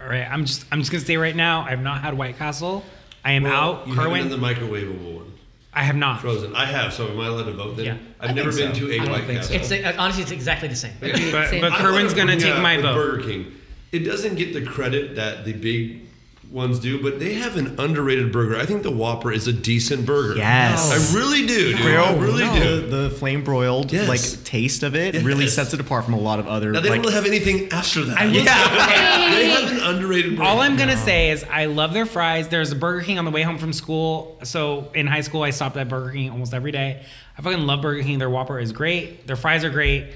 All right, I'm just I'm just gonna say right now, I've not had White Castle. I am out. You haven't Kerwin, done the microwavable one. I have not. Frozen. I have. So am I allowed to vote then? Yeah. I've I never think been so. to a I don't White think Castle. so. It's uh, honestly, it's exactly the same. Yeah. But- Same. but I Kerwin's wanna gonna bring take up my with vote. Burger King. It doesn't get the credit that the big ones do, but they have an underrated burger. I think the Whopper is a decent burger. Yes. I really do. Dude. Real, I really no. do. The flame broiled Yes. like taste of it really Yes. sets it apart from a lot of other. Now they like, don't have anything after that. I will yeah. say- they have an underrated burger. All I'm gonna say is I love their fries. There's a Burger King on the way home from school. So in high school, I stopped at Burger King almost every day. I fucking love Burger King. Their Whopper is great. Their fries are great.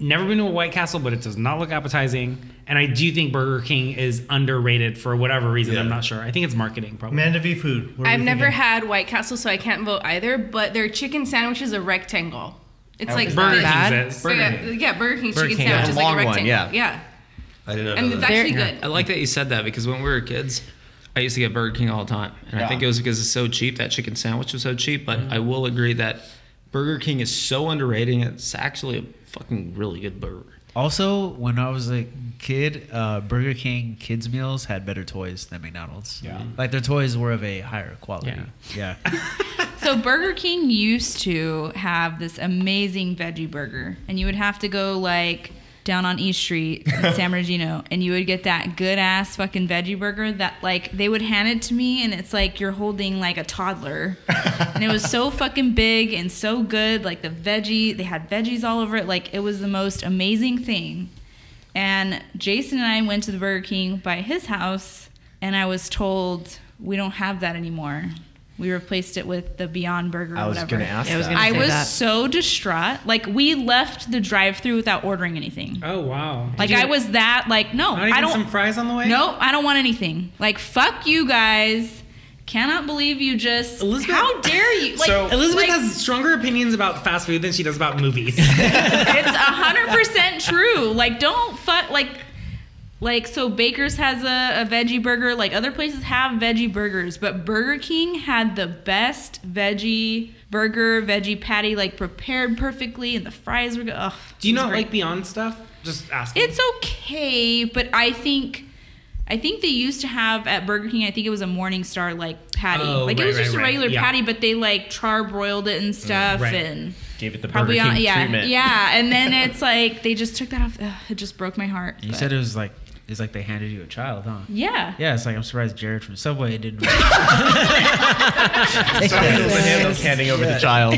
Never been to a White Castle, but it does not look appetizing. And I do think Burger King is underrated for whatever reason. I'm Yeah. not sure. I think it's marketing probably. Mandavi food. what are I've we never thinking? had White Castle, so I can't vote either. But their chicken sandwich is a rectangle. It's like Burger the- King's is. Burger yeah, King. yeah, Burger King's Burger chicken King. sandwich Yeah, is like a long one, rectangle. yeah. yeah. I did not And know it's that. actually good. I like that you said that because when we were kids, I used to get Burger King all the time, and I Yeah. think it was because it's so cheap. That chicken sandwich was so cheap, but I will agree that Burger King is so underrated. and It's actually a fucking really good burger. Also, when I was a kid, uh, Burger King kids meals had better toys than McDonald's. Yeah. like their toys were of a higher quality. Yeah, So Burger King used to have this amazing veggie burger, and you would have to go like down on East Street in San Bernardino, and you would get that good ass fucking veggie burger that like they would hand it to me, and it's like you're holding like a toddler, and it was so fucking big and so good. Like the veggie, they had veggies all over it. Like it was the most amazing thing. And Jason and I went to the Burger King by his house, and I was told we don't have that anymore. We replaced it with the Beyond Burger. Or I was whatever. gonna ask Yeah, I was that. gonna I say was that. so distraught. Like we left the drive-through without ordering anything. Oh wow! Like Did I you- was that like no, Not even I don't some fries on the way. No, I don't want anything. Like fuck you guys. Cannot believe you just. how dare you? Like so Elizabeth like, has stronger opinions about fast food than she does about movies. it's a hundred percent true. Like, don't fuck like. Like so, Baker's has a, a veggie burger. Like other places have veggie burgers, but Burger King had the best veggie burger, veggie patty, like prepared perfectly, and the fries were good. Ugh, Do it you was not great. like Beyond stuff? Just asking. It's okay, but I think, I think they used to have at Burger King. I think it was a Morningstar like patty. Oh, like it right, was just right, a right. regular Yeah. Mm, patty, but they like char broiled it and stuff, right. and Gave it the probably Burger on, King yeah, treatment. yeah. And then it's like they just took that off. Ugh, it just broke my heart. you but- said it was like it's like they handed you a child, huh? Yeah. Yeah, it's like I'm surprised Jared from Subway didn't. handing over the child.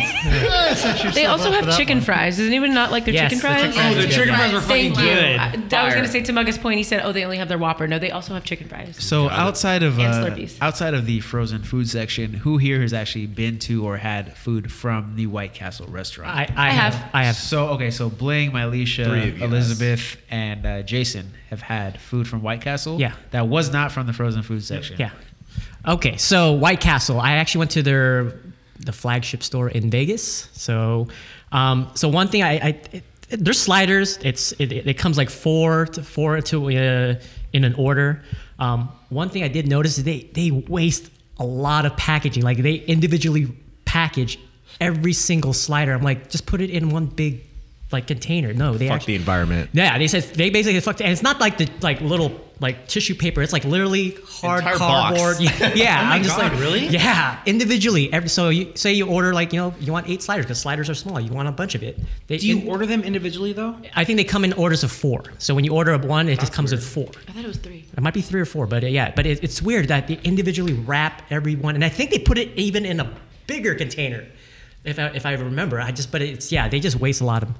they also have chicken fries. Does anyone not like their Yes, chicken the chicken fries? fries Oh, the are chicken good. fries were Thank fucking you. good. I, that was Fire. gonna say to Mugga's point. He said, "Oh, they only have their Whopper." No, they also have chicken fries. So outside of And uh, Slurpees. outside of the frozen food section, who here has actually been to or had food from the White Castle I- restaurant? I I have. have. I have. So okay, so Bling, Three of Mylisha, you, Elizabeth, and uh, Jason have had food from White Castle. Yeah. that was not from the frozen food section. Yeah. Okay, so White Castle. I actually went to their the flagship store in Vegas. So, um, so one thing I, I it, it- their sliders. It's it, it it comes like four to four to uh, in an order. Um, one thing I did notice is they they waste a lot of packaging. Like they individually package every single slider. I'm like, just put it in one big like container. No, they Fuck actually, the environment. yeah, they said they basically fucked, and it's not like the like little like tissue paper. It's like literally hard Entire box. cardboard. Yeah, yeah, Oh my I'm just God, like really? Yeah, individually. Every so you say you order like you know you want eight sliders because sliders are small. You want a bunch of it. They, Do you order them individually though? I think they come in orders of four. So when you order up one, it just comes with four. I thought it was three. It might be three or four, but uh, yeah, but it, it's weird that they individually wrap everyone, and I think they put it even in a bigger container, if I, if I remember. I just, but it's yeah, they just waste a lot of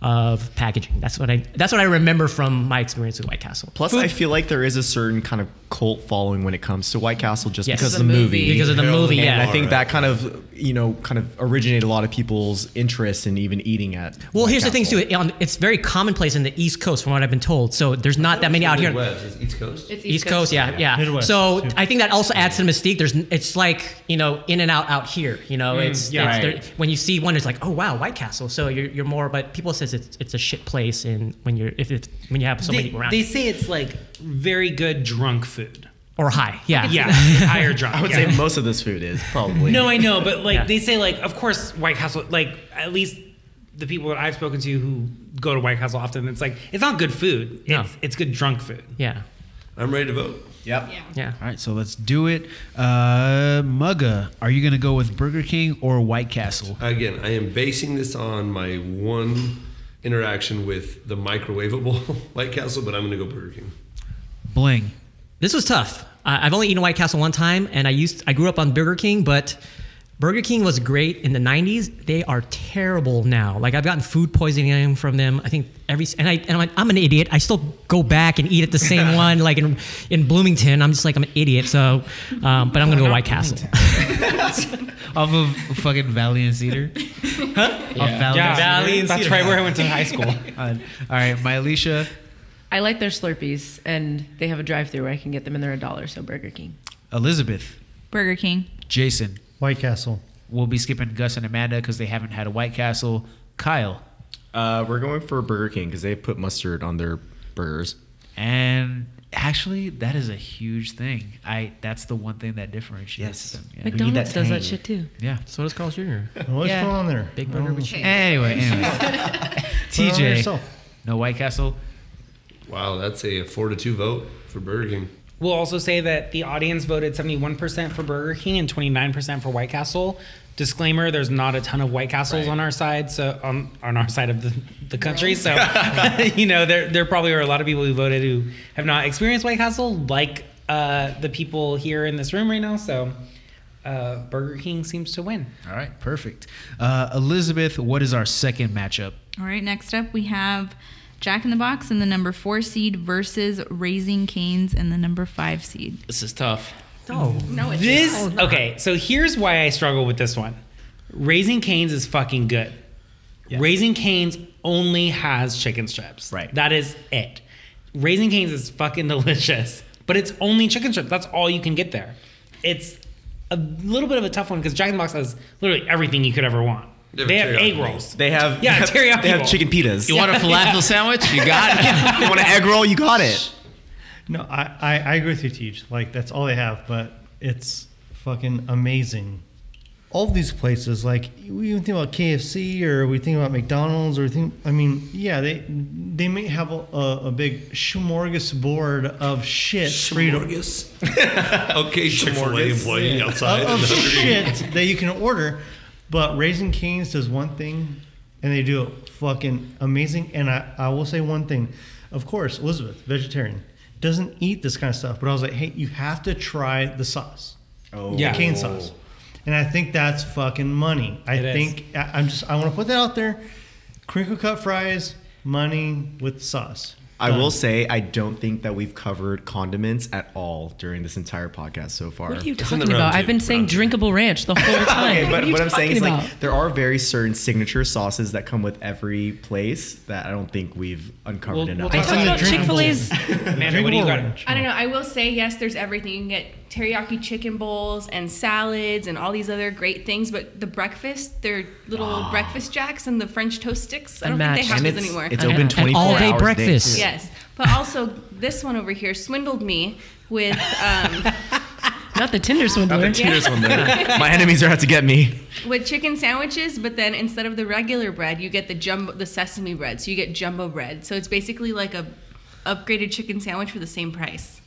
of packaging. That's what I that's what I remember from my experience with White Castle. Plus, I feel like there is a certain kind of cult following when it comes to White Castle, just Yes. because The of the movie. movie. Because of the movie, And yeah. I think that kind of you know kind of originated a lot of people's interest in even eating at. Well, White here's the thing Castle. too. it- on- It's very commonplace in the East Coast, from what I've been told. So there's not that many out here. Midwest, is it East Coast. East, Coast, yeah, yeah. so I think that also adds to the mystique. There's, n- it's like you know, in and out, out here. You know, Mm, it's, yeah. it's Right. there- when you see one, it's like, oh wow, White Castle. So you're, you're more, but people says it's it's a shit place, and when you're if it's when you have so they, many around, they say it's like very good drunk food. or high, yeah, Yeah, higher drunk. I would yeah. say most of this food is probably. No, I know, but like they say, like of course White Castle, like at least the people that I've spoken to who go to White Castle often, it's like it's not good food. No. It's, it's good drunk food. Yeah. I'm ready to vote. Yep. Yeah. All right, so let's do it. Uh, Mugga, are you going to go with Burger King or White Castle? Again, I am basing this on my one interaction with the microwavable White Castle, but I'm going to go Burger King. Bling. This was tough. I I've only eaten White Castle one time, and I used I grew up on Burger King, but Burger King was great in the '90s. They are terrible now. Like I've gotten food poisoning from them. I think every and I and I'm, like, I'm an idiot. I still go back and eat at the same one, like in in Bloomington. I'm just like I'm an idiot. So, um, but I'm gonna go White Castle. Off of fucking Valley and Cedar? huh? Yeah. Yeah, Valley and That's Cedar. right where I went to high school. all right, my Alicia. I like their Slurpees, and they have a drive-through where I can get them, and they're a dollar. So Burger King. Elizabeth, Burger King. Jason. White Castle. We'll be skipping Gus and Amanda because they haven't had a White Castle. Kyle Uh, we're going for Burger King because they put mustard on their burgers. and actually, that is a huge thing. I that's the one thing that differentiates them. Yeah. McDonald's does that shit too. Yeah. So does Carl's Jr. What's going on there? Mm. Big burger with cheese. Anyway, anyway. Oh. Put it on TJ, yourself. no White Castle. Wow, that's a four to two vote for Burger King. We'll also say that the audience voted 71% for Burger King and 29% for White Castle. Disclaimer: There's not a ton of White Castles on our side, so on, on our side of the, the country. So, you know, there there probably are a lot of people who voted who have not experienced White Castle, like uh, the people here in this room right now. So, uh, Burger King seems to win. All right, perfect. Uh, Elizabeth, what is our second matchup? All right, next up we have Jack in the Box and the number four seed versus Raising Canes and the number five seed. This is tough. No. No, it's this not. okay. So here's why I struggle with this one. Raising Canes is fucking good. Raising Canes only has chicken strips. Right. That is it. Raising Canes is fucking delicious, but it's only chicken strips. That's all you can get there. It's a little bit of a tough one because Jack in the Box has literally everything you could ever want. They have, egg rolls. They have Yeah, they have, teriyaki They have bowl. chicken pitas. You want a falafel sandwich? You got it. you want an egg roll? You got it. No, I, I, I agree with you, Teach. Like, that's all they have, but it's fucking amazing. All of these places, like, we even think about KFC or we think about McDonald's or we think, I mean, yeah, they they may have a, a, a big smorgasbord of shit. for you to- okay, Chick Fil A Smorgas. employee Yeah. outside. Of, of in the- shit that you can order. But Raising Canes does one thing, and they do it fucking amazing. And I, I will say one thing. Of course, Elizabeth, vegetarian, doesn't eat this kind of stuff. But I was like, hey, you have to try the sauce. Oh. The Yeah. cane sauce. And I think that's fucking money. I It is. think I, I'm just I want to put that out there. Crinkle cut fries, money with sauce. I Done. will say I don't think that we've covered condiments at all during this entire podcast so far. What are you talking about? I've been saying drinkable ranch the whole time. Okay, what, but are what, you I'm saying is talking about? like there are very certain signature sauces that come with every place that I don't think we've uncovered enough. I talked about Chick Fil A's. Amanda, what do you got? I don't know. I will say yes. There's everything you can get: teriyaki chicken bowls and salads and all these other great things. But the breakfast, their little breakfast jacks and the French toast sticks. I don't think they Unmatched. have And those it's- anymore. it's open An 24 all-day hours a day. breakfast. Yes, but also this one over here swindled me with. Um, Not the Tinder swindler. the Tinder swindler. My enemies are out to get me. with chicken sandwiches, but then instead of the regular bread, you get the jumbo, the sesame bread. So you get jumbo bread. So it's basically like a upgraded chicken sandwich for the same price.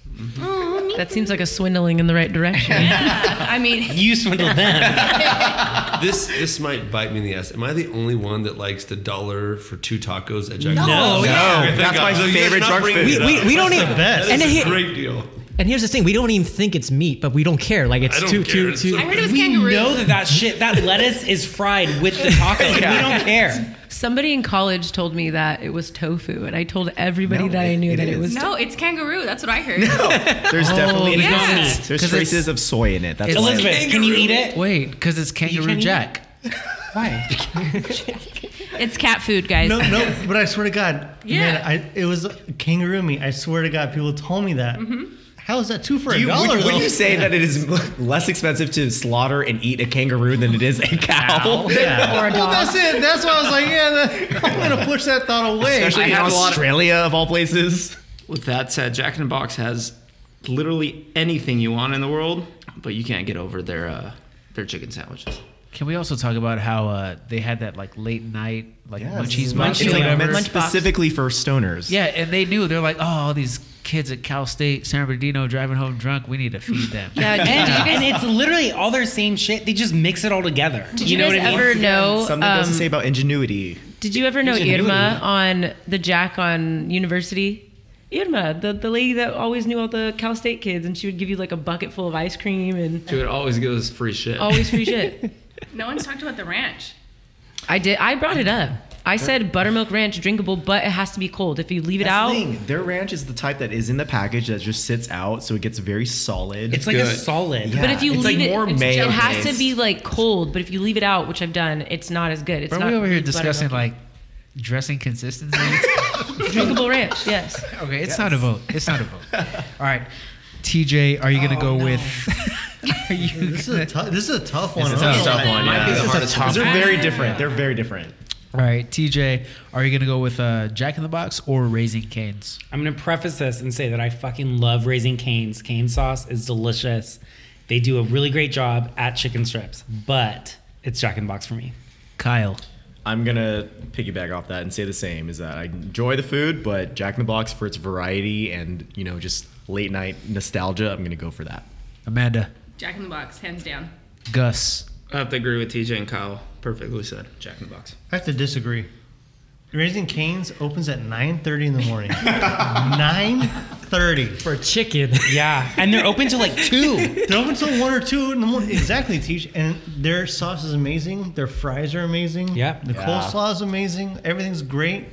That seems like a swindling in the right direction. I mean, You swindled them. this this might bite me in the ass. Am I the only one that likes the dollar for two tacos at Jack? No. No. Okay, thank That's my God. So you guys favorite not drunk bringing food. it We- up. we- we don't That's even- the best. and That's it a hit- great deal. And here's the thing: we don't even think it's meat, but we don't care. Like it's I don't too, care. too, It's too. so I heard it was We kangaroo. know that that shit- that lettuce is fried with the taco. and We don't care. Somebody in college told me that it was tofu, and I told everybody that I knew that it was. No, it's kangaroo. That's what I heard. There's definitely it's not there's- meat. there's 'Cause it's- traces of soy in it. That's It's- why Elizabeth, it's- can you eat it? Wait, because it's Kangaroo eat Jack. Why? It's cat food, guys. No, no, but I swear to God, Yeah. man, I, it was kangaroo meat. I swear to God, people told me that. How is that two for Do a you, dollar? would, would though? you say that it is less expensive to slaughter and eat a kangaroo than it is a cow? Yeah. well, that's it. That's why I was like, yeah, that, I'm gonna push that thought away. Especially in Australia of, all places. With that said, Jack in the Box has literally anything you want in the world, but you can't get over their uh, their chicken sandwiches. Can we also talk about how uh, they had that like late night like Yes. munchies box? Munchies. It's like whatever? meant specifically for stoners. Yeah, and they knew they're like, oh, all these kids at Cal State San Bernardino driving home drunk. We need to feed them. and, and it's literally all their same shit. They just mix it all together. Did you guys ever know, Something it doesn't um, say about ingenuity. Did you ever know Ingenuity. Irma on the Jack on University? Irma, the, the lady that always knew all the Cal State kids, and she would give you like a bucket full of ice cream and She would always give us free shit. always free shit. No one's talked about the ranch. I did. I brought it up. I said buttermilk ranch drinkable, but it has to be cold. If you leave it That's out, the thing. Their ranch is the type that is in the package that just sits out, so it gets very solid. It's like a Good. solid. but if you it's leave like it, more it's- mayo it has based. to be like cold. But if you leave it out, which I've done, it's not as good. It's Bro, not we over here buttermilk. discussing like dressing consistency. drinkable ranch. Yes. Okay, it's not a vote. It's not a vote. All right, TJ, are you Oh, gonna go with? are you This is a tou- this is a tough one. It's a tough one, yeah. This is Might be a the hardest tough one. one. They're very different. They're very different. All right, TJ, are you gonna go with uh, Jack in the Box or Raising Canes? I'm gonna preface this and say that I fucking love Raising Cane's. Cane sauce is delicious. They do a really great job at chicken strips, but it's Jack in the Box for me. Kyle. I'm gonna piggyback off that and say the same: is that I enjoy the food, but Jack in the Box for its variety and you know just late night nostalgia. I'm gonna go for that. Amanda, Jack in the Box, hands down. Gus. I have to agree with TJ and Kyle. Perfectly said. Jack in the Box. I have to disagree. Raising Canes opens at 9:30 in the morning. 9:30 for chicken. Yeah, and they're open till like two. They're open till one or two in the morning. Exactly, Teach. And their sauce is amazing. Their fries are amazing. Yeah. The Yeah. coleslaw is amazing. Everything's great.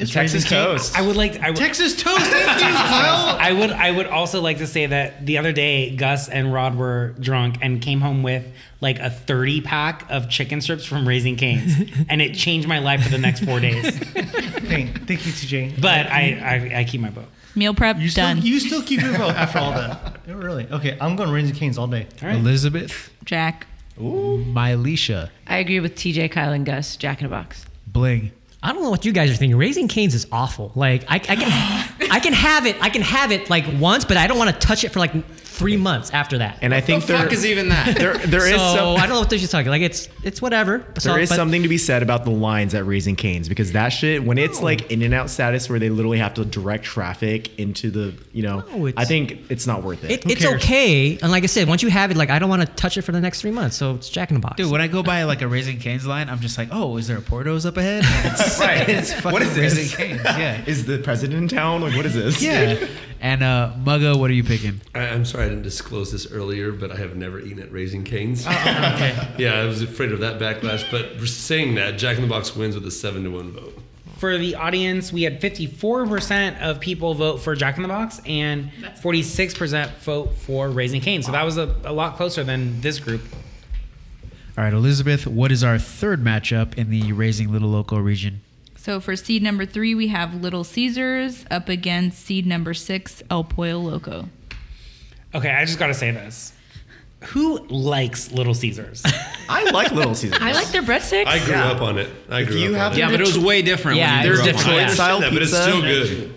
Raising Raising Cane. Cane's. I would like I would, Texas toast. Thank you, Kyle. I would I would also like to say that the other day Gus and Rod were drunk and came home with like a 30 pack of chicken strips from Raising Canes and it changed my life for the next 4 days. Thank, thank you, TJ. But I, I I keep my vote. Meal prep done. You still keep your vote after all that. Yeah, Really? Okay, I'm going Raising Canes all day. All Elizabeth, Jack. Ooh. Mylisha, I agree with TJ, Kyle, and Gus. Jack in a box. Bling. I don't know what you guys are thinking. Raising Cane's is awful. Like I, I can, I can have it. I can have it like once, but I don't want to touch it for like three months after that. And I think there- There, there so, is some. I don't know what they're just talking. Like it's, it's whatever. So- There is but- something to be said about the lines at Raising Canes because that shit, when it's like in and out status where they literally have to direct traffic into the, you know, No, it's- I think it's not worth it. It, it's okay. And like I said, once you have it, like I don't want to touch it for the next three months. So it's Jack in the Box. Dude, when I go by like a Raising Canes line, I'm just like, oh, is there a Porto's up ahead? It's, Right. It's fucking What is this? Raising Canes. Yeah. Is the president in town? Like, what is this? Yeah. And uh, Mugga, what are you picking? I, I'm sorry I didn't disclose this earlier, but I have never eaten at Raising Canes. Oh, okay. yeah, I was afraid of that backlash. But for saying that, Jack in the Box wins with a seven to one vote. For the audience, we had 54% of people vote for Jack in the Box and 46% vote for Raising Cane's. So that was a, a lot closer than this group. All right, Elizabeth, what is our third matchup in the Raising Little Loco region? So for seed number three, we have Little Caesars up against seed number six, El Pollo Loco. Okay, I just gotta say this. Who likes Little Caesars? I like Little Caesars. I like their breadsticks. I grew up on it. I If grew you up have on it. Yeah, but it was way different when you There's grew up on it. Detroit style Yeah. but it's pizza. still good.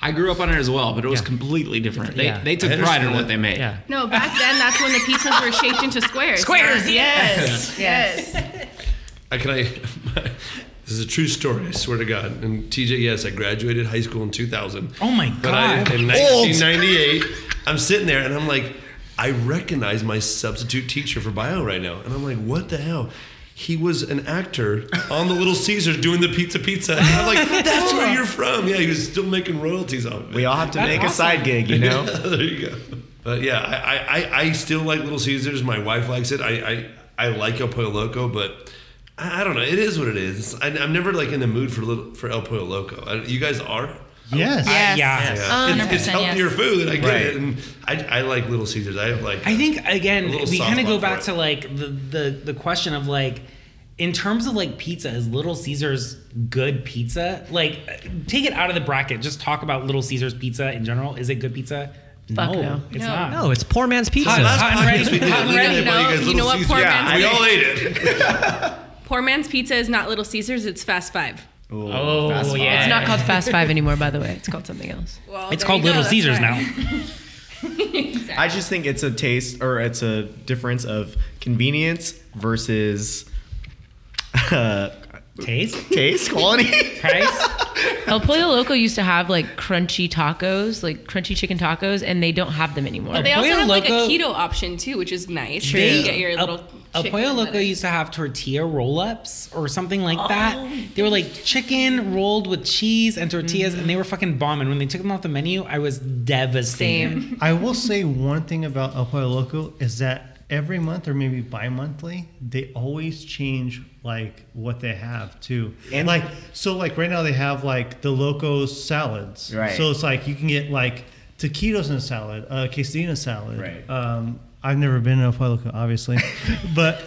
I grew up on it as well, but it was completely different. They, Yeah. they I took pride understand in what that. they made. No, back then that's when the pizzas were shaped into squares. Squares, yes, yes. I can I. this is a true story. I swear to God. And TJ, yes, I graduated high school in 2000. Oh my But I, God. in Old. 1998, I'm sitting there and I'm like, I recognize my substitute teacher for bio right now, and I'm like, what the hell? He was an actor on The Little Caesars doing the pizza pizza. And I'm like, that's where you're from. Yeah, he was still making royalties off of it. We all have to That's make a awesome. side gig, you know? Yeah, there you go. But yeah, I, I, I- I still like Little Caesars. My wife likes it. I, I, I like El Pollo Loco, but I, I don't know. It is what it is. I, I'm never like in the mood for little, for El Pollo Loco. I, you guys are? Yes. Yes. Yes. It's, it's 100%, healthier yes. food. I get Right. it. And I, I like Little Caesars. I have like I think a again little we soft kind of spot for go back it. to like the, the the question of like in terms of like pizza is Little Caesars good pizza? Like uh, take it out of the bracket. Just talk about Little Caesars pizza in general. Is it good pizza? Fuck no. it's No. not. No, it's poor man's pizza. Hot- hot and ready. Hot and ready. No, you know what? Poor man's We pizza. all ate it. Poor man's pizza is not Little Caesars. It's Fast Five. Oh, Fast Five. yeah. It's not called Fast Five anymore, by the way. It's called something else. Well, It's called Little Caesars now. exactly. I just think it's a taste or it's a difference of convenience versus uh, taste, taste, quality. Price? El Pollo Loco used to have like crunchy tacos, like crunchy chicken tacos, and they don't have them anymore. Well, they also have like a keto option too, which is nice. You They- get your little El chicken Pollo and Loco used to have tortilla roll ups or something like that. They were like chicken rolled with cheese and tortillas, and they were fucking bombing. When they took them off the menu, I was devastated. I will say one thing about El Pollo Loco is that every month or maybe bi-monthly, they always change like what they have too. And like so like right now they have like the loco salads. Right. So it's like you can get like taquitos in a salad, uh, quesadilla in a salad. Right. Um I've never been to El Pollo Loco, obviously. but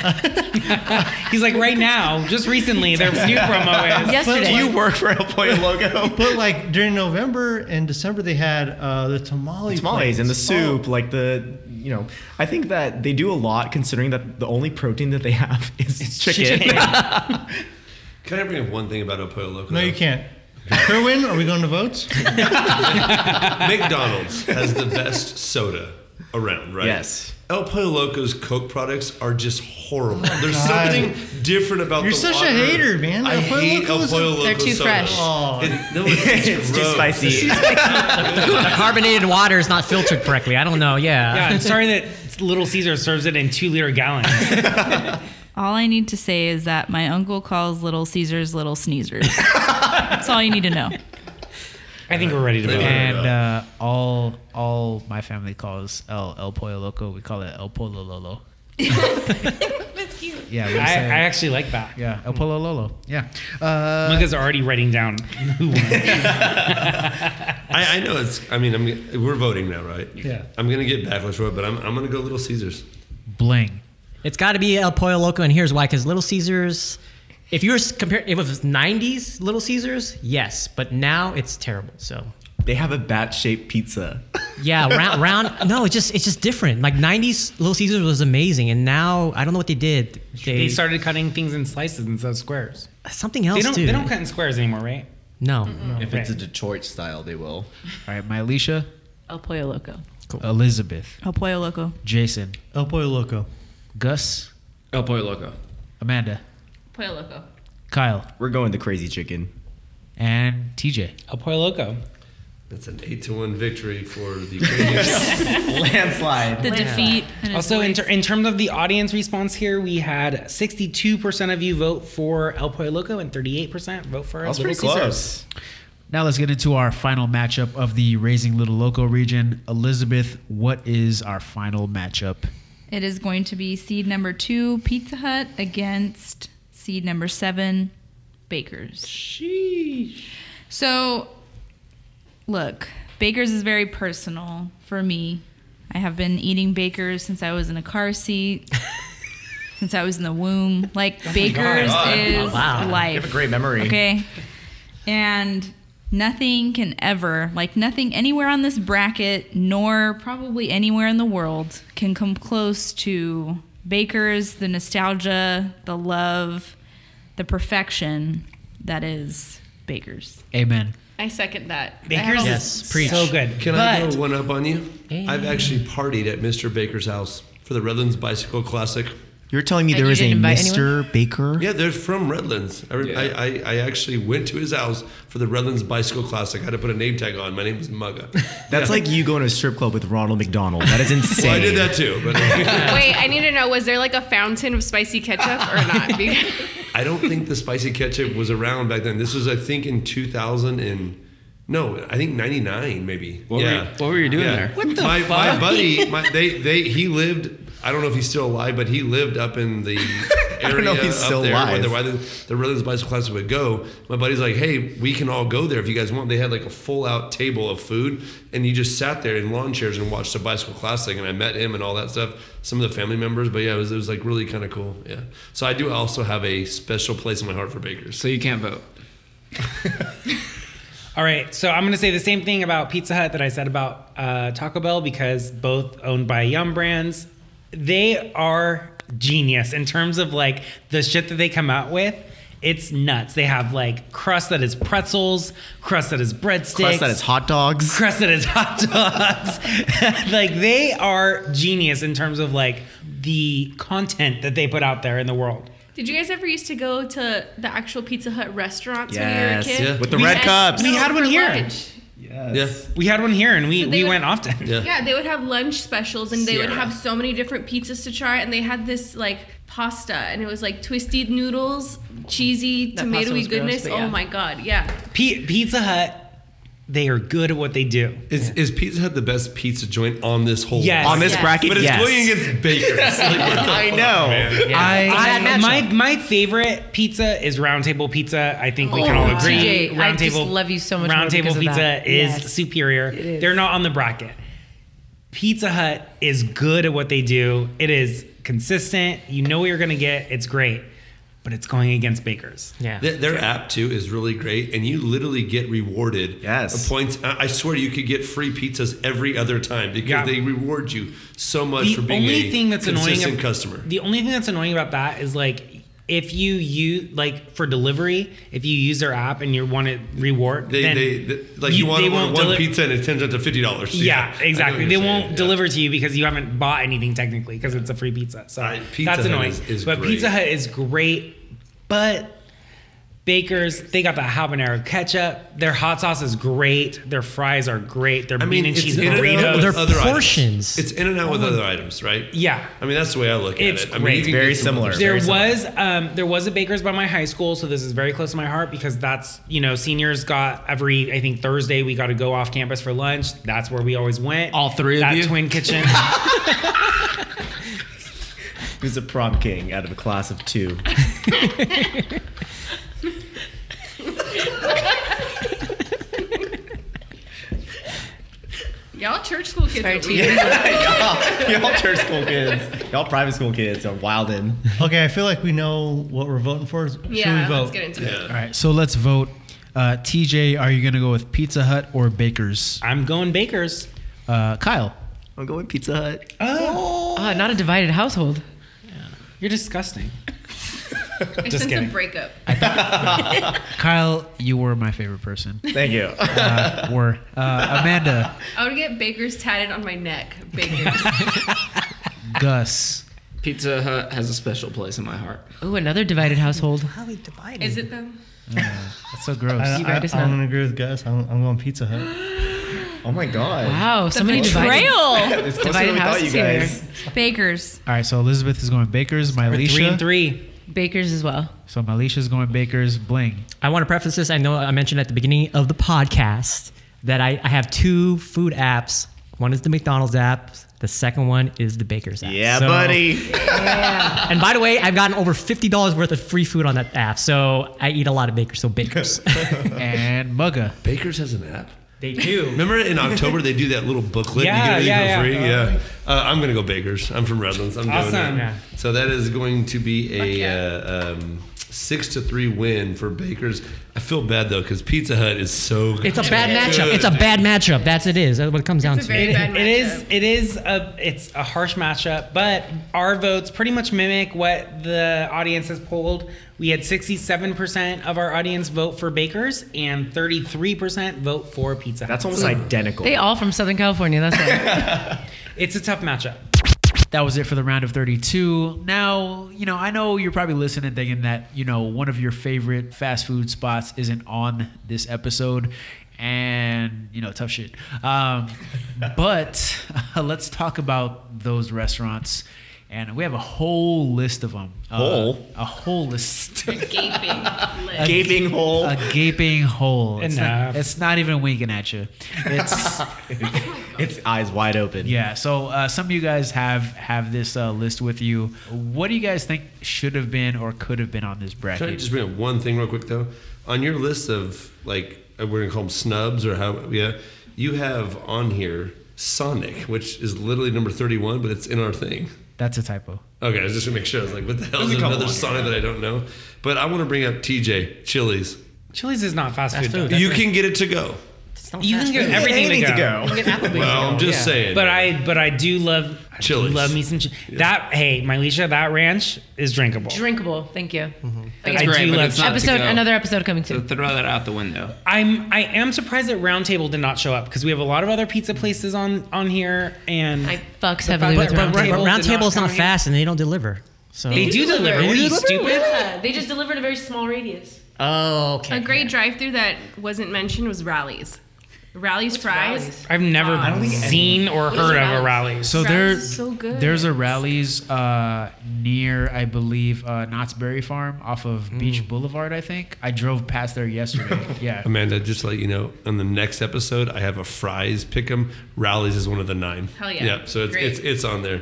He's like, right now, just recently, their new promo is. Yesterday. Do you work for El Pollo Loco? but like during November and December they had uh, the tamale tamales and the plates. Oh, soup, like the you know, I think that they do a lot considering that the only protein that they have is chicken. Can I bring up one thing about El Pollo Loco? No, you can't. Kerwin, are we going to votes? McDonald's has the best soda around, right? Yes. El Pollo Loco's Coke products are just horrible. There's Oh God. something different about You're the such a water. hater, man. I El Pollo hate Loco El is a- Pollo Loco They're too soda. fresh. Oh. It, no, it's, it's, It's too gross. spicy. the carbonated water is not filtered correctly. I don't know. Yeah. Yeah, I'm sorry that Little Caesar serves it in two liter gallons. All I need to say is that my uncle calls Little Caesars Little Sneezers. That's all you need to know. I think we're ready to move. on. And uh, all all my family calls El El Pollo Loco. We call it El Pollo Lolo. That's cute. Yeah, I, we I say, actually like that. yeah, El Pollo Lolo. Yeah. Uh, Micah's already writing down who won. I, I know it's. I mean, I'm, we're voting now, right? Yeah. I'm gonna get backlash for it, but I'm, I'm gonna go Little Caesars. Bling. It's got to be El Pollo Loco, and here's why: because Little Caesars. If you were comparing, if it was '90s Little Caesars, yes, but now it's terrible. So They have a bat shaped pizza. yeah, round, round. No, it's just it's just different. Like '90s Little Caesars was amazing, and now I don't know what they did. They, They started cutting things in slices instead of squares. something else They don't, too. they don't cut in squares anymore, right? no, If it's a Right. Detroit style, they will. All right, my Alicia, El Pollo Loco. Elizabeth, El Pollo Loco. Jason, El Pollo Loco. Gus, El Pollo Loco. Amanda, Pollo Loco. Kyle, We're going the crazy chicken. and TJ. El Pollo Loco. That's an eight to one victory for the. Canadians. Landslide. The defeat. and Also, in, its ter- in terms of the audience response here, we had 62% of you vote for El Pollo Loco and 38% vote for That was Little pretty Caesars. close. Now let's get into our final matchup of the Raising Little Loco region. Elizabeth, what is our final matchup? It is going to be seed number two, Pizza Hut, against seed number seven, Baker's. Sheesh. So, look, Baker's is very personal for me. I have been eating Baker's since I was in a car seat, since I was in the womb. Like, Baker's is wow. life. You have a great memory. Okay. And nothing can ever, like nothing anywhere on this bracket, nor probably anywhere in the world, can come close to Baker's, the nostalgia, the love, the perfection that is Baker's. Amen. I second that. I have Baker's a- Yes, is preach. so good. Can I But- go one up on you? I've actually partied at Mr. Baker's house for the Redlands Bicycle Classic. You're telling me And there you was a didn't invite anyone? Mr. Baker? Yeah, they're from Redlands. I, re- I, I, I actually went to his house for the Redlands Bicycle Classic. I had to put a name tag on. My name is Mugga. That's Yeah. like you going to a strip club with Ronald McDonald. That is insane. Well, I did that too, but Wait, I need to know: was there like a fountain of spicy ketchup or not? Because- I don't think the spicy ketchup was around back then. This was, I think, in 2000 and no, I think 99 maybe. What were yeah. you- what were you doing there? What the my, My fuck? buddy, my, they, they, he lived. I don't know if he's still alive, but he lived up in the area don't know if he's up still there alive. where the, where the, the Redlands Bicycle Classic would go. My buddy's like, "Hey, we can all go there if you guys want." They had like a full-out table of food, and you just sat there in lawn chairs and watched the Bicycle Classic. And I met him and all that stuff. Some of the family members, but yeah, it was, it was like really kind of cool. Yeah. So I do also have a special place in my heart for bakers. So you can't vote. All right, so I'm going to say the same thing about Pizza Hut that I said about uh, Taco Bell because both owned by Yum Brands. They are genius in terms of like the shit that they come out with. It's nuts. They have like crust that is pretzels, crust that is breadsticks, Crust that is hot dogs. Crust that is hot dogs. like they are genius in terms of like the content that they put out there in the world. Did you guys ever used to go to the actual Pizza Hut restaurants Yes. when you were a Yeah. kid? With the red And- cups. We No, had one for here. lunch. Yes. We had one here and we, So they we would- went often. Yeah. they would have lunch specials and they would Sierra. have so many different pizzas to try and they had this like pasta and it was like twisted noodles, cheesy, That pasta was tomatoey gross, goodness. but oh yeah. my god, yeah. P- Pizza Hut, they are good at what they do. Is, is Pizza Hut the best pizza joint on this whole Yes. line? On this Yes. bracket, But it's yes. going against Baker's. Like, what the I fuck, know. man? I, my my favorite pizza is Round Table Pizza. I think we can all Oh, agree. TJ, I round just Table love you so much more Round Table because of Pizza that. is Yes. superior. It is. They're not on the bracket. Pizza Hut is good at what they do. It is consistent. You know what you're gonna get. It's great, but it's going against Baker's. Yeah. Their, their app too is really great, and you literally get rewarded. Yes, points. I I swear you could get free pizzas every other time because Yeah. they reward you so much for being only a thing that's consistent annoying ab- customer. The only thing that's annoying about that is like if you use like for delivery, if you use their app and you want to reward, They, then they, they like you, want they to order won't one deli- pizza and it turns out to fifty dollars. Yeah, exactly. They won't deliver to you because you haven't bought anything technically because it's a free pizza. So Pizza that's Hut annoying. is- is but great. Pizza Hut is great, but Baker's they got the habanero ketchup. Their hot sauce is great. Their fries are great. Their I mean, bean and it's cheese in and out with burritos. Their other items. portions. It's in and out with other items, right? Yeah. I mean, that's the way I look It's at it. I mean, great. you can get some other There stuff. was um, there was a Baker's by my high school, so this is very close to my heart because that's you know seniors got every I think Thursday we got to go off campus for lunch. That's where we always went. All three that you? twin kitchen. Who's a prom king out of a class of two? Y'all church school kids. are weird. y'all, y'all church school kids. Y'all private school kids are wildin'. Okay, I feel like we know what we're voting for. Should we vote? All right, so let's vote. Uh, TJ, are you going to go with Pizza Hut or Baker's? I'm going Baker's. Uh, Kyle. I'm going Pizza Hut. Oh, Ah, not a divided household. You're disgusting. I Just sense a kidding. breakup. Kyle, you were my favorite person. Thank you. Uh, were. Uh, Amanda, I would get bakers tatted on my neck. Bakers. Gus. Pizza Hut has a special place in my heart. Ooh, another divided household. Is it though? That's so gross. I, You I, guys I'm know. gonna agree with Gus. I'm, I'm going Pizza Hut. oh my god! Wow, The somebody divided. betrayal. It's closer than we thought, you guys. Bakers. All right, so Elizabeth is going Baker's. My Alicia. three. Bakers as well. So my Alicia's going Baker's. Bling. I want to preface this. I know I mentioned at the beginning of the podcast that I, I have two food apps. One is the McDonald's app. The second one is the Baker's app. Yeah, So- buddy. And by the way, I've gotten over fifty dollars worth of free food on that app. So I eat a lot of Bakers. So Bakers. and Mugga. Baker's has an app. They do. Remember in October they do that little booklet Yeah, you get yeah, it for free. yeah. Yeah, uh, I'm gonna go Baker's. I'm from Redlands. I'm doing Awesome. it. Yeah. So that is going to be a uh, um, six to three win for Baker's. I feel bad though because Pizza Hut is so. good. It's a bad matchup. Good. It's a bad matchup. That's it is. That's what it comes down to. It- it is it is a it's a harsh matchup, but our votes pretty much mimic what the audience has polled. We had 67% of our audience vote for Bakers and 33% vote for Pizza Hut. They all from Southern California. That's why. It's a tough matchup. That was it for the round of 32. Now, you know, I know you're probably listening thinking that, you know, one of your favorite fast food spots isn't on this episode. And, you know, tough shit. Um, but let's talk about those restaurants. And we have a whole list of them. Whole? a whole list. Gaping. A Gaping hole. A gaping hole. It's not, Enough. it's not even winking at you. It's it's eyes wide open. yeah. So uh, some of you guys have have this uh, list with you. What do you guys think should have been or could have been on this Can I bracket? just bring up one thing real quick though? On your list of like uh, we're gonna call them snubs or how yeah, you have on here Sonic, which is literally number thirty-one, but it's in our thing. That's a typo. Okay, I was just gonna make sure. I was like, what the hell There's is a couple another on Sonic that I don't know? But I want to bring up TJ Chili's. Chili's is not fast Fast food. food. though. you can get it to go. You can get food. everything Anything to to go. go. You can get Applebee's Well, to I'm go. just saying. But I but I do love I do Chili's. love me some chili. That hey, my Leisha, that ranch is drinkable. Drinkable. Thank you. That's I great, do but love Mm-hmm. it's not to episode. go. Another episode coming So soon. throw that out the window. I'm I am surprised that Round Table did not show up because we have a lot of other pizza places on on here and I fucks heavily But, but, but round table is not fast, and they don't deliver. So They do deliver. Are you stupid? Yeah, they just delivered a very small radius. Oh, okay. A great drive-through that wasn't mentioned was Rallies. Rallies fries. I've never seen or What is heard a of a Rally's? rally. So Rally's there, is so good. there's a rallies uh, near, I believe, uh, Knott's Berry Farm off of Beach Boulevard. I think I drove past there yesterday. yeah. Amanda, just to let you know, on the next episode, I have a fries pick'em. Rallies is one of the nine. Hell yeah. Yeah, so it's Great. it's it's on there.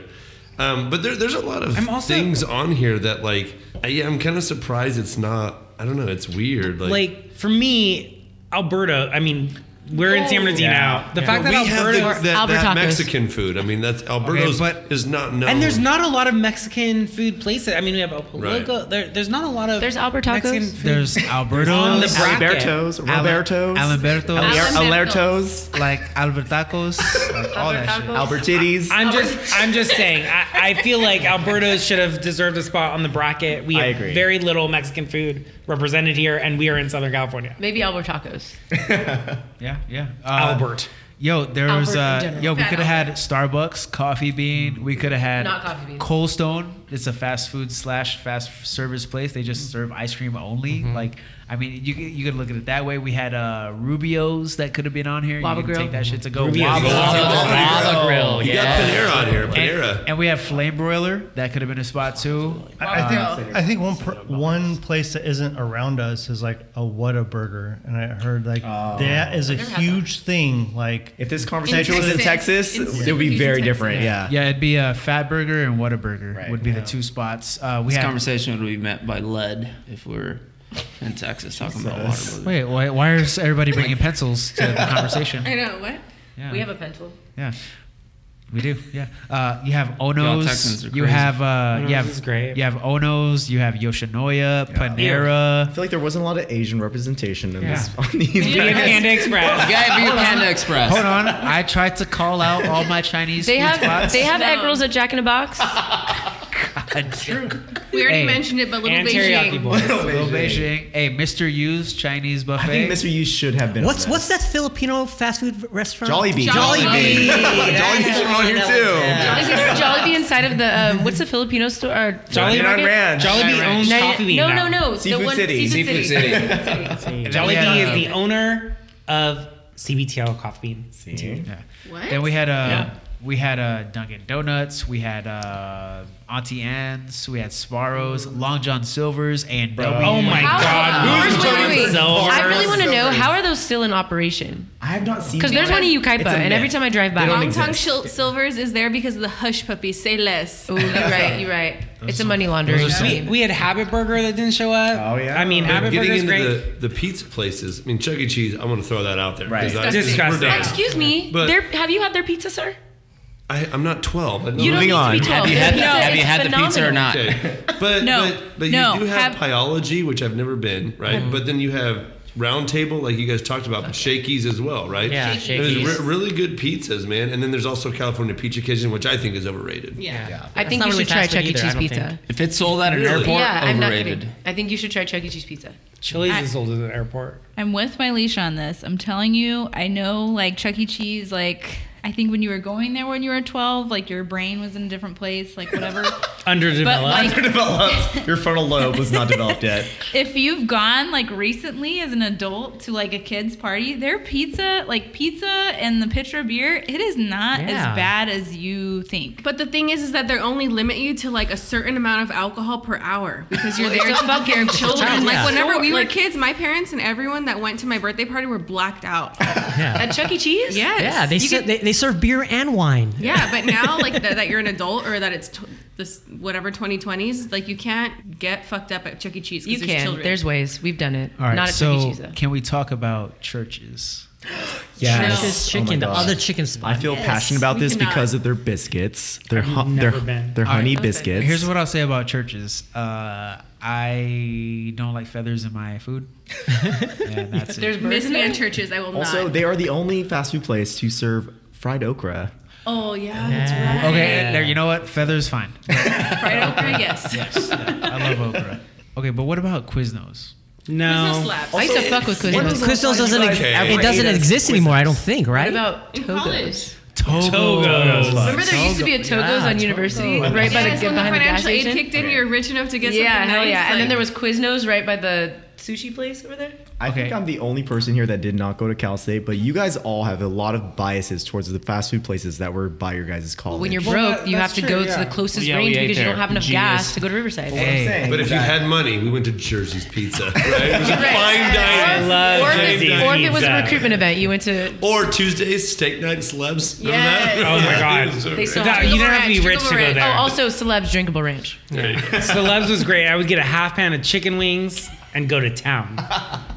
Um, but there, there's a lot of things on here that like I, yeah, I'm kind of surprised it's not. I don't know. It's weird. Like, like for me, Alberta. I mean, we're in Oh, San Bernardino. The fact But that we Alberta have the, that, that Mexican food. I mean, that's Alberto's is not known. And there's not a lot of Mexican food places. I mean, we have El Poloco. There, there's not a lot of. There's Albert Tacos. There's Alberto's, On the bracket. Alberto's, Alberto's, Roberto's, Alberto's, Alertos. like Albertacos, like all that shit. Albertitties. I'm just, I'm just saying. I, I feel like Alberto's should have deserved a spot on the bracket. We have I agree. very little Mexican food represented here, and we are in Southern California. Maybe Albert Tacos. Yeah, yeah. Uh, Albert. Yo, there Albert was in uh, general. yo. We Fat could have had Starbucks, Coffee Bean. We could have had Not Coffee Bean. Cold Stone. It's a fast food slash fast service place. They just serve ice cream only. Like, I mean, you could- you could look at it that way. We had uh, Rubio's that could have been on here. Waba you could Grill. take that shit to go. Rubio's. Waba, Waba Waba Grill. Grill, You got yeah. Panera on here, Panera. And, and we have Flame Broiler. That could have been a spot too. I, I Uh, think I think one pr- one place that isn't around us is like a Whataburger, and I heard like that is a I've never had huge thing. Like Oh. If this conversation was in Texas, Texas. it would be very Texas. different. Yeah. Yeah, it'd be a Fat Burger and Whataburger Right. would be the two spots. Uh, we This had. conversation would be met by lead if we were in Texas talking about water. Wait, why, why is everybody bringing pencils to the conversation? I know what. Yeah. We have a pencil. Yeah. We do, yeah. Uh, you have Texans Onos. are You crazy. have uh, Onos you have is great. you have Onos. You have Yoshinoya, I Panera. feel like there wasn't a lot of Asian representation in this on these. Vegan brackets. Panda Express. Yeah, be Panda Express. Hold on, I tried to call out all my Chinese They food have spots. they have egg No. rolls at Jack in the Box. True. We already Hey. mentioned it, but Little and teriyaki Beijing. boys. Little Beijing. Hey, Mr. Yu's Chinese buffet. I think Mr. You should have been. What's on what's that Filipino fast food restaurant? Jollibee. Jollibee. Jollibee's on Oh, here too. Jollibee, Jollibee inside of the uh, what's the Filipino store? Or Jollibee Nine Market? Ranch. Jollibee owns No, Coffee Bean. no, now. no, no. Seafood the one, City. Seafood Seafood City. City. Jollibee Yeah. is the owner of CBTL Coffee Bean. Yeah. What? Then we had uh, Yeah. we had uh, Dunkin' Donuts. We had uh, Auntie Anne's. We had Sparrows, Long John Silver's, and W. Oh my Mm. How- God! Wait, Who's wait, Jollibee wait. Silver? I really want to know how are those still in operation? I have not seen. Because it. there's one in Ukaipa, It's a and every myth. time I drive by, don't Long Tongue exist. Shil- Silvers is there because of the hush puppies. Say less. Ooh, you're right, you're right. It's a money laundering. Those are We, we had Habit Burger that didn't show up. Oh, yeah. I mean, But Habit Getting Burger's into great. the, the pizza places, I mean, Chuck E. Cheese, I'm going to throw that out there. Right. 'cause that's- Disgusting. Oh, We're done. Excuse me. But- there- have you had their pizza, sir? I, I'm not 12. I know You don't that. need Moving on. to Have be twelve. Have you had, No, have you it's had the pizza or phenomenal. not? Okay. But, No. but, but No. you do have, Have- Pyology, which I've never been, right? But then you have Round Table, like you guys talked about, but Shakey's as well, right? Yeah, There's Shakey's. re- really good pizzas, man. And then there's also California Pizza Kitchen, which I think is overrated. Yeah. I think not you really should try fast food Chuck E. either, I Cheese don't pizza. think. If it's sold at an Really? airport, Yeah, I'm not overrated. kidding. I think you should try Chuck E. Cheese pizza. Chili's I- is sold at the airport. I'm with my leash on this. I'm telling you, I know like Chuck E. Cheese, like I think when you were going there when you were 12, like your brain was in a different place, like whatever. Underdeveloped. like- Underdeveloped. Your frontal lobe was not developed yet. if you've gone like recently as an adult to like a kid's party, their pizza, like pizza and the pitcher of beer, it is not Yeah. as bad as you think. But the thing is, is that they only limit you to like a certain amount of alcohol per hour because you're Well, there it's to a take care of fucking children. child, Like yeah. whenever So, we were like- kids, my parents and everyone that went to my birthday party were blacked out. At Chuck E. Cheese? Yes. Yeah, they, You ser- could- they they serve beer and wine. yeah, but now like that, that you're an adult or that it's t- this whatever 2020s, like you can't get fucked up at Chuck E. Cheese. 'cause You there's can. Children. There's ways. We've done it. All right, Not at so Chuck E. Cheese though. can we talk about churches? Yes. Church's Oh my chicken, the God. other chicken spot. I feel Yes. passionate about We this cannot. because of their biscuits. Their I've hu- never their, been. their All right. honey biscuits. Here's what I'll say about churches. Uh, I don't like feathers in my food. and that's it. There's birds Disneyland in there? churches. I will also, not. they are the only fast food place to serve fried okra. oh yeah, that's right. Okay, there. You know what? Feathers fine. Fried okra, yes. yes. yeah, I love okra. Okay, but what about Quiznos? No. Quiznos slaps. I used to fuck with Quiznos Quiznos. doesn't ex- it doesn't exist anymore, I don't think, right? What about Togos? Togo. Remember there used to be a Togos on University, Togos. right by the Yes, when the behind the gas financial aid station. kicked in, you were rich enough to get yeah, something hell nice, yeah. and like- then there was Quiznos right by the sushi place over there. I think I'm the only person here that did not go to Cal State, but you guys all have a lot of biases towards the fast food places that were by your guys' college. When you're broke, you have to go to the closest Yeah, we range ate because you there. don't have enough Genius. gas to go to Riverside. but if you had money, we went to Jersey's Pizza, right? It was a Right. fine dining. Or, or if Fine it, or if it was a dining. recruitment event, you went to Or Tuesdays, steak night, celebs. Remember Yes. that? Oh my Yeah, God. it was so They great. still That- have you don't have to be Drinkable rich to go Ranch. there. Oh, also Celebs Drinkable Ranch. Celebs was great. I would get a half pound of chicken wings and go to town.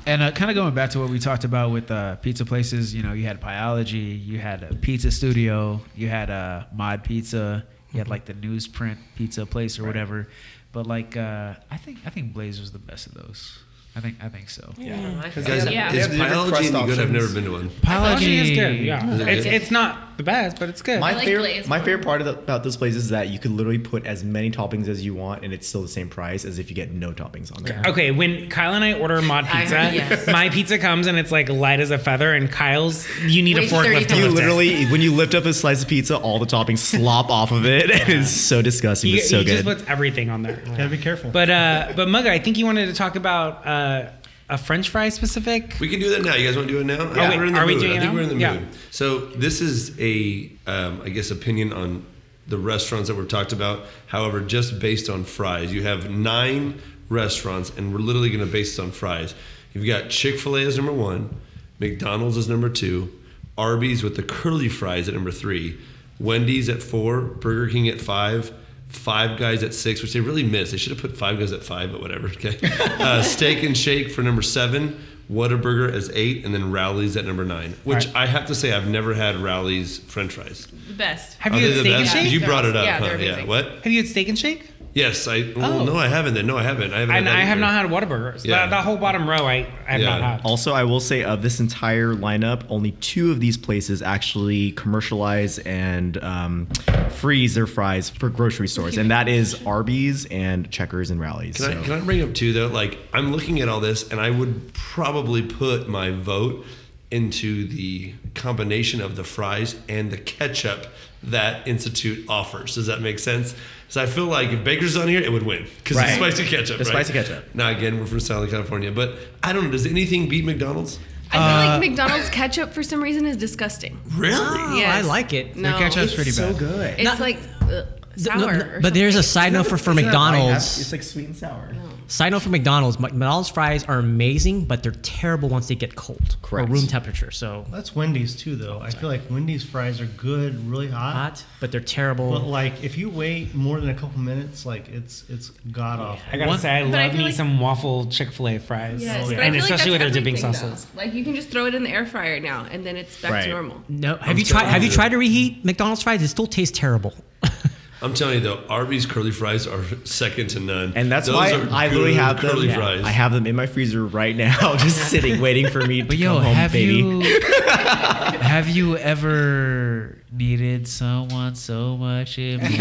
And uh, kind of going back to what we talked about with uh, pizza places, you know, you had Pyology, you had a pizza studio, you had a Mod Pizza, you had like the newsprint pizza place or whatever. But like, uh, I think I think Blaze was the best of those. I think I think so. Yeah. Guys, is biology any good? I've never been to one. Biology is good. Biology. Yeah, Is it it's, good? it's not the best, but it's good. My favorite, my favorite part of the, about this place is that you could literally put as many toppings as you want, and it's still the same price as if you get no toppings on there. Okay, when Kyle and I order mod I pizza, heard- yes. my pizza comes and it's like light as a feather, and Kyle's you need a forklift. To You lift it. literally, when you lift up a slice of pizza, all the toppings slop off of it. It is so disgusting. He, but it's so he good. just puts everything on there. Gotta be careful. But uh, but Mugga, I think you wanted to talk about uh, a French fry specific. We can do that now. You guys want to do it now? I Yeah. think we're in the Are we mood. doing it I think now? we're in the Yeah. mood. So this is a, um, I guess, opinion on the restaurants that we've talked about. However, just based on fries, you have nine restaurants, and we're literally going to base this on fries. You've got Chick Fil A as number one, McDonald's as number two, Arby's with the curly fries at number three, Wendy's at four, Burger King at five. Five Guys at six, which they really missed. They should have put Five Guys at five, but whatever. Okay. Uh, Steak and Shake for number seven, Whataburger as eight, and then Rowley's at number nine. Which I have to say, I've never had Rowley's French fries. The best. Have Are they you Oh, had the steak and best? shake? You brought it up, Yeah, huh? they're Yeah. amazing. What? Have you had steak and shake? Yes. I. Well, Oh. No, I haven't. Then no, I haven't. I haven't. And had that I have either. not had Whataburgers. Yeah. That, that whole bottom row, I, I have not had. Also, I will say of this entire lineup, only two of these places actually commercialize and um, freeze their fries for grocery stores, and that is Arby's and Checkers and Rallies. Can, I, can I bring up too though? Like I'm looking at all this, and I would probably put my vote into the combination of the fries and the ketchup that Institute offers. Does that make sense? Because I feel like if Baker's on here, it would win because Right. the spicy ketchup. The right? spicy ketchup. Now again, we're from Southern California, but I don't know. Does anything beat McDonald's? I feel Uh, Uh, like McDonald's ketchup for some reason is disgusting. Really? Oh, Yes. I like it. No. ketchup's pretty bad. good. It's like ugh, sour. no, or but there's a side note for, for McDonald's. It's like sweet and sour. Oh. Side note for McDonald's, McDonald's fries are amazing, but they're terrible once they get cold or room temperature. So That's Wendy's too, though. I feel like Wendy's fries are good, really hot. Hot, but they're terrible. But like, if you wait more than a couple minutes, like it's it's god awful. I gotta say, I But I love feel me like- some waffle Chick Fil A fries, Oh, Yes, but I and feel like especially with that's their dipping everything, sauces. though. Like you can just throw it in the air fryer now, and then it's back Right. to normal. no, have I'm you tried? sorry. Have you tried to reheat McDonald's fries? It still tastes terrible. I'm telling you though, Arby's curly fries are second to none, And that's Those why are I literally good have them. curly fries. I have them in my freezer right now, just sitting, waiting for me to But yo, come home, have baby. you have you ever needed someone so much? It made you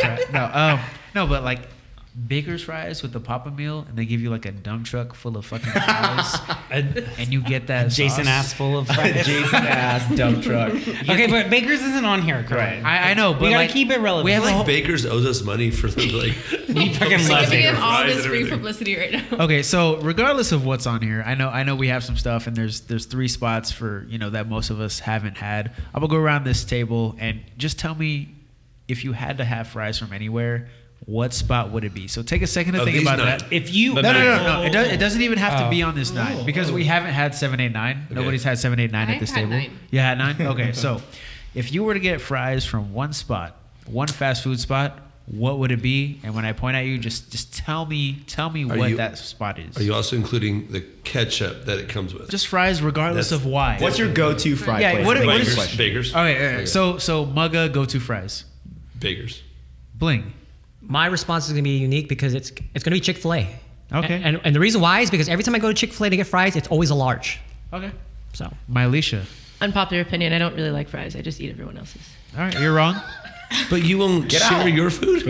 cry? no, um, no, but like Baker's fries with the Papa meal, and they give you like a dump truck full of fucking fries, and you get that. Jason sauce. ass full of fries. Jason ass dump truck. Okay, but Baker's isn't on here, correct? I, I know, but we gotta like, keep it relevant. We have like a whole, Baker's owes us money for the like. We fucking love giving Baker him all fries and this free everything. publicity right now. okay, so regardless of what's on here, I know I know we have some stuff, and there's there's three spots for you know that most of us haven't had. I'm gonna go around this table and just tell me if you had to have fries from anywhere, what spot would it be? So take a second to Of think these about nine. that. If you no, no, no, no, It, does, it doesn't even have to Oh. be on this nine because we haven't had seven, eight, nine. Nobody's had seven, eight, nine at I've this had table. nine. You had nine. Okay, so if you were to get fries from one spot, one fast food spot, what would it be? And when I point at you, just just tell me, tell me Are what you- that spot is. Are you also including the ketchup that it comes with? just fries, regardless That's- of why. What's your go-to fry Yeah, place? what- That's what my is- question. Baker's. All right, all right, all right. So so mugga go to fries, Baker's. bling. My response is going to be unique because it's it's going to be Chick Fil A. Okay. And, and the reason why is because every time I go to Chick Fil A to get fries, it's always a large. Okay. So My Alicia. Unpopular opinion. I don't really like fries. I just eat everyone else's. All right, you're wrong. But you won't Get share out. your food.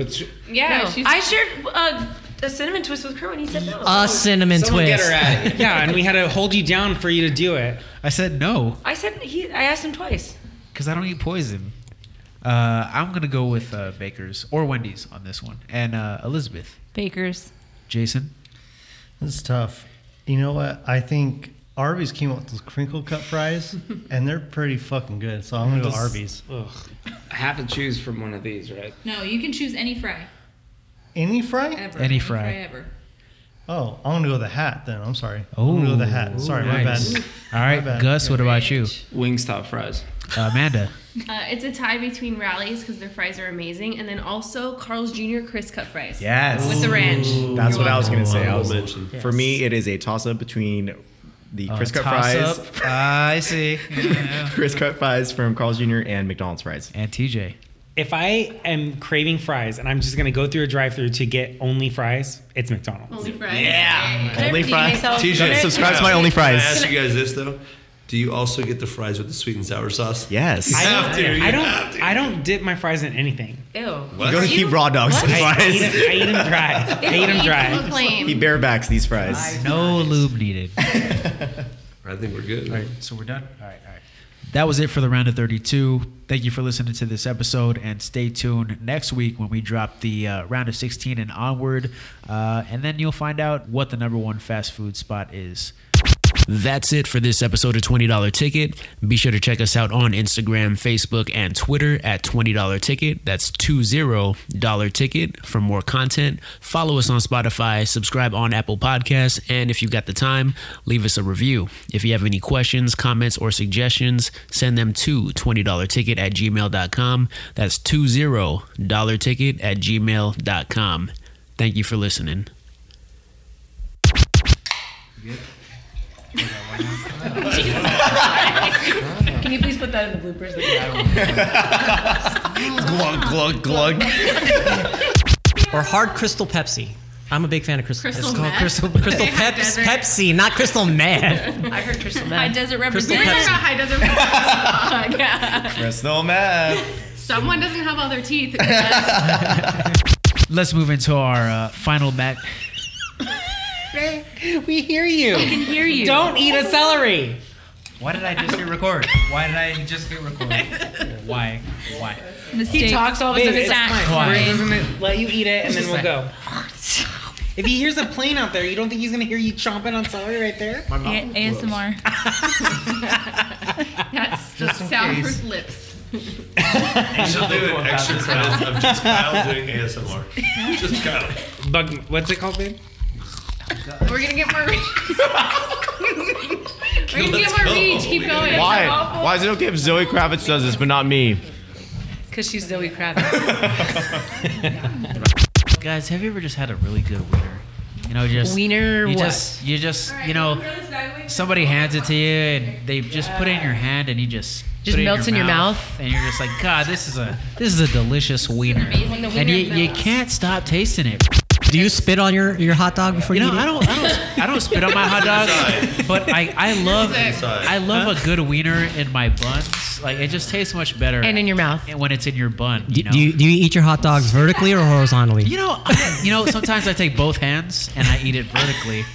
Yeah, no, she's, I shared uh, a cinnamon twist with Kerwin. He said no. a cinnamon Someone get twist. her out of here. yeah, and we had to hold you down for you to do it. I said no I said he. I asked him twice. because I don't eat poison. Uh, I'm gonna go with uh, Baker's or Wendy's on this one, and uh, Elizabeth. Bakers. Jason. This is tough. You know what? I think Arby's came out with those crinkle cut fries, and they're pretty fucking good. So I'm gonna go This- Arby's. Ugh. I have to choose from one of these, right? No, you can choose any fry Any fry? ever. Any fry. ever. Oh, I'm gonna go the hat then. I'm sorry. I'm gonna go the hat. Sorry, nice. my bad. All right, bad. Gus. What about you, Wingstop fries. uh, Amanda? uh, it's a tie between Rallies because their fries are amazing, and then also Carl's Jr. Crisp Cut Fries. Yes. With the ranch. That's You're what I was welcome. gonna say. I Honorable was, mention. For me, it is a toss-up between the Uh, Crisco toss fries, up. I see. Yeah. Crisco fries from Carl's Jr. and McDonald's fries. and TJ. If I am craving fries and I'm just gonna go through a drive-through to get only fries, it's McDonald's. Only fries. Yeah. Only fries. TJ, subscribe to my Only Can I Fries. ask you guys this though? Do you also get the fries with the sweet and sour sauce? Yes. I I, don't, have to, you I don't. have to. I don't dip my fries in anything. Ew. You're gonna What? keep raw dogs and I, I eat, fries. them, I eat them dry. I eat them dry. He Plain. barebacks these fries. No lube needed. I think we're good. All right, so we're done. All right, all right. That was it for the round of 32. Thank you for listening to this episode, and stay tuned next week when we drop the uh, round of 16 and onward, uh, and then you'll find out what the number one fast food spot is. That's it for this episode of $20 Ticket. Be sure to check us out on Instagram, Facebook, and Twitter at $20 Ticket. That's $20 Ticket for more content. Follow us on Spotify, subscribe on Apple Podcasts, and if you got the time, leave us a review. If you have any questions, comments, or suggestions, send them to $20 Ticket at gmail.com. That's $20 Ticket at gmail.com. Thank you for listening. Can you please put that in the bloopers? glug glug glug. Or hard Crystal Pepsi. I'm a big fan of Crystal. Crystal Pepsi. meth? Crystal, crystal Peps, Desert. Pepsi, not Crystal Meth. I heard Crystal High Meth. Desert Crystal represents. Pepsi. High Desert Fries. Fuck, yeah. Crystal meth. Someone doesn't have all their teeth. because- Let's move into our uh, final match. We hear you. We can hear you. Don't eat a celery. Why did I just hit record? Why did I just hit record? Why? Why? He talks all of a sudden, it's Why? Isn't it- Let you eat it, and then we'll go. If he hears a plane out there, you don't think he's gonna hear you chomping on celery right there? ASMR. That's the soundproof lips. You should do an extra credit of just Kyle doing ASMR. Just Kyle. Bug. What's it called, babe? We're gonna get more reach. We're gonna Let's get more go. reach. Keep going. Why? Why is it okay if Zoe Kravitz does this, but not me? Because she's Zoe Kravitz. Guys, have you ever just had a really good wiener? You know, just Wiener You what? just, you just, you know, somebody hands it to you and they just put it in your hand and you just Just put it melts in your mouth. and you're just like, God, this is a this is a delicious wiener, amazing. When the and wiener you, you melts. can't stop tasting it. Do you spit on your, your hot dog before you, You know, eat it? I don't, I don't, I don't spit on my hot dog, but I, I love, I love a good wiener in my buns. Like it just tastes much better. And in your mouth. when it's in your bun. Do, You know? do you do you eat your hot dogs vertically or horizontally? You know, I, you know. Sometimes I take both hands and I eat it vertically.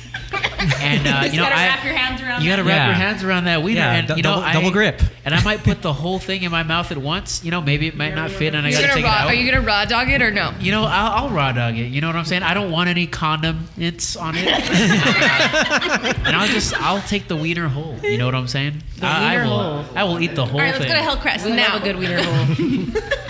And uh, Just you know, gotta I, wrap your hands around You gotta that. wrap Yeah. your hands around that wiener, Yeah, and dou- you know, double- I, double grip. And I might put the whole thing in my mouth at once. You know, maybe it might not fit, and I You gotta gonna take raw, it out. Are you gonna raw dog it or no? You know, I'll, I'll raw dog it. You know what I'm saying? I don't want any condom its on it. and I'll just, I'll take the wiener whole. You know what I'm saying? The I, I wiener will, whole. I will eat the whole All right, thing. let's go to Hellcrest We now. love a good wiener hole.